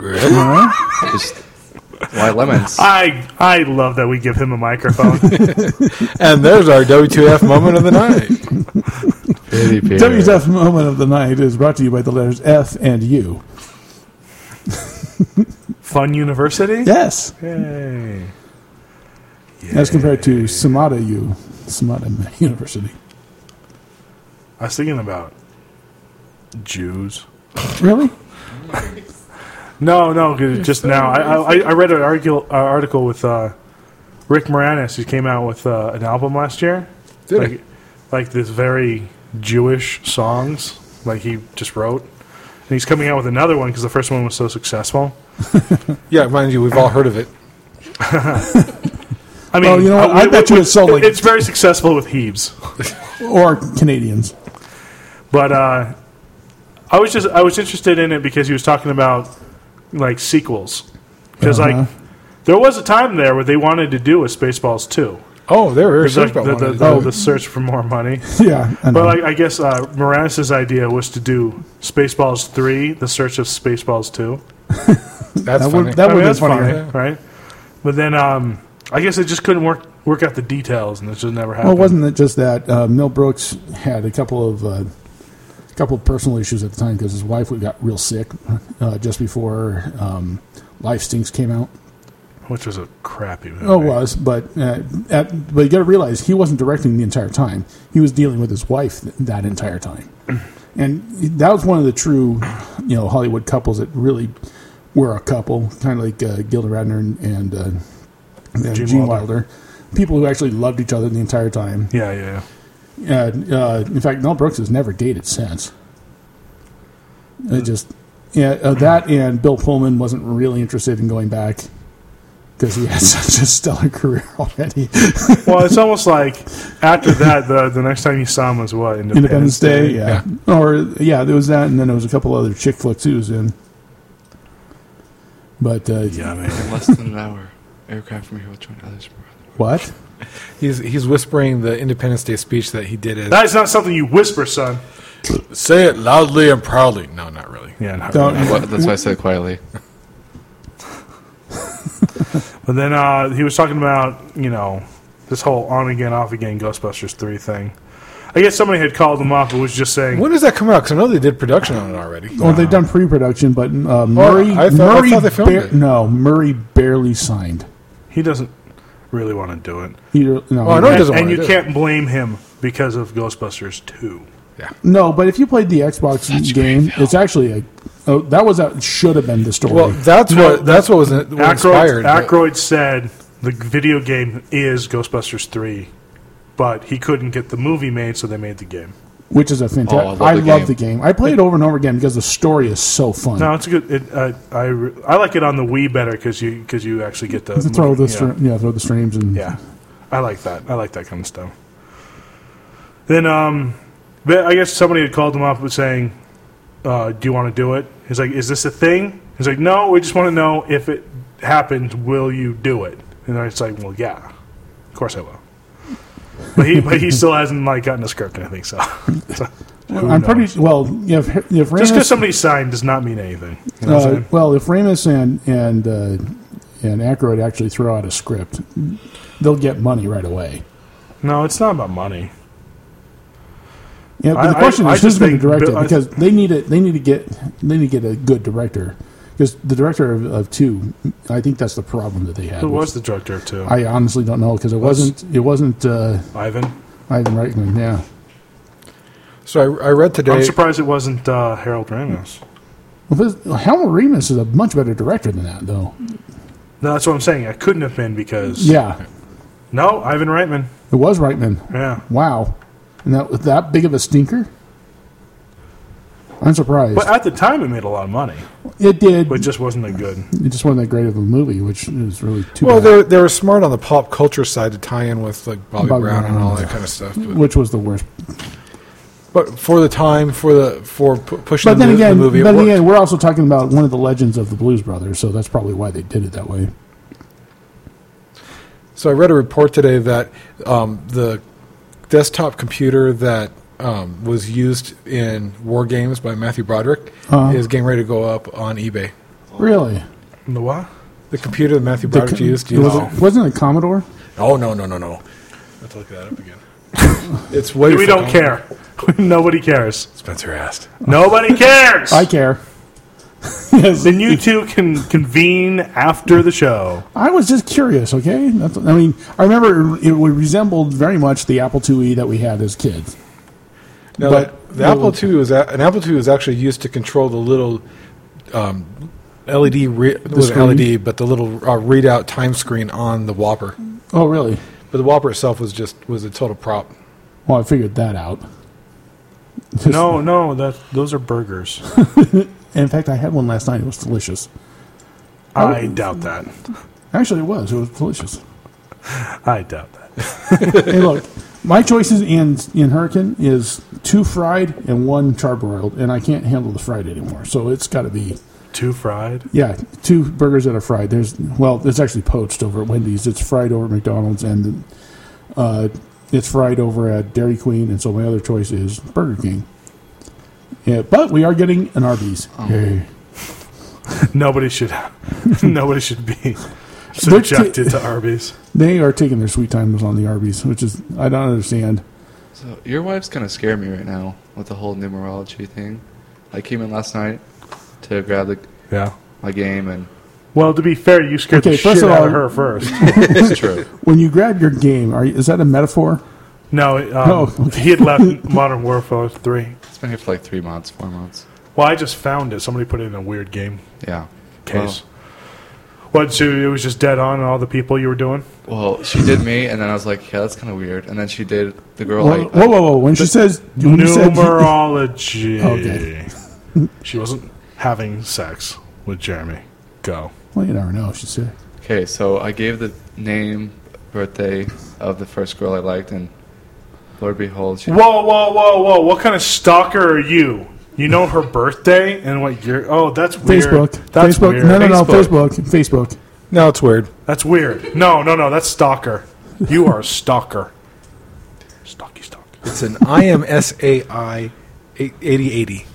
Speaker 3: Just, why lemons?
Speaker 4: I I love that we give him a microphone.
Speaker 1: And there's our W2F moment of the night.
Speaker 3: Pretty beer.
Speaker 5: WTF moment of the night is brought to you by the letters F and U.
Speaker 4: Fun University?
Speaker 2: Yes.
Speaker 4: Yay.
Speaker 5: As compared to Samada U, Samada University.
Speaker 4: I was thinking about Jews.
Speaker 5: Really?
Speaker 4: No, no, 'cause just now. I, I, I- I read an article, uh, article with uh, Rick Moranis, who came out with uh, an album last year.
Speaker 1: Did
Speaker 4: like,
Speaker 1: he?
Speaker 4: like this very Jewish songs, like he just wrote. And he's coming out with another one because the first one was so successful.
Speaker 1: Yeah, mind you, we've all heard of it.
Speaker 4: I mean,
Speaker 5: Oh, you know what?
Speaker 4: uh,
Speaker 5: I
Speaker 4: wi-
Speaker 5: bet
Speaker 4: wi-
Speaker 5: you it's sold like-
Speaker 4: it's very successful with Hebes.
Speaker 5: Or Canadians.
Speaker 4: But uh, I was just I was interested in it because he was talking about like sequels because
Speaker 5: Uh-huh.
Speaker 4: like there was a time there where they wanted to do a Spaceballs two.
Speaker 1: Oh, there it
Speaker 4: There's
Speaker 1: is.
Speaker 4: like the,
Speaker 1: About
Speaker 4: the,
Speaker 1: one.
Speaker 5: Oh,
Speaker 4: the, the search for more money.
Speaker 5: Yeah. I know.
Speaker 4: But like, I guess uh, Moranis' idea was to do Spaceballs three, the search of Spaceballs two.
Speaker 1: That's
Speaker 5: that
Speaker 1: funny.
Speaker 5: would, that
Speaker 4: I
Speaker 5: would
Speaker 4: mean,
Speaker 5: have
Speaker 4: that's
Speaker 5: been funny.
Speaker 4: funny, right? But then um, I guess it just couldn't work work out the details, and it just never happened.
Speaker 5: Well, wasn't it just that uh, Mel Brooks had a couple of uh, couple of personal issues at the time because his wife got real sick uh, just before um, Life Stinks came out.
Speaker 4: which was a crappy movie.
Speaker 5: Oh, it was, but uh, at, but you got to realize he wasn't directing the entire time. He was dealing with his wife th- that entire time, and that was one of the true, you know, Hollywood couples that really were a couple, kind of like uh, Gilda Radner and, and, uh, and
Speaker 4: Gene
Speaker 5: Gene,
Speaker 4: Wilder.
Speaker 5: Wilder. people who actually loved each other the entire time.
Speaker 4: Yeah, yeah, yeah.
Speaker 5: And, uh, in fact, Mel Brooks has never dated since.
Speaker 1: Hmm.
Speaker 5: It just yeah, uh, that and Bill Pullman wasn't really interested in going back because he had such a stellar career already.
Speaker 4: Well, it's almost like after that, the the next time you saw him was what
Speaker 5: Independence Day, yeah. or yeah, there was that, and then there was a couple other chick flicks he was in. But uh,
Speaker 4: Yeah, man.
Speaker 3: In less than an hour, aircraft from here will join others from around the world.
Speaker 5: what?
Speaker 1: He's he's whispering the Independence Day speech that he did. As,
Speaker 4: That is not something you whisper, son.
Speaker 1: Say it loudly and proudly. No, not really.
Speaker 4: Yeah, not
Speaker 5: Don't-
Speaker 4: really.
Speaker 3: Well, that's why I said quietly.
Speaker 4: But then uh, he was talking about you know this whole on again, off again Ghostbusters three thing. I guess somebody had called him up and was just saying,
Speaker 1: When does that come out? Because I know they did production on it already.
Speaker 5: Well, they've done pre-production, but uh, Murray,
Speaker 1: Oh, I thought- I
Speaker 5: Murray,
Speaker 1: thought they filmed
Speaker 5: bar-
Speaker 1: it.
Speaker 5: no, Murray barely signed.
Speaker 4: he doesn't really want to do it,
Speaker 5: He, no,
Speaker 1: Oh, I know he
Speaker 4: and,
Speaker 1: doesn't
Speaker 4: and
Speaker 1: wanna
Speaker 4: you
Speaker 1: do it.
Speaker 4: can't blame him because of Ghostbusters two.
Speaker 5: No, but if you played the Xbox game, it's actually a. Oh, that was a, should have been the story.
Speaker 1: Well, that's
Speaker 4: No,
Speaker 1: what that's what was what
Speaker 4: Aykroyd,
Speaker 1: inspired. it.
Speaker 4: Aykroyd said the video game is Ghostbusters three, but he couldn't get the movie made, so they made the game.
Speaker 5: which is a fantastic.
Speaker 3: Oh,
Speaker 5: I
Speaker 3: I love
Speaker 5: love,
Speaker 3: the game.
Speaker 5: the game. I play it over and over again because the story is so fun.
Speaker 4: No, it's a good. It, uh, I re- I like it on the Wii better because you because you actually get the
Speaker 5: To throw the
Speaker 4: yeah.
Speaker 5: str- yeah, throw the streams and
Speaker 4: Yeah, I like that. I like that kind of stuff. Then um, but I guess somebody had called him up with saying, uh, "Do you want to do it?" He's like, "Is this a thing?" He's like, "No, we just want to know if it happens. Will you do it?" And I was like, "Well, yeah, of course I will." But he but he still hasn't like gotten a script. I think so. so who
Speaker 5: I'm
Speaker 4: knows?
Speaker 5: pretty well. If if
Speaker 4: just because
Speaker 5: Ramus,
Speaker 4: somebody signed does not mean anything. You know what I'm
Speaker 5: uh,
Speaker 4: saying?
Speaker 5: well, if Ramus and and uh, and Aykroyd actually throw out a script, they'll get money right away.
Speaker 4: No, it's not about money.
Speaker 5: Yeah, but the
Speaker 4: I-
Speaker 5: question
Speaker 4: I- I
Speaker 5: is who's
Speaker 4: just
Speaker 5: going to
Speaker 4: think
Speaker 5: direct
Speaker 4: Bill-
Speaker 5: it
Speaker 4: I-
Speaker 5: because they need it. They need to get they need to get a good director because the director of, of two, I think that's the problem that they had.
Speaker 4: Who
Speaker 5: with-
Speaker 4: was the director of two?
Speaker 5: I honestly don't know because it wasn't it wasn't uh,
Speaker 4: Ivan.
Speaker 5: Ivan Reitman. Yeah,
Speaker 1: So I, I read today.
Speaker 4: I'm surprised it wasn't uh, Harold Ramos.
Speaker 5: well, this- Helmut Remus is a much better director than that, though.
Speaker 4: No, that's what I'm saying. I couldn't have been because
Speaker 5: Yeah,
Speaker 4: no Ivan Reitman.
Speaker 5: it was Reitman.
Speaker 4: Yeah,
Speaker 5: Wow, and that was that big of a stinker. I'm surprised.
Speaker 4: but at the time it made a lot of money,
Speaker 5: it did.
Speaker 4: but it just wasn't that good.
Speaker 5: it just wasn't that great of a movie, which is really too
Speaker 1: well, they
Speaker 5: bad.
Speaker 1: were, they were smart on the pop culture side to tie in with like Bobby,
Speaker 5: Bobby
Speaker 1: Brown, and
Speaker 5: Brown,
Speaker 1: all that
Speaker 5: yeah.
Speaker 1: kind of stuff. But,
Speaker 5: Which was the worst.
Speaker 1: but for the time, for the for pu- pushing
Speaker 5: But
Speaker 1: the,
Speaker 5: then again,
Speaker 1: the movie,
Speaker 5: but
Speaker 1: it
Speaker 5: then
Speaker 1: worked.
Speaker 5: again, we're also talking about one of the legends of the Blues Brothers, so that's probably why they did it that way.
Speaker 1: So I read a report today that um, the desktop computer that um, was used in War Games by Matthew Broderick
Speaker 5: Uh-huh.
Speaker 1: is getting ready to go up on eBay.
Speaker 5: Really,
Speaker 4: The what?
Speaker 1: The computer that Matthew
Speaker 5: The
Speaker 1: Broderick
Speaker 5: co-
Speaker 1: used.
Speaker 5: it
Speaker 1: used
Speaker 5: was, wasn't it Commodore?
Speaker 1: oh no no no no! Let's look that up again. it's way.
Speaker 4: We don't
Speaker 1: fucking-
Speaker 4: care. Nobody cares.
Speaker 1: Spencer asked.
Speaker 4: Nobody cares.
Speaker 5: I care. Yes.
Speaker 4: Then you two can convene after the show.
Speaker 5: I was just curious, okay? That's, I mean, I remember it resembled very much the Apple IIe that we had as kids.
Speaker 1: Now,
Speaker 5: But-
Speaker 1: the Apple II was a, an Apple II was actually used to control the little um, LED re- it wasn't
Speaker 5: screen?
Speaker 1: LED, but the little uh, readout time screen on the Whopper.
Speaker 5: Oh, really?
Speaker 1: But the Whopper itself was just was a total prop.
Speaker 5: Well, I figured that out. Just-
Speaker 4: No, no, that those are burgers.
Speaker 5: In fact, I had one last night. It was delicious.
Speaker 4: I doubt that.
Speaker 5: Actually, it was. It was delicious.
Speaker 4: I doubt that.
Speaker 5: hey, look, my choices in in Hurricane is two fried and one charbroiled, and I can't handle the fried anymore. So it's got to be
Speaker 4: Two fried.
Speaker 5: yeah, two burgers that are fried. There's well, it's actually poached over at Wendy's. It's fried over at McDonald's, and uh, it's fried over at Dairy Queen. And so my other choice is Burger King. Yeah, but we are getting an Arby's. Hey.
Speaker 4: Nobody should. nobody should be
Speaker 5: They're t-
Speaker 4: subjected to Arby's.
Speaker 5: They are taking their sweet times on the Arby's, which is I don't understand.
Speaker 3: So your wife's gonna scare me right now with the whole numerology thing. I came in last night to grab the,
Speaker 4: Yeah.
Speaker 3: my game, and
Speaker 4: Well, to be fair, you scared
Speaker 5: Okay,
Speaker 4: the
Speaker 5: first
Speaker 4: shit
Speaker 5: of
Speaker 4: out
Speaker 5: all-
Speaker 4: of her first.
Speaker 3: it's true.
Speaker 5: When you grab your game, are you, is that a metaphor?
Speaker 4: No, um,
Speaker 5: Oh,
Speaker 4: he had left Modern Warfare Three.
Speaker 3: It's been here for like three months, four months.
Speaker 4: Well, I just found it. Somebody put it in a weird game
Speaker 3: Yeah.
Speaker 4: case. What? So it was just dead on all the people you were doing.
Speaker 3: Well, well, she did me, and then I was like, yeah, that's kind of weird. And then she did the girl.
Speaker 5: Whoa,
Speaker 3: I,
Speaker 5: whoa, whoa! whoa. When she says when you Oh, said-
Speaker 4: Numerology.
Speaker 5: Okay.
Speaker 4: she wasn't having sex with Jeremy. Go.
Speaker 5: well, you never know. She said,
Speaker 3: Okay, so I gave the name, birthday of the first girl I liked, and Lord behold, she.
Speaker 4: Whoa, whoa, whoa, whoa! What kind of stalker are you? You know her birthday and what year? Oh, that's weird.
Speaker 5: Facebook,
Speaker 4: That's
Speaker 5: Facebook,
Speaker 4: weird.
Speaker 5: no, no, no,
Speaker 3: Facebook.
Speaker 5: Facebook, Facebook.
Speaker 1: No, it's weird.
Speaker 4: That's weird. No, no, no. That's stalker. You are a stalker. Stalky stalk.
Speaker 1: It's an IMSAI eight- 8080.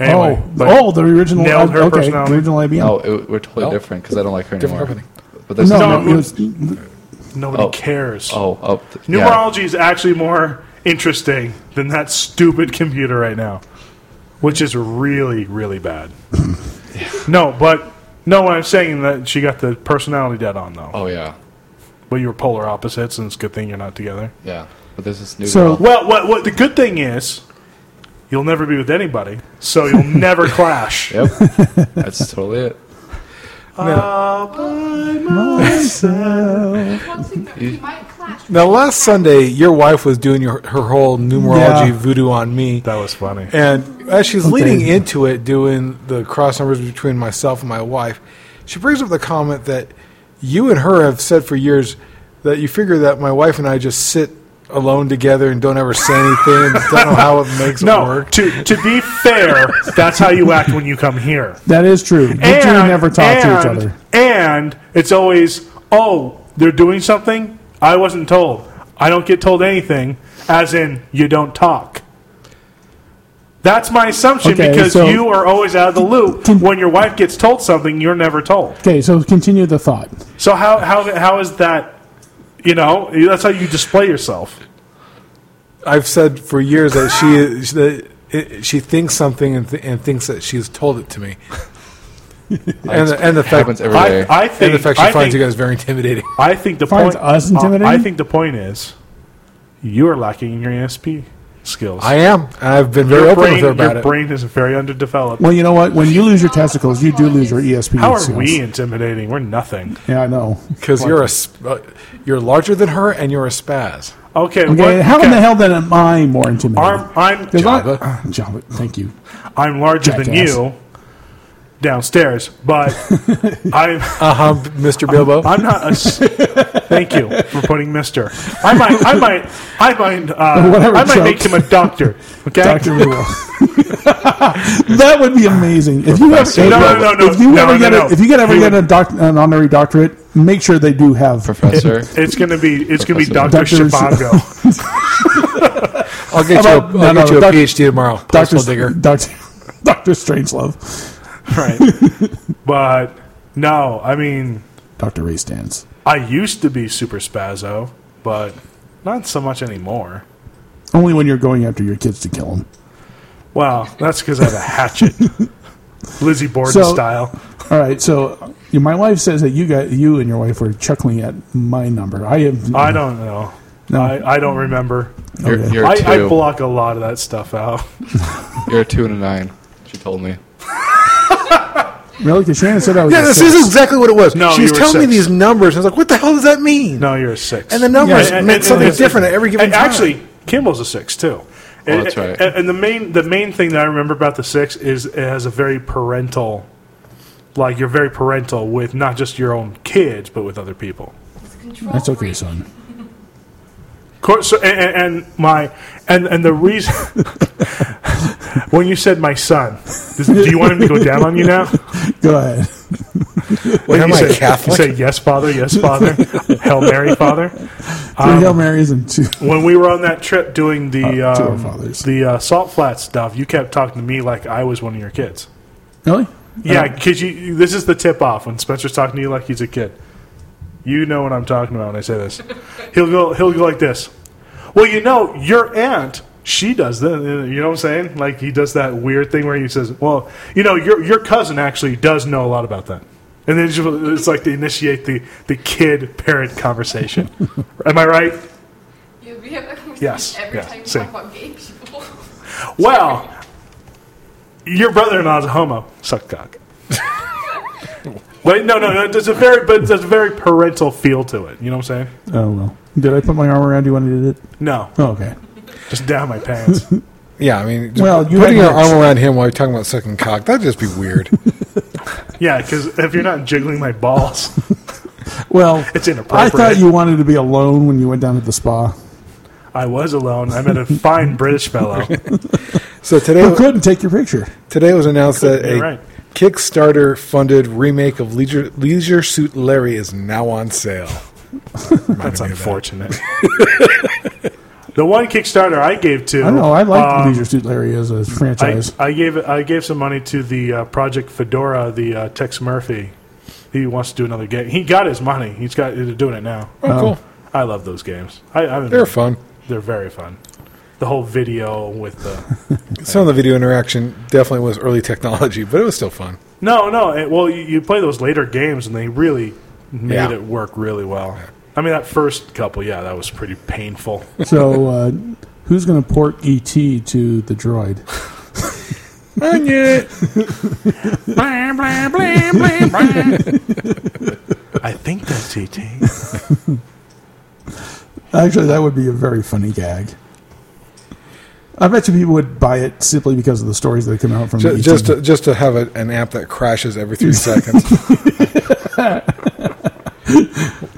Speaker 4: Anyway,
Speaker 5: oh,
Speaker 4: but-
Speaker 5: oh, the original,
Speaker 4: Nailed her
Speaker 5: okay, the
Speaker 4: personality. Oh.
Speaker 5: original IBM.
Speaker 3: No, Oh, it, we're totally different because I don't like her
Speaker 1: different
Speaker 3: anymore. But there's
Speaker 5: no,
Speaker 4: no-
Speaker 5: it was,
Speaker 4: Nobody
Speaker 3: Oh.
Speaker 4: cares.
Speaker 3: Oh, oh, th- yeah.
Speaker 4: Numerology is actually more interesting than that stupid computer right now, which is really, really bad. no, but no, what I'm saying that she got the personality dead on though.
Speaker 3: Oh yeah,
Speaker 4: But you were polar opposites, and it's a good thing you're not together.
Speaker 3: yeah. But there's this new
Speaker 5: So-
Speaker 3: girl.
Speaker 4: Well, what, what the good thing is, you'll never be with anybody, so you'll never clash.
Speaker 3: Yep, that's totally it.
Speaker 6: Well, see, but he might clash.
Speaker 1: Now, last Sunday, your wife was doing your, her whole numerology
Speaker 5: Yeah.
Speaker 1: voodoo on me.
Speaker 4: That was funny.
Speaker 1: And as she's leading into it, doing the cross numbers between myself and my wife, she brings up the comment that you and her have said for years that you figure that my wife and I just sit alone together and don't ever say anything and don't know how it makes it
Speaker 4: No,
Speaker 1: work.
Speaker 4: to to be fair, that's how you act when you come here.
Speaker 5: that is true. You two never talk to each
Speaker 4: and-
Speaker 5: other.
Speaker 4: And it's always, oh, they're doing something. I wasn't told. I don't get told anything. As in, you don't talk. That's my assumption
Speaker 5: Okay,
Speaker 4: because
Speaker 5: so-
Speaker 4: you are always out of the loop. when your wife gets told something, you're never told.
Speaker 5: Okay, so continue the thought.
Speaker 4: So how how how is that? You know, that's how you display yourself.
Speaker 1: I've said for years that she that it, she thinks something and, th- and thinks that she's told it to me. and, the, and the fact
Speaker 3: happens every day.
Speaker 4: I, I
Speaker 1: and
Speaker 4: think
Speaker 1: the fact she
Speaker 4: I
Speaker 1: finds
Speaker 4: think,
Speaker 1: you guys very intimidating.
Speaker 4: I think the
Speaker 5: Finds
Speaker 4: point uh,
Speaker 5: us intimidating?
Speaker 4: I think the point is you are lacking in your ESP skills.
Speaker 1: I am. I've been very
Speaker 4: your
Speaker 1: open
Speaker 4: brain,
Speaker 1: with her about
Speaker 4: your
Speaker 1: it.
Speaker 4: brain is very underdeveloped.
Speaker 5: Well, you know what? When you lose your testicles, you do lose your E ESP.
Speaker 4: How are
Speaker 5: skills.
Speaker 4: we intimidating? We're nothing.
Speaker 5: Yeah, I know.
Speaker 1: Because you're a sp- uh, you're larger than her, and you're a spaz.
Speaker 4: Okay,
Speaker 5: Okay,
Speaker 4: what-
Speaker 5: how in
Speaker 4: okay.
Speaker 5: the hell then am I more intimidating?
Speaker 4: I'm I'm
Speaker 5: 'Cause I-
Speaker 1: Java.
Speaker 5: ah, Java, thank you.
Speaker 4: I'm larger than
Speaker 5: Jackass.
Speaker 4: you downstairs, but I'm
Speaker 1: Uh huh, Mr. Bilbo.
Speaker 4: I'm not a. s- thank you for putting Mister. I might I might I might uh,
Speaker 5: Whatever
Speaker 4: I might
Speaker 5: joke.
Speaker 4: make him a doctor. Okay.
Speaker 5: Dr. Rule. that would be amazing. If you ever,
Speaker 3: Professor
Speaker 4: No, no, no, no,
Speaker 5: if you
Speaker 4: no,
Speaker 5: ever
Speaker 4: no,
Speaker 5: get
Speaker 4: no.
Speaker 5: A, if you could ever
Speaker 4: He
Speaker 5: get
Speaker 4: would-
Speaker 5: a doc, an honorary doctorate, make sure they do have
Speaker 3: Professor,
Speaker 4: It's gonna be it's gonna be Doctor
Speaker 5: Doctor-
Speaker 4: Shibago.
Speaker 1: I'll get you.
Speaker 5: How
Speaker 1: A,
Speaker 5: about-
Speaker 1: I'll get
Speaker 5: no, no,
Speaker 1: you a
Speaker 5: Doc-
Speaker 1: PhD tomorrow.
Speaker 5: Doctor
Speaker 1: Postal digger.
Speaker 5: Doctor Doctor Strangelove,
Speaker 4: right. But no, I mean
Speaker 5: Doctor Ray Stans.
Speaker 4: I used to be super spazzo, but not so much anymore.
Speaker 5: Only when you're going after your kids to kill them.
Speaker 4: Well, that's because I have a hatchet. Lizzie Borden
Speaker 5: So-
Speaker 4: style.
Speaker 5: All right, so my wife says that you got you and your wife were chuckling at my number. I have
Speaker 4: I don't know.
Speaker 5: No.
Speaker 4: I, I don't remember.
Speaker 3: You're,
Speaker 5: Okay.
Speaker 3: you're a
Speaker 4: I,
Speaker 3: two.
Speaker 4: I block a lot of that stuff out.
Speaker 3: You're a two and a nine. She told me.
Speaker 5: really because Shannon said I was.
Speaker 1: Yeah,
Speaker 5: a
Speaker 1: this
Speaker 5: six.
Speaker 1: is exactly what it was.
Speaker 4: No,
Speaker 1: she was
Speaker 4: you were
Speaker 1: telling me
Speaker 4: six.
Speaker 1: these numbers. And I was like, what the hell does that mean?
Speaker 4: No, you're a six.
Speaker 1: And the numbers
Speaker 4: Yeah, and-
Speaker 1: meant
Speaker 4: and-
Speaker 1: something
Speaker 4: and-
Speaker 1: different at every given
Speaker 4: and
Speaker 1: time.
Speaker 4: Actually, Kimball's a six too.
Speaker 3: Oh,
Speaker 4: and,
Speaker 3: that's right.
Speaker 4: And, and the main the main thing that I remember about the six is it has a very parental, like you're very parental with not just your own kids but with other people.
Speaker 5: That's okay, son.
Speaker 4: Cor- So, and, and and my and and the reason when you said my son, does- do you want him to go down on you now?
Speaker 5: Go ahead.
Speaker 1: Wait, am
Speaker 4: you
Speaker 1: I
Speaker 4: say,
Speaker 1: Catholic?
Speaker 4: You say yes, father. Yes, father. Hail Mary, father.
Speaker 5: Three
Speaker 4: Um,
Speaker 5: Hail Marys and two.
Speaker 4: when we were on that trip doing the
Speaker 5: Uh, Tour
Speaker 4: um,
Speaker 5: Fathers.
Speaker 4: the uh, salt flat stuff, you kept talking to me like I was one of your kids.
Speaker 5: Really?
Speaker 4: Yeah, because you. This is the tip off when Spencer's talking to you like he's a kid. You know what I'm talking about when I say this. He'll go. He'll go like this. Well, you know, your aunt. She does that. You know what I'm saying? Like he does that weird thing where he says, "Well, you know, your your cousin actually does know a lot about that." And then it's just- it's like to initiate the the kid parent conversation. Am I right?
Speaker 6: Yeah, we have that conversation
Speaker 4: Yes,
Speaker 6: every
Speaker 4: yeah,
Speaker 6: time we
Speaker 4: same.
Speaker 6: talk about gay people.
Speaker 4: Well, your brother-in-law's a homo. Suck cock. Wait, no, no, no. There's a very, but there's a very parental feel to it. You know what I'm saying?
Speaker 5: Oh well. Did I put my arm around you when I did it?
Speaker 4: No,
Speaker 5: Oh, okay.
Speaker 4: just down my pants.
Speaker 1: yeah, I mean,
Speaker 5: Well,
Speaker 1: well,
Speaker 5: you
Speaker 1: putting
Speaker 5: had
Speaker 1: your
Speaker 5: your-
Speaker 1: arm around him while you're talking about sucking cock, that'd just be weird.
Speaker 4: yeah, because if you're not jiggling my balls,
Speaker 5: Well,
Speaker 4: It's
Speaker 5: I
Speaker 4: inappropriate.
Speaker 5: thought you wanted to be alone when you went down to the spa.
Speaker 4: I was alone. I met a fine British fellow.
Speaker 1: so today,
Speaker 4: Uh,
Speaker 5: You couldn't take your picture.
Speaker 1: today was announced that
Speaker 4: You're
Speaker 1: a
Speaker 4: right.
Speaker 1: Kickstarter-funded remake of Leisure, Leisure Suit Larry is now on sale.
Speaker 4: That's unfortunate. the one Kickstarter I gave to.
Speaker 5: I don't know. I like
Speaker 4: um,
Speaker 5: Leisure Suit Larry as a
Speaker 4: I,
Speaker 5: franchise.
Speaker 4: I gave I gave some money to the uh, Project Fedora, the uh, Tex Murphy. He wants to do another game. He got his money. He's got he's doing it now.
Speaker 1: Oh, cool.
Speaker 4: I love those games. I, I
Speaker 1: They're fun.
Speaker 4: They're very fun. The whole video with the
Speaker 1: Some of the video interaction definitely was early technology, but it was still fun.
Speaker 4: no, no. It, well, you, you play those later games, and they really made
Speaker 1: Yeah.
Speaker 4: it work really well. I mean, that first couple, yeah, that was pretty painful.
Speaker 5: so, uh, who's going to port ET to the droid?
Speaker 4: I think that's eh? ET.
Speaker 5: Actually, that would be a very funny gag. I bet you people would buy it simply because of the stories that come out from E
Speaker 1: Ju-
Speaker 5: ET.
Speaker 1: Just to, just to have a, an app that crashes every three seconds.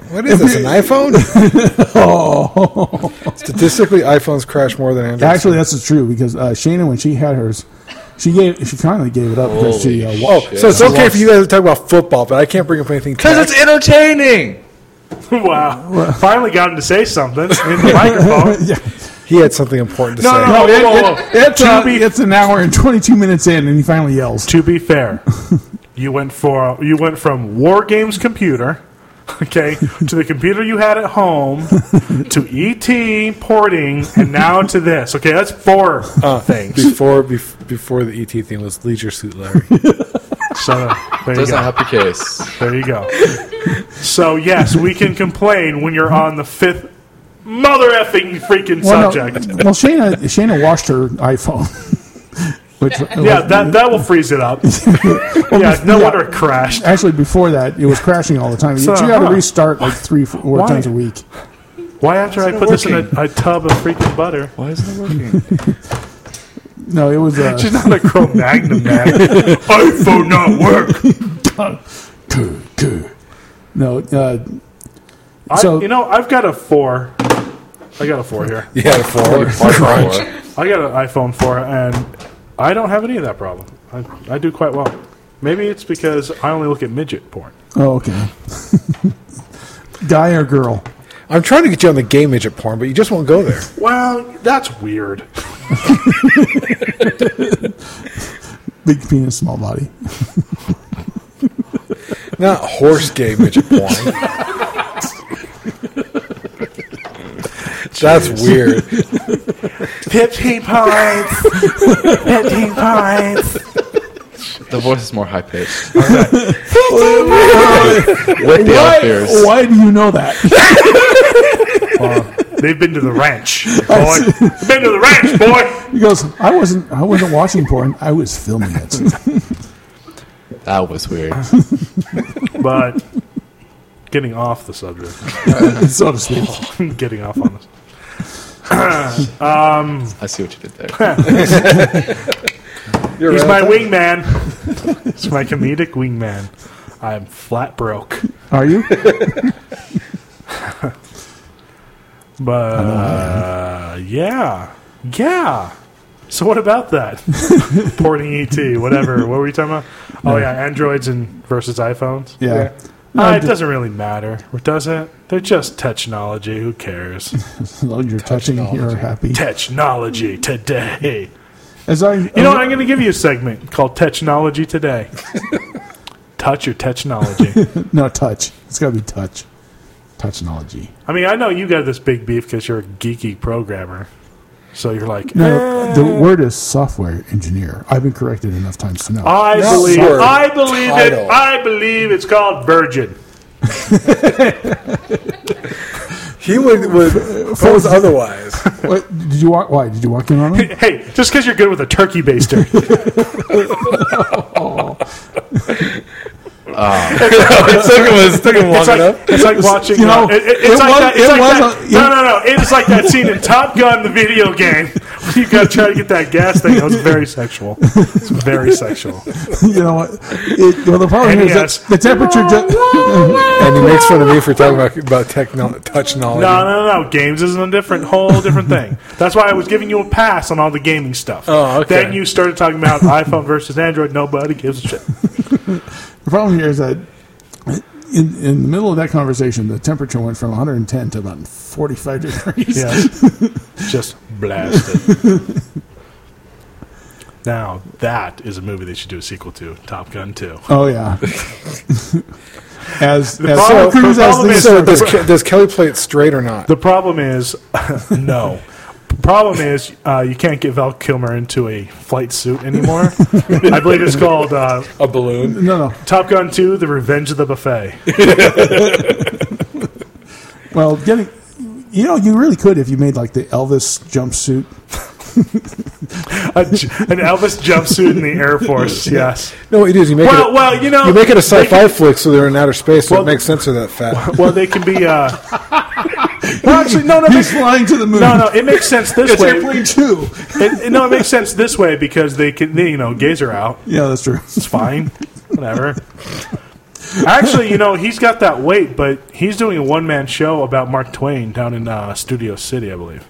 Speaker 1: what is this? An iPhone? Statistically, iPhones crash more than Androids.
Speaker 5: Actually, that's true because uh, Shana, when she had hers, she gave she finally gave it up because she uh,
Speaker 3: Holy
Speaker 5: wa-
Speaker 3: shit.
Speaker 1: Oh, so it's okay for you guys to talk about football, but I can't bring up anything.
Speaker 3: Because it's entertaining.
Speaker 4: wow! Finally got him to say something in the microphone.
Speaker 5: yeah.
Speaker 1: He had something important to say.
Speaker 4: no,
Speaker 5: it-
Speaker 4: Oh, whoa, whoa, whoa.
Speaker 5: it- it's,
Speaker 4: To
Speaker 5: uh,
Speaker 4: be-
Speaker 5: it's an hour and twenty two minutes in, and he finally yells.
Speaker 4: To be fair, you went for you went from War Games computer, okay, to the computer you had at home, to ET porting, and now to this. Okay, that's four
Speaker 5: Uh,
Speaker 4: things.
Speaker 1: Before bef- before the ET thing was Leisure Suit Larry.
Speaker 4: So there you
Speaker 3: Doesn't
Speaker 4: go.
Speaker 3: help your case.
Speaker 4: There you go. So yes, we can complain when you're on the fifth mother effing freaking
Speaker 5: Well, no,
Speaker 4: subject.
Speaker 5: well, Shana Shana washed her iPhone, which
Speaker 4: Yeah, that that will freeze it up. yeah, no wonder it crashed.
Speaker 5: actually before that it was crashing all the time.
Speaker 4: So,
Speaker 5: she had to
Speaker 4: huh.
Speaker 5: restart like three four
Speaker 4: Why?
Speaker 5: times a week.
Speaker 4: Why after I put this in a, a tub of freaking butter?
Speaker 3: Why isn't it working?
Speaker 5: No, it was. Uh,
Speaker 4: She's not a Cro Magnum man. iPhone not work.
Speaker 5: Kuh, kuh. No, uh,
Speaker 4: I,
Speaker 5: So-
Speaker 4: you know, I've got a four. I got a four here.
Speaker 1: You had a four.
Speaker 4: I got an iPhone four, and I don't have any of that problem. I, I do quite well. Maybe it's because I only look at midget porn.
Speaker 5: oh, okay. Guy or girl?
Speaker 1: I'm trying to get you on the gay midget porn, but you just won't go there.
Speaker 4: Well, that's weird.
Speaker 5: Big penis, small body.
Speaker 1: Not horse gay midget porn. That's weird.
Speaker 4: Fifteen pints. Fifteen pints.
Speaker 3: the voice is more high pitched. With the
Speaker 5: Why-
Speaker 3: upstairs.
Speaker 5: Why do you know that?
Speaker 4: They've been to the ranch, boy. been to the ranch, boy.
Speaker 5: He goes, I wasn't. I wasn't watching porn. I was filming it.
Speaker 3: That was weird.
Speaker 4: But getting off the subject,
Speaker 5: so to speak.
Speaker 4: getting off on this.
Speaker 3: I see what you did there.
Speaker 4: He's my wingman. He's my comedic wingman. I'm flat broke,
Speaker 5: Are you?
Speaker 4: but uh, yeah, yeah. So what about that? Porting ET, whatever. What were you talking about? Oh yeah, androids and versus iPhones.
Speaker 5: Yeah.
Speaker 4: Uh, it doesn't really matter, or does it? They're just technology. Who cares?
Speaker 5: As long as you're touching, you're happy.
Speaker 4: technology today.
Speaker 5: As I,
Speaker 4: You know what? I'm going to give you a segment called Technology Today. Touch your technology.
Speaker 5: no touch. It's got to be touch. Touchnology.
Speaker 4: I mean, I know you got this big beef because you're a geeky programmer. So you're like,
Speaker 5: No, the word is software engineer. I've been corrected enough times to know.
Speaker 4: I
Speaker 1: That's
Speaker 4: believe,
Speaker 1: word.
Speaker 4: I believe it.
Speaker 1: Title.
Speaker 4: I believe it's called Virgin.
Speaker 1: He would would pose otherwise.
Speaker 5: what, did you walk? Why did you walk in on him?
Speaker 4: Hey, just because you're good with a turkey baster.
Speaker 1: it took him. It took him long
Speaker 4: It's like, it's like watching.
Speaker 5: You know,
Speaker 4: uh, it, it-
Speaker 5: it
Speaker 4: it's like
Speaker 5: was-
Speaker 4: that. It's
Speaker 5: it
Speaker 4: like
Speaker 5: was
Speaker 4: that
Speaker 5: a-
Speaker 4: no, no, no. It was like that scene in Top Gun, the video game. where You got to try to get that gas thing. That was very sexual. It's very sexual.
Speaker 5: you know what? It, well, the problem
Speaker 4: And
Speaker 5: here is
Speaker 4: yes.
Speaker 5: that the temperature. Ju-
Speaker 1: And he makes fun of me for talking about about techno- touch knowledge.
Speaker 4: No, no, no. Games is a different, whole different thing. That's why I was giving you a pass on all the gaming stuff.
Speaker 1: Oh, okay.
Speaker 4: Then you started talking about iPhone versus Android. Nobody gives a shit.
Speaker 5: the problem here is that in in the middle of that conversation, the temperature went from 110 to about 45 degrees.
Speaker 4: Yeah. Just blasted. Now that is a movie they should do a sequel to, Top Gun 2.
Speaker 5: Oh yeah. as as
Speaker 4: problem-
Speaker 5: Tom Cruise
Speaker 4: the
Speaker 5: as
Speaker 4: problem
Speaker 5: the
Speaker 4: is-
Speaker 1: So
Speaker 5: sort of-
Speaker 1: does, Ke- does Kelly play it straight or not?
Speaker 4: The problem is, no. The problem is, uh, you can't get Val Kilmer into a flight suit anymore. I believe it's called uh,
Speaker 1: a balloon.
Speaker 5: no no.
Speaker 4: Top Gun 2 The Revenge of the Buffet.
Speaker 5: Well, getting you know you really could if you made like the Elvis jumpsuit.
Speaker 4: A j- an Elvis jumpsuit in the Air Force, yes.
Speaker 1: No, it is. You make
Speaker 4: Well,
Speaker 1: it. A,
Speaker 4: well, you know.
Speaker 1: you make it a
Speaker 4: they
Speaker 1: sci-fi flick, so they're in outer space, so
Speaker 4: Well,
Speaker 1: it makes sense of that fact.
Speaker 4: can- Well, they can be. Uh, well, actually, no, no, it
Speaker 5: He's
Speaker 4: makes,
Speaker 5: flying to the moon.
Speaker 4: no, no. It makes sense this
Speaker 5: It's
Speaker 4: way.
Speaker 5: airplane two.
Speaker 4: It- it- no, it makes sense this way because they can, they, you know, gays are out.
Speaker 5: Yeah, that's true.
Speaker 4: It's fine. Whatever. Actually, you know, he's got that weight, but he's doing a one man show about Mark Twain down in uh, Studio City, I believe.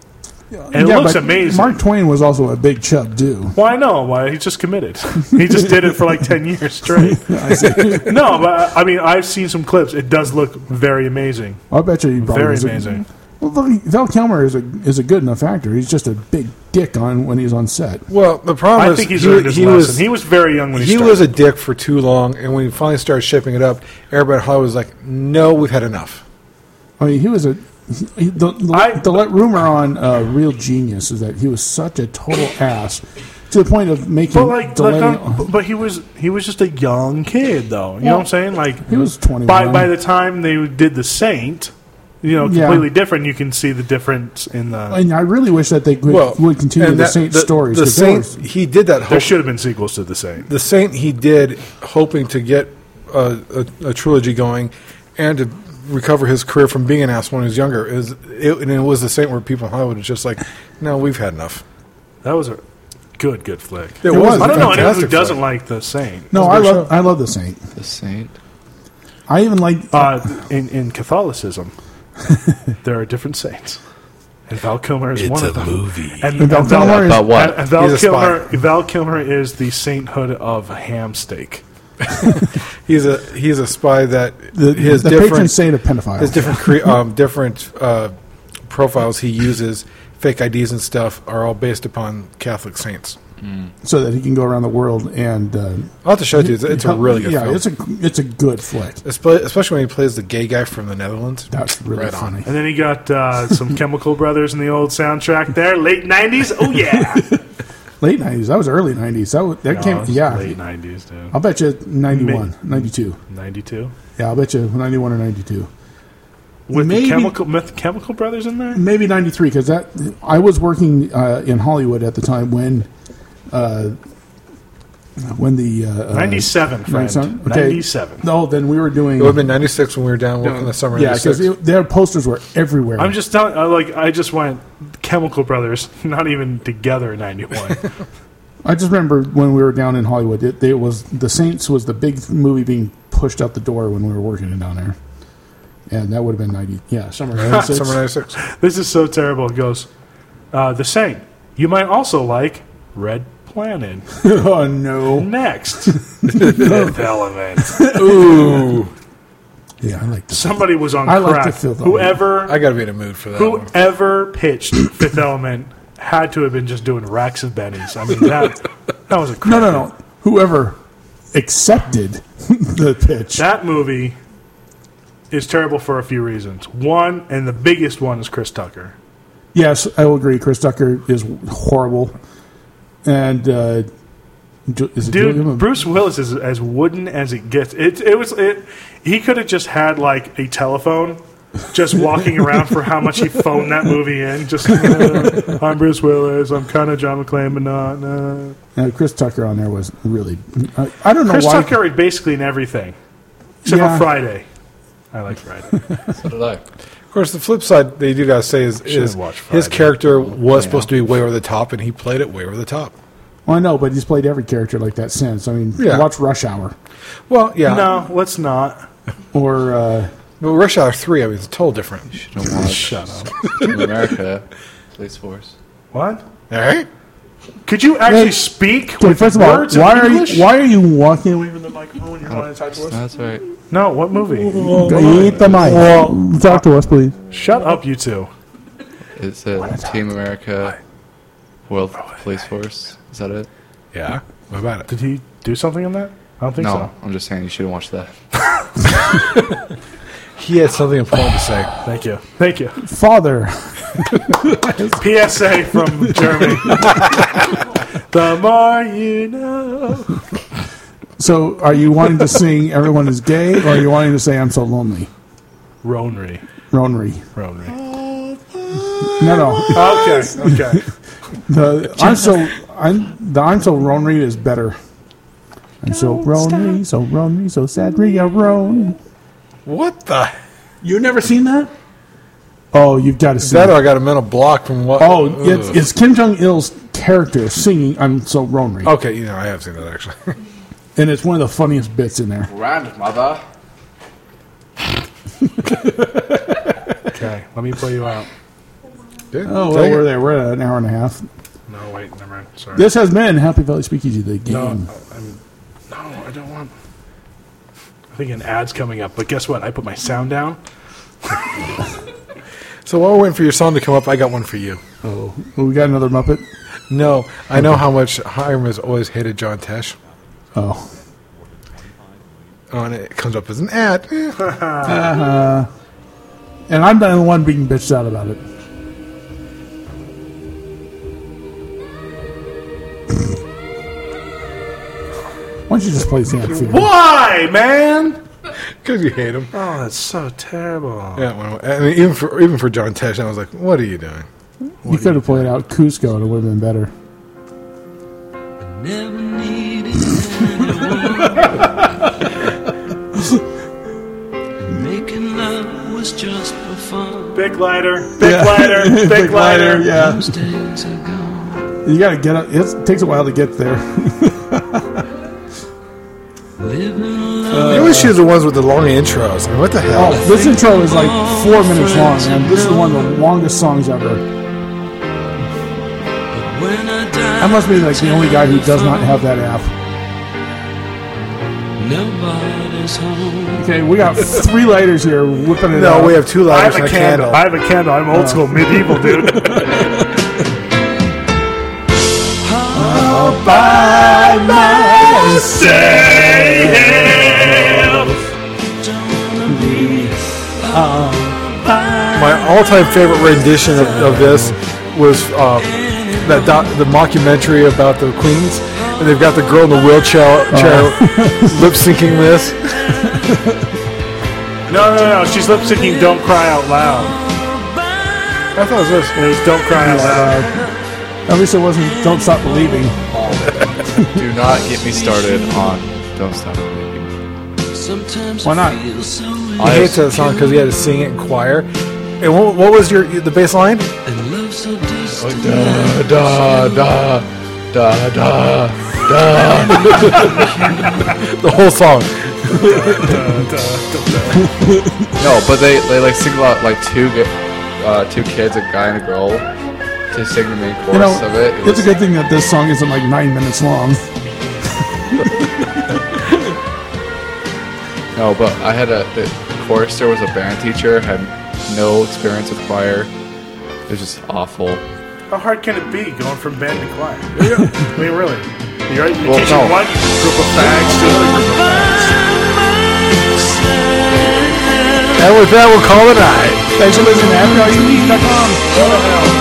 Speaker 4: And it
Speaker 5: Yeah,
Speaker 4: looks
Speaker 5: but
Speaker 4: amazing.
Speaker 5: Mark Twain was also a big chub dude.
Speaker 4: Well, I know why he's just committed. He just did it for like ten years straight. no, but I mean, I've seen some clips. It does look very amazing,
Speaker 5: I bet you he probably
Speaker 4: very
Speaker 5: was a-
Speaker 4: amazing.
Speaker 5: Well, look, Val Kilmer is a is a good enough actor. He's just a big dick on when he's on set.
Speaker 1: Well, the problem
Speaker 4: I
Speaker 1: is
Speaker 4: think he's
Speaker 1: he,
Speaker 4: earned his
Speaker 1: he
Speaker 4: lesson.
Speaker 1: was
Speaker 4: he was very young when he,
Speaker 1: he
Speaker 4: started.
Speaker 1: was a dick for too long, and when he finally started shipping it up, everybody at Hollywood was like, "No, we've had enough."
Speaker 5: I mean, he was a he, the the,
Speaker 4: I-
Speaker 5: the le- rumor on uh, Real Genius is that he was such a total ass to the point of making
Speaker 4: but like,
Speaker 5: delay.
Speaker 4: like um, but he was he was just a young kid though. You know what I'm saying? Like
Speaker 5: he was twenty.
Speaker 4: by by the time they did the Saint, you know,
Speaker 5: Yeah.
Speaker 4: completely different. You can see the difference in the.
Speaker 5: and I really wish that they could, would continue
Speaker 1: and
Speaker 5: the
Speaker 1: that-
Speaker 5: Saint stories.
Speaker 1: The
Speaker 5: 'cause they
Speaker 1: Saint, he did that.
Speaker 4: There
Speaker 1: Whole,
Speaker 4: should have been sequels to the Saint.
Speaker 1: the Saint, he did hoping to get a, a, a trilogy going, and to recover his career from being an ass when he was younger. Is it, and it was the Saint where people in Hollywood was just like, "No, we've had enough."
Speaker 4: That was a good, good flick.
Speaker 1: It,
Speaker 5: was.
Speaker 1: a
Speaker 4: I don't know anyone who
Speaker 1: fantastic
Speaker 4: doesn't
Speaker 1: flick.
Speaker 4: like the Saint.
Speaker 5: were- no,
Speaker 1: was a
Speaker 5: I
Speaker 1: good
Speaker 5: love I love the Saint.
Speaker 3: The saint.
Speaker 5: I even like
Speaker 4: Uh, in, in Catholicism, there are different saints. And Val Kilmer is one of them.
Speaker 3: movie.
Speaker 4: And,
Speaker 5: Val
Speaker 4: and Val,
Speaker 5: Kilmer is-
Speaker 3: About what?
Speaker 4: and- and Val
Speaker 1: He's a spy.
Speaker 4: Kilmer, Val Kilmer is the sainthood of ham steak.
Speaker 1: He's a he's a spy that
Speaker 5: the,
Speaker 1: his
Speaker 5: the patron
Speaker 1: different
Speaker 5: saint of pedophiles.
Speaker 1: his different cre- um, different uh, profiles he uses, fake IDs and stuff, are all based upon Catholic saints.
Speaker 5: so that he can go around the world and uh,
Speaker 1: I'll have to show it to you. It's, it's a
Speaker 5: help-
Speaker 1: really good
Speaker 5: yeah,
Speaker 1: film,
Speaker 5: it's a it's a good flick.
Speaker 1: Espe- especially when he plays the gay guy from the Netherlands.
Speaker 5: That's really
Speaker 1: Right on.
Speaker 5: funny.
Speaker 4: And then he got uh, some Chemical Brothers in the old soundtrack there, late 90s. Oh, yeah.
Speaker 5: Late 90s. That was early 90s. That, was, that
Speaker 4: No,
Speaker 5: came,
Speaker 4: it's
Speaker 5: yeah. Oh.
Speaker 4: Late 90s, dude.
Speaker 5: I'll bet you 91, 92.
Speaker 4: 92?
Speaker 5: Yeah, I'll bet you 91 or 92.
Speaker 4: With
Speaker 5: Maybe-
Speaker 4: the chemical, with the chemical brothers in there?
Speaker 5: Maybe 93, because that I was working uh, in Hollywood at the time when. Uh, when the uh, uh,
Speaker 4: 97, friend.
Speaker 5: 97?
Speaker 4: 97.
Speaker 5: No, then we were doing.
Speaker 1: It would have been 96 when we were down working the summer.
Speaker 5: yeah,
Speaker 1: 96.
Speaker 5: because their posters were everywhere.
Speaker 4: I'm just telling, I, like, I just went chemical brothers, not even together in 91.
Speaker 5: I just remember when we were down in Hollywood, it, it was the Saints was the big movie being pushed out the door when we were working it down there, and that would have been ninety. Yeah, summer of '96.
Speaker 1: summer 96.
Speaker 4: This is so terrible. It goes, uh, the same. You might also like Red Planet.
Speaker 5: oh no!
Speaker 4: Next, Fifth Element.
Speaker 1: Ooh.
Speaker 5: Yeah, I like this.
Speaker 4: Somebody was on
Speaker 5: I like
Speaker 4: crack.
Speaker 5: the Fifth Element.
Speaker 4: whoever,
Speaker 1: I got to be in a mood for that. one.
Speaker 4: whoever pitched Fifth Element had to have been just doing racks of bennies. I mean that that was a crack.
Speaker 5: No, no, no. Whoever accepted the pitch.
Speaker 4: That movie is terrible for a few reasons. One, and the biggest one is Chris Tucker.
Speaker 5: yes, I will agree. Chris Tucker is horrible, and uh, Ju- is it Julian?
Speaker 4: Dude, Bruce Willis is as wooden as it gets. It it was it. He could have just had like a telephone, just walking around for how much he phoned that movie in. Just uh, I'm Bruce Willis. I'm kind of John McClane, but not. Uh.
Speaker 5: Uh, Chris Tucker on there was really. I, I don't know
Speaker 4: Chris
Speaker 5: why.
Speaker 4: Tucker is basically in everything, except
Speaker 5: Yeah.
Speaker 4: for Friday. I like Friday.
Speaker 3: So did I.
Speaker 1: Of course, the flip side they do gotta say is, is
Speaker 4: watched Friday.
Speaker 1: his character was supposed to be way over the top, and he played it way over the top.
Speaker 5: Well, I know, but he's played every character like that since. I mean,
Speaker 1: Yeah.
Speaker 5: watch Rush Hour
Speaker 1: Well, yeah,
Speaker 4: no, let's not.
Speaker 5: or. Uh,
Speaker 1: but Rush Hour Three, I mean, it's total different.
Speaker 3: You don't watch
Speaker 4: Shut up.
Speaker 3: Team America, Police Force.
Speaker 4: What?
Speaker 1: All right,
Speaker 4: Could you actually
Speaker 5: Hey,
Speaker 4: speak
Speaker 5: Dude,
Speaker 4: with
Speaker 5: first of all,
Speaker 4: words
Speaker 5: why
Speaker 4: in
Speaker 5: are
Speaker 4: English?
Speaker 5: you why are you walking away from the microphone? when You're trying to talk to us.
Speaker 3: That's right.
Speaker 4: No, what movie?
Speaker 5: Eat the mic. talk to us, please.
Speaker 4: Shut up, you two.
Speaker 3: It's a Team America, World Police Force. Is that it?
Speaker 1: yeah, what about it?
Speaker 4: Did he do something in that? I don't think
Speaker 3: no,
Speaker 4: so.
Speaker 3: I'm just saying you shouldn't watch that.
Speaker 1: He had something important to say.
Speaker 4: Thank you. Thank you.
Speaker 5: Father,
Speaker 4: PSA from Jeremy. the more you know.
Speaker 5: so are you wanting to sing "Everyone Is Gay" or are you wanting to say "I'm So Lonely"?
Speaker 4: Ronery.
Speaker 5: Ronry.
Speaker 4: Ronery.
Speaker 5: No, no.
Speaker 4: Okay. Okay.
Speaker 5: The I'm so I'm the I'm so Ronry is better. I'm so Ronry, so Ronry, so sad, Ria Ron.
Speaker 1: What the?
Speaker 5: You've never seen that? Oh, you've got to see
Speaker 1: That or I got a mental block from what?
Speaker 5: Oh,
Speaker 1: Ugh.
Speaker 5: it's, it's Kim Jong Il's character singing "I'm So Ronry,"
Speaker 1: okay. You know, I have seen that actually.
Speaker 5: and it's one of the funniest bits in there.
Speaker 3: Grandmother.
Speaker 4: Okay. Let me play you out.
Speaker 1: Yeah, take
Speaker 5: Oh, well,
Speaker 1: it.
Speaker 5: we're there. We're at an hour and a half.
Speaker 4: No, wait. Never mind. Sorry.
Speaker 5: This has been Happy Valley Speakeasy, the game.
Speaker 4: no, I- I'm, no, I don't want. I think an ad's coming up, but guess what? I put my sound down.
Speaker 1: So while we're waiting for your song to come up, I got one for you.
Speaker 5: Oh, well, we got another Muppet.
Speaker 1: No, I know how much Hiram has always hated John Tesh.
Speaker 5: Oh,
Speaker 1: Oh, and it comes up as an ad. Eh.
Speaker 5: and I'm the only one being bitched out about it. Why don't you just play Sam Fear?
Speaker 4: Why, man?
Speaker 1: 'Cause you hate him.
Speaker 4: Oh, that's so terrible.
Speaker 1: Yeah, well, I mean, even for even for John Tesh, I was like, "What are you doing?"
Speaker 5: You could have played out Cusco, and it would have been better.
Speaker 4: Big lighter. Big lighter. Big, lighter.
Speaker 5: yeah. You got to get up. It takes a while to get there.
Speaker 1: I wish she was the ones with the long intros. I mean, what the hell?
Speaker 5: Oh, this intro is like four minutes long, man. This is one of the longest songs ever. I must be like the only guy who does not have that app.
Speaker 7: Nobody's home.
Speaker 5: Okay, we got three lighters here whipping it out.
Speaker 1: no, we have two
Speaker 4: Oh. I
Speaker 1: lighters and
Speaker 4: have a
Speaker 1: a
Speaker 4: candle.
Speaker 1: candle.
Speaker 4: I have a candle. I'm old school medieval, dude.
Speaker 1: My all-time favorite rendition of, of this was uh, that doc, the mockumentary about the Queens, and they've got the girl in the wheelchair
Speaker 4: Oh.
Speaker 1: lip syncing this.
Speaker 4: No, no, no. She's lip syncing "Don't Cry Out Loud."
Speaker 1: I thought it was this.
Speaker 4: And it was "Don't Cry Out Loud."
Speaker 5: At least it wasn't Don't Stop Believing.
Speaker 3: Do not get me started on Don't Stop Believing.
Speaker 5: Why not?
Speaker 1: I hate that song because he had to sing it in choir. And what, what was your the bass line?
Speaker 3: Da da da da da.
Speaker 1: The whole song.
Speaker 4: uh,
Speaker 3: No, but they, they like single out like two gu- uh, two kids, a guy and a girl, to sing the main chorus
Speaker 5: You know,
Speaker 3: of it. It
Speaker 5: it's a
Speaker 3: was,
Speaker 5: good thing that this song isn't like nine minutes long.
Speaker 3: no, but I had a the chorus. There was a band teacher had no experience with choir. It was just awful.
Speaker 4: How hard can it be going from band to choir? I mean, really. You're, you're
Speaker 3: Well,
Speaker 4: teaching
Speaker 3: no.
Speaker 4: one group of fags to another group of fags.
Speaker 1: And with that, we'll call it a night.
Speaker 5: Thanks for listening to AfterHouseTV.com.
Speaker 4: What the hell?